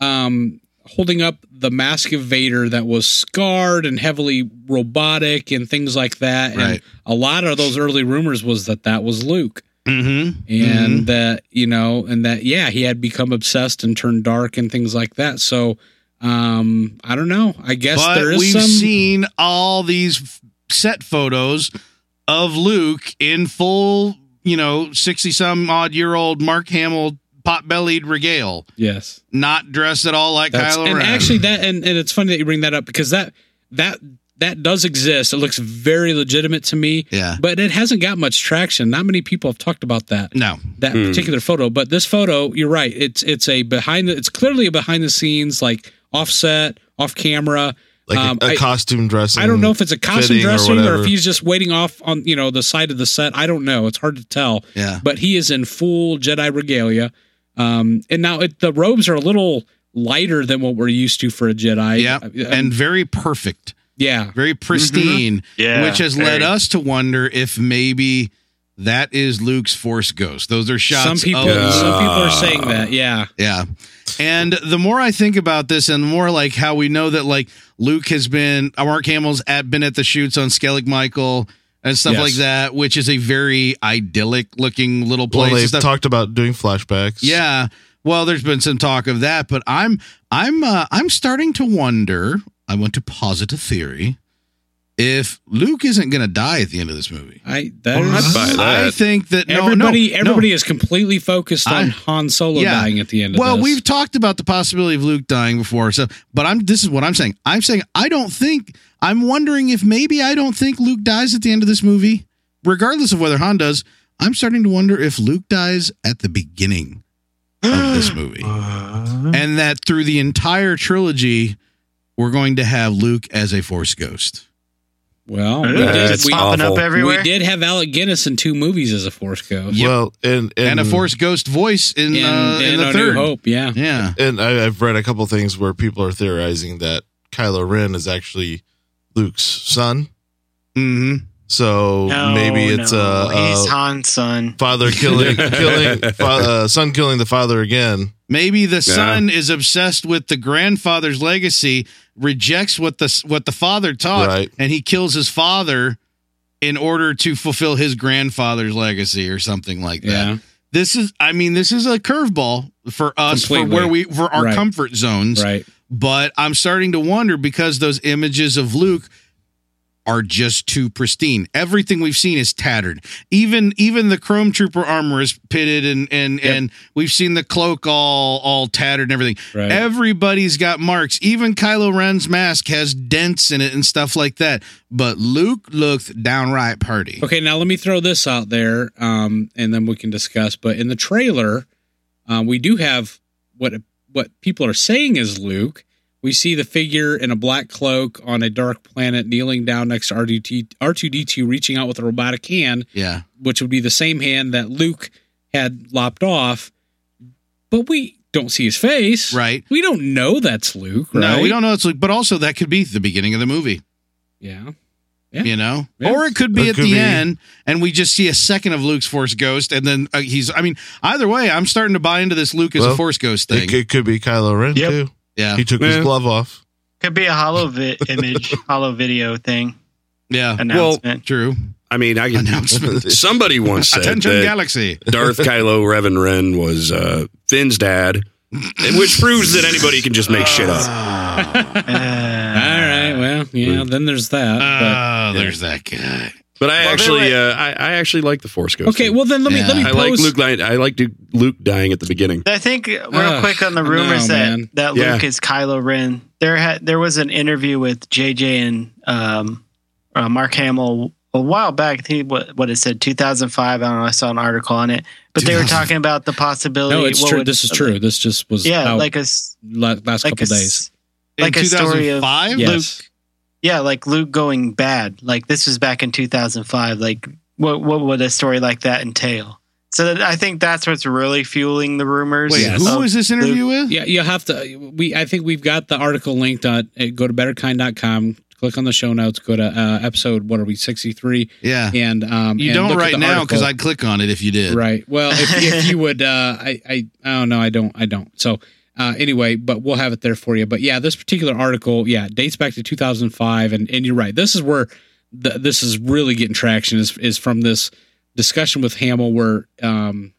um, holding up the mask of Vader that was scarred and heavily robotic and things like that.
Right.
And a lot of those early rumors was that that was Luke.
mm-hmm.
and that you know and that yeah he had become obsessed and turned dark and things like that so um i don't know i guess
but
there
we've
is some
seen all these f- set photos of Luke in full, you know, sixty some odd year old Mark Hamill pot bellied regale,
yes
not dressed at all like
that's,
Kylo
and
Ren.
actually that and, and it's funny that you bring that up because that that that does exist it looks very legitimate to me
yeah,
but it hasn't got much traction not many people have talked about that
no,
that
Hmm.
particular photo but this photo you're right it's it's a behind the it's clearly a behind the scenes like offset off camera
Like
Um,
a, a
I-
costume dress.
I don't know if it's a costume
Hmm. fitting or
dressing or, if
whatever.
he's just waiting off on you know the side of the set. I don't know. It's hard to tell.
yeah,
But he is in full Jedi regalia, um, and now it, the robes are a little lighter than what we're used to for a Jedi.
Yeah,
Uh,
and very perfect,
yeah,
very pristine,
Yeah,
which has led
very.
us to wonder if maybe. That is Luke's Force Ghost. Those are shots.
some people
of
some people are saying that. Yeah,
Yeah. And the more I think about this and the more like how we know that like Luke has been Mark Hamill's at been at the shoots on Skellig Michael and stuff
Yes.
like that, which is a very idyllic looking little place.
Well,
and
they've
stuff.
talked about doing flashbacks.
yeah. Well, there's been some talk of that, but I'm I'm uh, I'm starting to wonder, I want to posit a theory, if Luke isn't gonna die at the end of this movie.
I that
I'd
is-
buy that.
I think that no, no,
everybody
no.
everybody is completely focused on
I-
Han Solo
Yeah.
dying at the end. of
Well,
this.
we've talked about the possibility of Luke dying before, so but I'm this is what I'm saying. I'm saying I don't think I'm wondering if maybe I don't think Luke dies at the end of this movie, regardless of whether Han does. I'm starting to wonder if Luke dies at the beginning of this movie, and that through the entire trilogy, we're going to have Luke as a Force ghost.
well we did,
That's
It's
we,
popping
awful.
up everywhere.
we did have Alec Guinness in two movies as a Force ghost
Well, and
And, a Force ghost voice in
in,
uh, in
in
the
A New
third.
Hope. Yeah,
Yeah,
And I, I've read a couple things where people are theorizing that Kylo Ren is actually Luke's son.
Mm-hmm.
So maybe it's
no.
uh,
he's
uh,
Han's son.
father killing killing fa- uh, son killing the father again.
Maybe the son is obsessed with the grandfather's legacy, rejects what the what the father taught,
Right.
and he kills his father in order to fulfill his grandfather's legacy or something like that.
Yeah.
This is, I mean, this is a curveball for us for
Completely.
where we for our
Right.
comfort zones.
Right.
But I'm starting to wonder because those images of Luke are just too pristine. Everything we've seen is tattered. Even even the chrome trooper armor is pitted and and
Yep.
and we've seen the cloak all all tattered and everything.
Right.
Everybody's got marks. Even Kylo Ren's mask has dents in it and stuff like that. But Luke looked downright purdy.
Okay, now let me throw this out there, um, and then we can discuss. But in the trailer, um, we do have what what people are saying is Luke. We see the figure in a black cloak on a dark planet, kneeling down next to R2D2, R2D2, reaching out with a robotic hand,
Yeah.
which would be the same hand that Luke had lopped off. But we don't see his face.
Right.
We don't know that's Luke. Right?
No, we don't know it's Luke, but also that could be the beginning of the movie.
Yeah. Yeah.
you know
Yeah.
or it could be
It
at
could
the
be.
end and we just see a second of luke's force ghost and then uh, he's i mean either way i'm starting to buy into this luke as a
Well,
force ghost thing
It, it could be Kylo Ren
Yep.
too.
yeah
He took
Yeah.
his glove off.
Could be a hollow vi- image, hollow video thing
yeah
announcement.
true
I mean, I can.
announcement
Somebody once said
attention
that
galaxy
Darth Kylo Revan Ren was uh, Finn's dad, which proves that anybody can just make shit up.
Oh,
All
Uh,
right. Well, yeah. Then there's that. but-
oh there's that guy
But I
Well,
actually,
they
uh, I, I actually like the Force Ghost.
okay.
thing.
Well, then let me let me
Uh, Yeah.
I
pose.
like Luke. Dying, I like Duke- Luke dying at the beginning.
I think real
Ugh,
quick on the
Uh, no,
rumors
man.
that that
Yeah.
Luke is Kylo Ren. There had there was an interview with JJ and um, uh, Mark Hamill a while back. I think what what it said 2005. I don't know. I saw an article on it, but they were
2000.
talking about the possibility.
No, it's
what
true.
would-
this is true. This just was
Yeah,
out
like a s-
la- last
like a
couple days.
s- like
in
a story of
2005
Yeah.
Luke.
Yes.
Yeah, like Luke going bad. Like this was back in 2005. Like what what would a story like that entail? So that, I think that's what's really fueling the rumors.
wait
Yes.
who
of-
was this interview with
Yeah, you'll have to. We I think we've got the article linked. On, uh, go to betterkind.com. Click on the show notes. Go to uh, episode. What are we? Sixty three.
yeah
And um,
you
and
don't
look at
right
the
now because
article.
i'd click on it if you did
Right. Well, if, if you would, uh, I, I, I don't know. I don't, I don't. So, uh, anyway, but we'll have it there for you. But yeah, this particular article, yeah, dates back to 2005, and and you're right. This is where the, this is really getting traction is is from this discussion with Hamill, where um,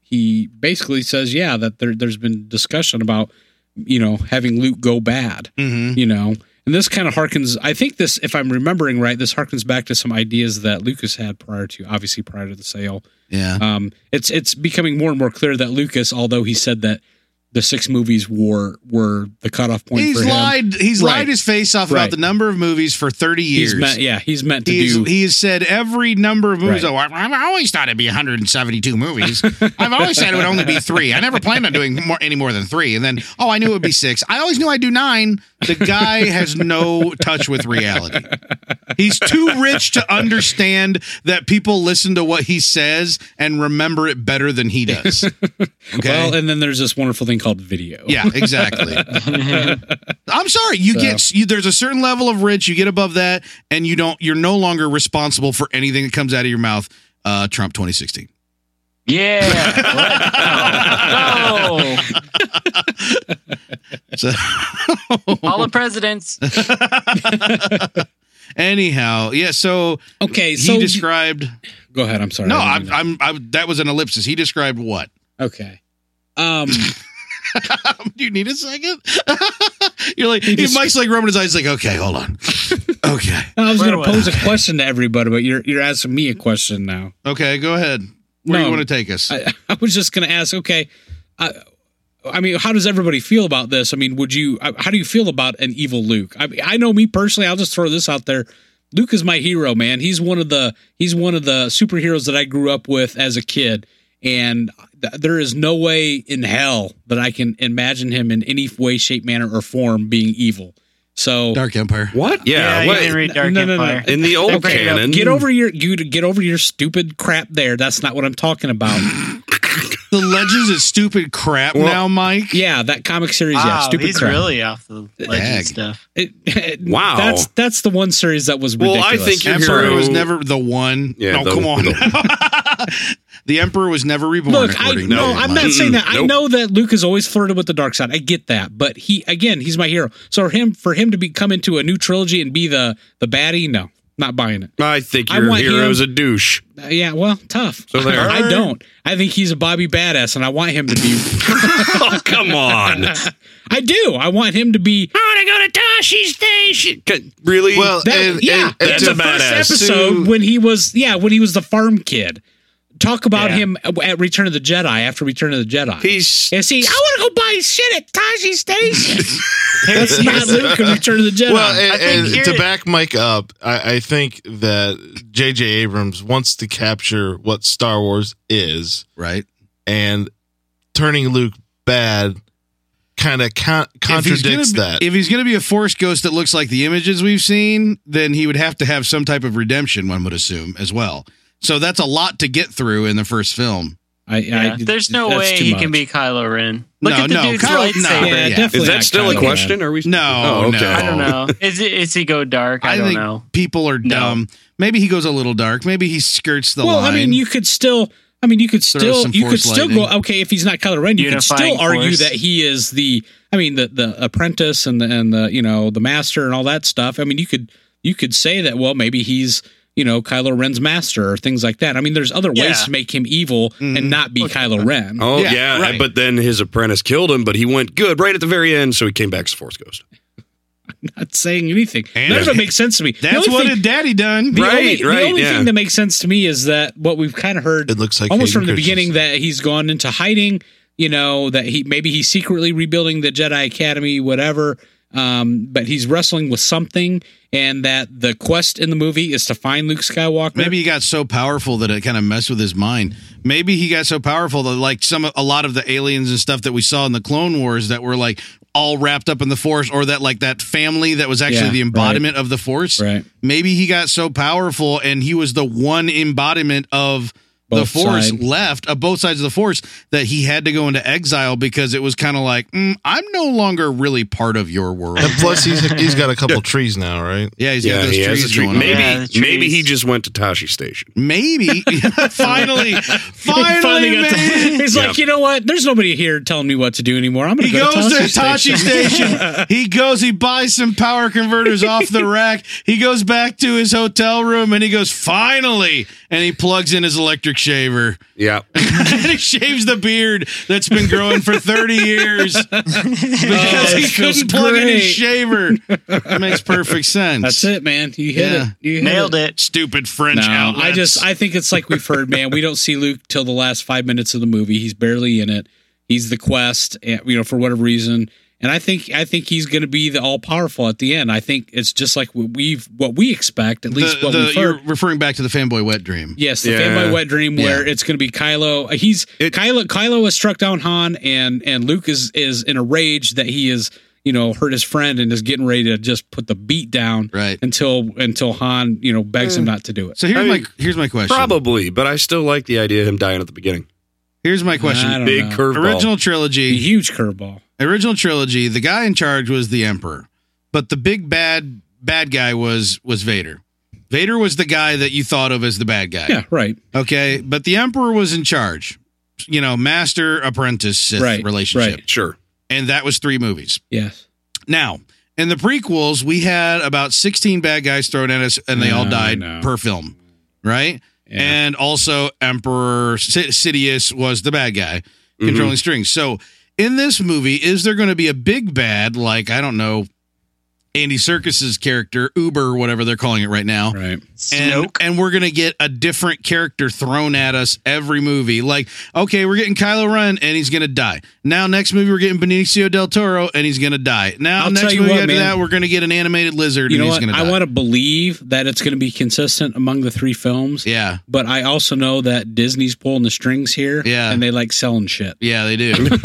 he basically says, yeah, that there there's been discussion about you know having Luke go bad,
hmm
you know. And this kind of harkens, I think this, if I'm remembering right, this harkens back to some ideas that Lucas had prior to, obviously prior to the sale,
yeah
um, it's it's becoming more and more clear that Lucas, although he said that the six movies were were the cutoff point
he's
for him,
lied he's
Right.
lied his face off about
Right.
the number of movies for 30 years
he's meant yeah he's meant to
He's,
do
he has said every number of movies.
Right.
Oh, I, I always thought it'd be 172 movies. I've always said it would only be three. I never planned on doing more, any more than three. And then, oh, I knew it would be six. I always knew I'd do nine. The guy has no touch with reality. He's too rich to understand that people listen to what he says and remember it better than he does. Okay.
well, and then there's this wonderful thing called video.
Yeah, exactly. I'm sorry. You
So-
get you, there's a certain level of rich you get above that, and you don't. You're no longer responsible for anything that comes out of your mouth. Uh, Trump 2016.
Yeah. What? No.
So
All the presidents.
anyhow, yeah. So
Okay,
he
so you-
described.
go ahead. I'm sorry.
no,
I
I'm,
didn't
I'm. I That was an ellipsis. He described what?
know. okay. Um,
Do you need a second? you're like
He just-
Mike's like rubbing his eyes. Like, okay, hold on. okay,
I was
Where
going to
was I?
pose a question to everybody, but you're you're asking me a question now.
okay, go ahead. Where do
No.
you want to take us?
I, I was just going to ask. Okay, I, I mean, how does everybody feel about this? I mean, would you? I- How do you feel about an evil Luke? I, mean, I know me personally. I'll just throw this out there. Luke is my hero, man. He's one of the he's one of the superheroes that I grew up with as a kid, and th- there is no way in hell that I can imagine him in any way, shape, manner, or form being evil. So
Dark Empire.
What?
Yeah,
Yeah.
you
what-
didn't read Dark
No, no, no,
Empire.
in the old
Okay,
canon,
get over your you get over your stupid crap there. That's not what I'm talking about.
The Legends is stupid crap
Well-
now, Mike.
Yeah, that comic series. yeah,
Wow,
stupid
he's
crap.
really off the legend
Dag.
stuff.
It- it-
Wow.
that's that's the one series that was
Well,
ridiculous.
I think you-
Emperor
Hero-
was never the one.
Yeah,
no,
the-
come on. the Emperor was never reborn.
Look, I,
according
no,
to
I'm
Mike.
not saying that. I
Nope.
know that Luke has always flirted with the dark side. I get that, but he again, he's my hero. So for him, for him to be come into a new trilogy and be the the baddie, no, not buying it.
I think
I
your
want
hero's a douche.
Uh, yeah, well, tough.
So there.
I don't. I think he's a Bobby badass, and I want him to be.
oh, come on.
I do. I want him to be.
I want to go to Tashi Station. Really?
Well,
That,
and,
yeah,
and, and
that's
to-
a badass.
first episode
To-
when he was yeah when he was the farm kid. Talk about
Yeah.
him at Return of the Jedi after Return of the Jedi.
he's
and see, I want to go buy shit at Taji Station. That's
Here's-
not Luke in Return of the Jedi.
well,
I
and,
think
and
here-
to back Mike up, I, I think that J.J. Abrams wants to capture what Star Wars is,
right.
and turning Luke bad kind of con-
If he's gonna
contradicts
be-
that.
If he's going to be a Force ghost that looks like the images we've seen, then he would have to have some type of redemption. One would assume as well. So that's a lot to get through in the first film.
I,
yeah, there's no
that's
way
too
he
much.
can be Kylo Ren. Look
No,
at the
no,
dude's
Kylo- no.
lightsaber.
Yeah,
Yeah.
definitely.
is that
not
still
Kylo
a
Ren.
question? Are we?
No,
Oh, okay.
no.
I don't know. Is it is he go dark? I,
I
don't
think-
know.
People are
No.
dumb. Maybe he goes a little dark. Maybe he skirts the
well,
line.
I mean, you could still. I mean, you could
Throw
still.
some
You could
force
still go.
lightning.
Okay, if he's not Kylo Ren, you could
Unifying
still argue
force.
that he is the. I mean, the the apprentice and the and the you know the master and all that stuff. I mean, you could you could say that. Well, maybe he's you know Kylo Ren's master or things like that. I mean, there's other ways
Yeah. Mm-hmm.
to make him evil and not be Kylo Ren.
Oh
Yeah,
yeah,
right.
but then his apprentice killed him, but he went good right at the very end, so he came back as a Force Ghost.
not saying anything.
And-
None of it makes sense to me. The
that's
only
what
thing-
had Daddy done.
the
Right,
only,
right,
The only
yeah.
thing that makes sense to me is that what we've kind of heard
it looks like
almost
Hayden
from the beginning
Christensen.
that he's gone into hiding you know that he maybe he's secretly rebuilding the jedi academy whatever um, but he's wrestling with something and that the quest in the movie is to find luke skywalker
Maybe he got so powerful that it kind of messed with his mind. Maybe he got so powerful that like some a lot of the aliens and stuff that we saw in the Clone Wars that were like all wrapped up in the Force, or that like that family that was actually
Yeah,
the embodiment of the Force.
right
Maybe he got so powerful and he was the one embodiment of the
Both
Force
side.
left of both sides of the Force that he had to go into exile because it was kind of like mm, I'm no longer really part of your world.
And plus, he's he's got a couple trees now, right?
Yeah, he's got
yeah,
those
he has
trees
a tree.
going on.
Maybe,
Yeah, the trees.
maybe he just went to Tashi Station.
Maybe finally, finally,
Finally got the-
maybe.
he's
Yeah.
like you know what there's nobody here telling me what to do anymore i'm gonna
He
go
goes to
to Tashi
Hitachi station. He goes, he buys some power converters off the rack. He goes back to his hotel room and he goes, finally. And he plugs in his electric shaver.
Yeah,
and he shaves the beard that's been growing for 30 years because
it
he
Oh, feels
couldn't plug in his
great.
shaver. That makes perfect sense.
that's it man you hit
Yeah.
it you hit
Nailed it.
Stupid French
No,
outlets.
I just I think it's like we've heard, man. We don't see Luke till the last five minutes of the movie. He's barely in it. He's the quest, and, you know, for whatever reason. And I think I think he's going to be the all powerful at the end. I think it's just like what we've what we expect, at least
The-
what
the-
we've
you're
heard.
referring back to the fanboy wet dream.
Yes, the
Yeah.
Fanboy Wet Dream, where it's going to be Kylo. uh, He's
It-
Kylo. Kylo has struck down Han, and and Luke is is in a rage that he is you know hurt his friend and is getting ready to just put the beat down
Right.
until until Han you know begs
Mm.
him not to do it.
So here's
I mean,
my here's my question.
probably, but I still like the idea of him dying at the beginning.
Here's my question.
I don't
Big
know.
curveball.
Original trilogy.
A huge curveball.
original trilogy, the guy in charge was the emperor, but the big bad bad guy was was Vader. Vader was the guy that you thought of as the bad guy.
Yeah, right.
Okay, but the emperor was in charge. You know, master apprentice Sith
Right,
relationship,
right.
Sure.
and that was three movies.
Yes.
Now, in the prequels, we had about sixteen bad guys thrown at us, and they all
No,
died
no.
per film, right?
Yeah.
And also, Emperor Sid- Sidious was the bad guy
Mm-hmm.
Mm-hmm.
controlling strings. So in this movie, is there going to be a big bad like I don't know Andy Circus's character Uber, whatever they're calling it right now?
Right.
And, and we're gonna get a different character thrown at us every movie. Like, okay, we're getting Kylo Ren and he's gonna die. Now, next movie we're getting Benicio del Toro and he's gonna die. Now,
I'll
next
tell you
movie
what,
after
man.
that we're gonna get an animated lizard
You know
and he's
what?
gonna
I
die.
want to believe that it's going to be consistent among the three films,
yeah,
but I also know that Disney's pulling the strings here,
Yeah.
and they like selling shit.
yeah, they do.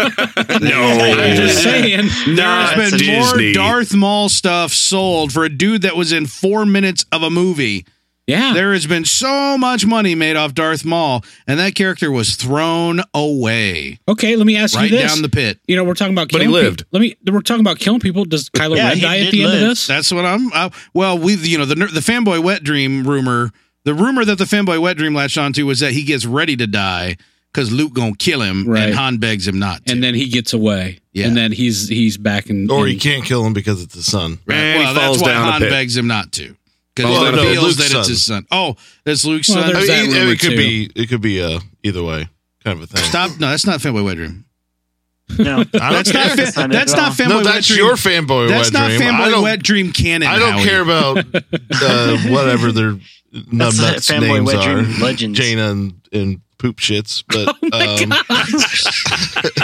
I'm
No.
just saying.
Not
There's been
Disney.
more Darth Maul stuff sold for a dude that was in four minutes of a movie
Yeah.
There has been so much money made off Darth Maul, and that character was thrown away
Okay, let me ask
right
you this.
down the pit.
you know, we're talking about
But he
killing
lived.
peop- Let me. We're talking about killing people. Does Kylo
Yeah,
Ren
he
die at
did
the end
live.
of this?
That's what I'm. I, well, we you know the ner- the fanboy wet dream rumor. The rumor that the fanboy wet dream latched onto was that he gets ready to die because Luke gonna kill him,
Right.
and Han begs him not to.
and then he gets away.
Yeah.
And then he's he's back in.
Or
in-
you can't kill him because it's the son.
Right.
And he
well, that's
falls
why
down a
Han
pit.
begs him not to because
Falls
he
down a pit.
reveals
Luke's
that it's
son.
his son. Oh, that's Luke's
Well,
son.
I
there's that
mean, e- I mean,
rumor,
it could
too.
be it could be uh, either way kind of a thing.
Stop! No, that's not fanboy wet dream.
No,
I don't
That's
care.
not
care.
fa- that's not fanboy
no,
wet
that's
dream.
your fanboy
that's
wet
not
dream. I
fanboy
don't,
wet dream canon.
I don't
Howie.
care about uh, whatever their
that's the
numbnuts
fanboy
names
wet
are.
dream legends. Oh
Jaina and, and poop shits, but um,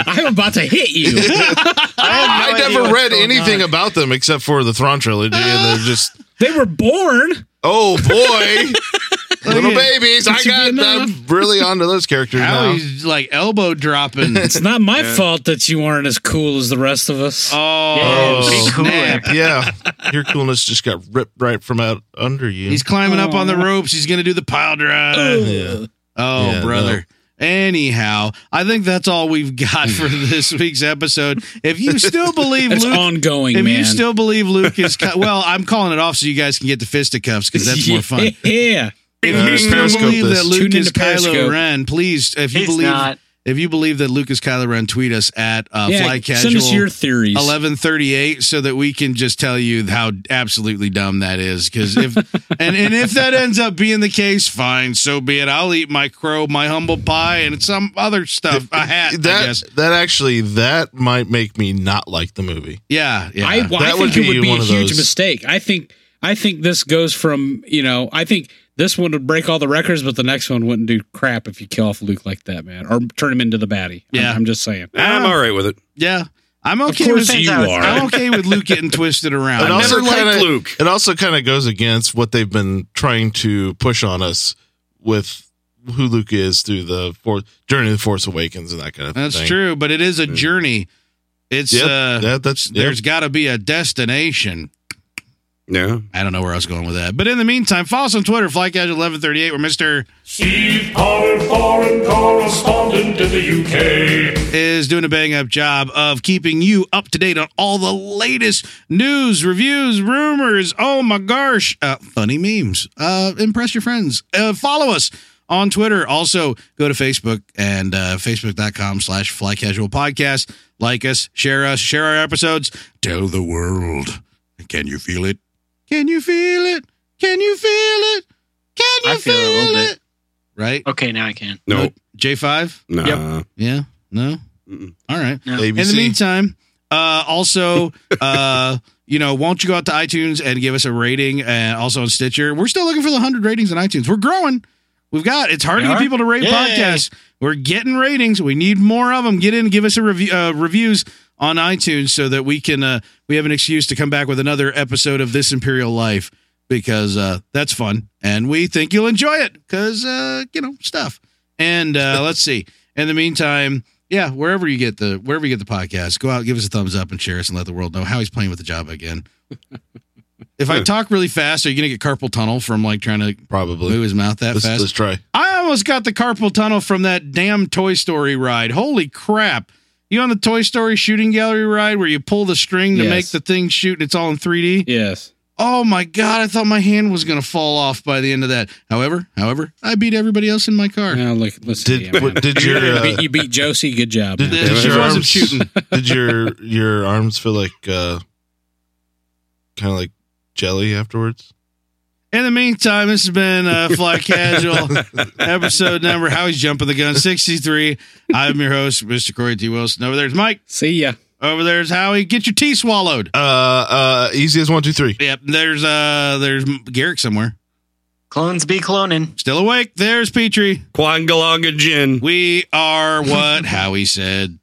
I'm about to hit you.
have no
I
idea
never
what's
read
going
anything
on.
about them except for the Thrawn trilogy, and they're just
they were born.
oh boy, little
at-
babies. I
should be
got
enough.
them really onto those characters now.
Howie's like elbow dropping.
It's not my fault that you aren't as cool as the rest of us.
Oh,
Yeah, be cooler.
snap.
Yeah, your coolness just got ripped right from out under you.
He's climbing up on the ropes. He's going to do the pile drive.
yeah.
Oh,
Yeah,
brother. Anyhow, I think that's all we've got for this week's episode. If you still believe
It's
Luke,
ongoing,
if
man.
you still believe Luke is, co- well, I'm calling it off so you guys can get the fisticuffs because that's more fun.
Yeah.
If
Uh,
you still
Periscope
believe that
this.
Luke
Tune
is
into Periscope.
Kylo Ren, please, if you
He's
believe
not.
if you believe that Luke is Kylo Ren, tweet us at uh,
yeah.
Fly
Send us your theories.
1138 so that we can just tell you how absolutely dumb that is because if and, and if that ends up being the case fine so be it i'll eat my crow my humble pie and some other stuff a hat I guess.
that that actually that might make me not like the movie.
yeah yeah
I, well, I
That
think it
would
would
be
be a
one of
huge
those.
mistake. I think I think this goes from you know I think this one would break all the records, but the next one wouldn't do crap if you kill off Luke like that, man, or turn him into the baddie. I'm-
Yeah.
I'm, just saying.
Ah,
I'm all right with it.
yeah i'm
Of
okay
course
with
you
Turns out it's-
are.
i'm okay with luke getting twisted around
And
I
also
never liked
kinda-
Luke.
It also kind of goes against what they've been trying to push on us with who Luke is through the force during the Force Awakens and that kind of
that's
thing.
true but it is a journey it's
Yep,
uh
that, that's yep.
there's got to be a destination
Yeah.
I don't know where I was going with that. But in the meantime, follow us on Twitter, FlyCasual1138, where Mr.
Steve Powell, foreign correspondent in the UK.
is doing a bang up job of keeping you up to date on all the latest news, reviews, rumors. Oh my gosh, uh, funny memes. Uh, impress your friends. Uh, follow us on Twitter. Also, go to Facebook and uh, facebook.com slash fly casual podcast. Like us, share us, share our episodes. Tell the world. Can you feel it? Can you feel it? Can you feel it? Can you
I feel it a little bit. Uh,
Right?
Okay, now I can.
No.
J5?
Nah.
Yeah? No?
Mm-mm.
All right.
ABC.
In the meantime, uh, also, uh, you know, won't you go out to iTunes and give us a rating and also on Stitcher? We're still looking for the 100 ratings on iTunes. We're growing. We've got it's hard
We
to get
are?
people to rate
Yay.
podcasts. We're getting ratings. We need more of them. Get in, give us a review uh, reviews on iTunes so that we can uh, we have an excuse to come back with another episode of This Imperial Life because uh, that's fun and we think you'll enjoy it because uh, you know stuff. And uh, let's see. In the meantime, yeah, wherever you get the wherever you get the podcast, go out, give us a thumbs up, and share us, and let the world know how he's playing with the job again. if I talk really fast, are you gonna get carpal tunnel from like trying to move
probably.
his mouth that
Let's,
fast?
let's try.
I almost got the carpal tunnel from that damn Toy Story ride. Holy crap! You on the Toy Story shooting gallery ride where you pull the string to
Yes.
make the thing shoot and it's all in 3D?
Yes.
Oh my god, I thought my hand was gonna fall off by the end of that. However, however, I beat everybody else in my car.
Now look, listen. to
Did
you, man.
what- did your
You
uh,
beat, you beat Josie. Good job.
did,
man.
Yeah,
did
she
your
wasn't
arms
shooting.
did your your arms feel like uh, kind of like jelly afterwards?
In the meantime, this has been uh, Fly Casual, episode number Howie's Jumping the Gun 63. I'm your host, Mr. Corey T. Wilson. Over there's Mike.
See ya.
Over there's Howie. Get your tea swallowed.
Uh, uh, easy as one, two, three.
Yep. There's uh there's Garrick somewhere.
Clones be cloning.
Still awake. There's Petrie.
Quangalonga Jin.
We are what Howie said.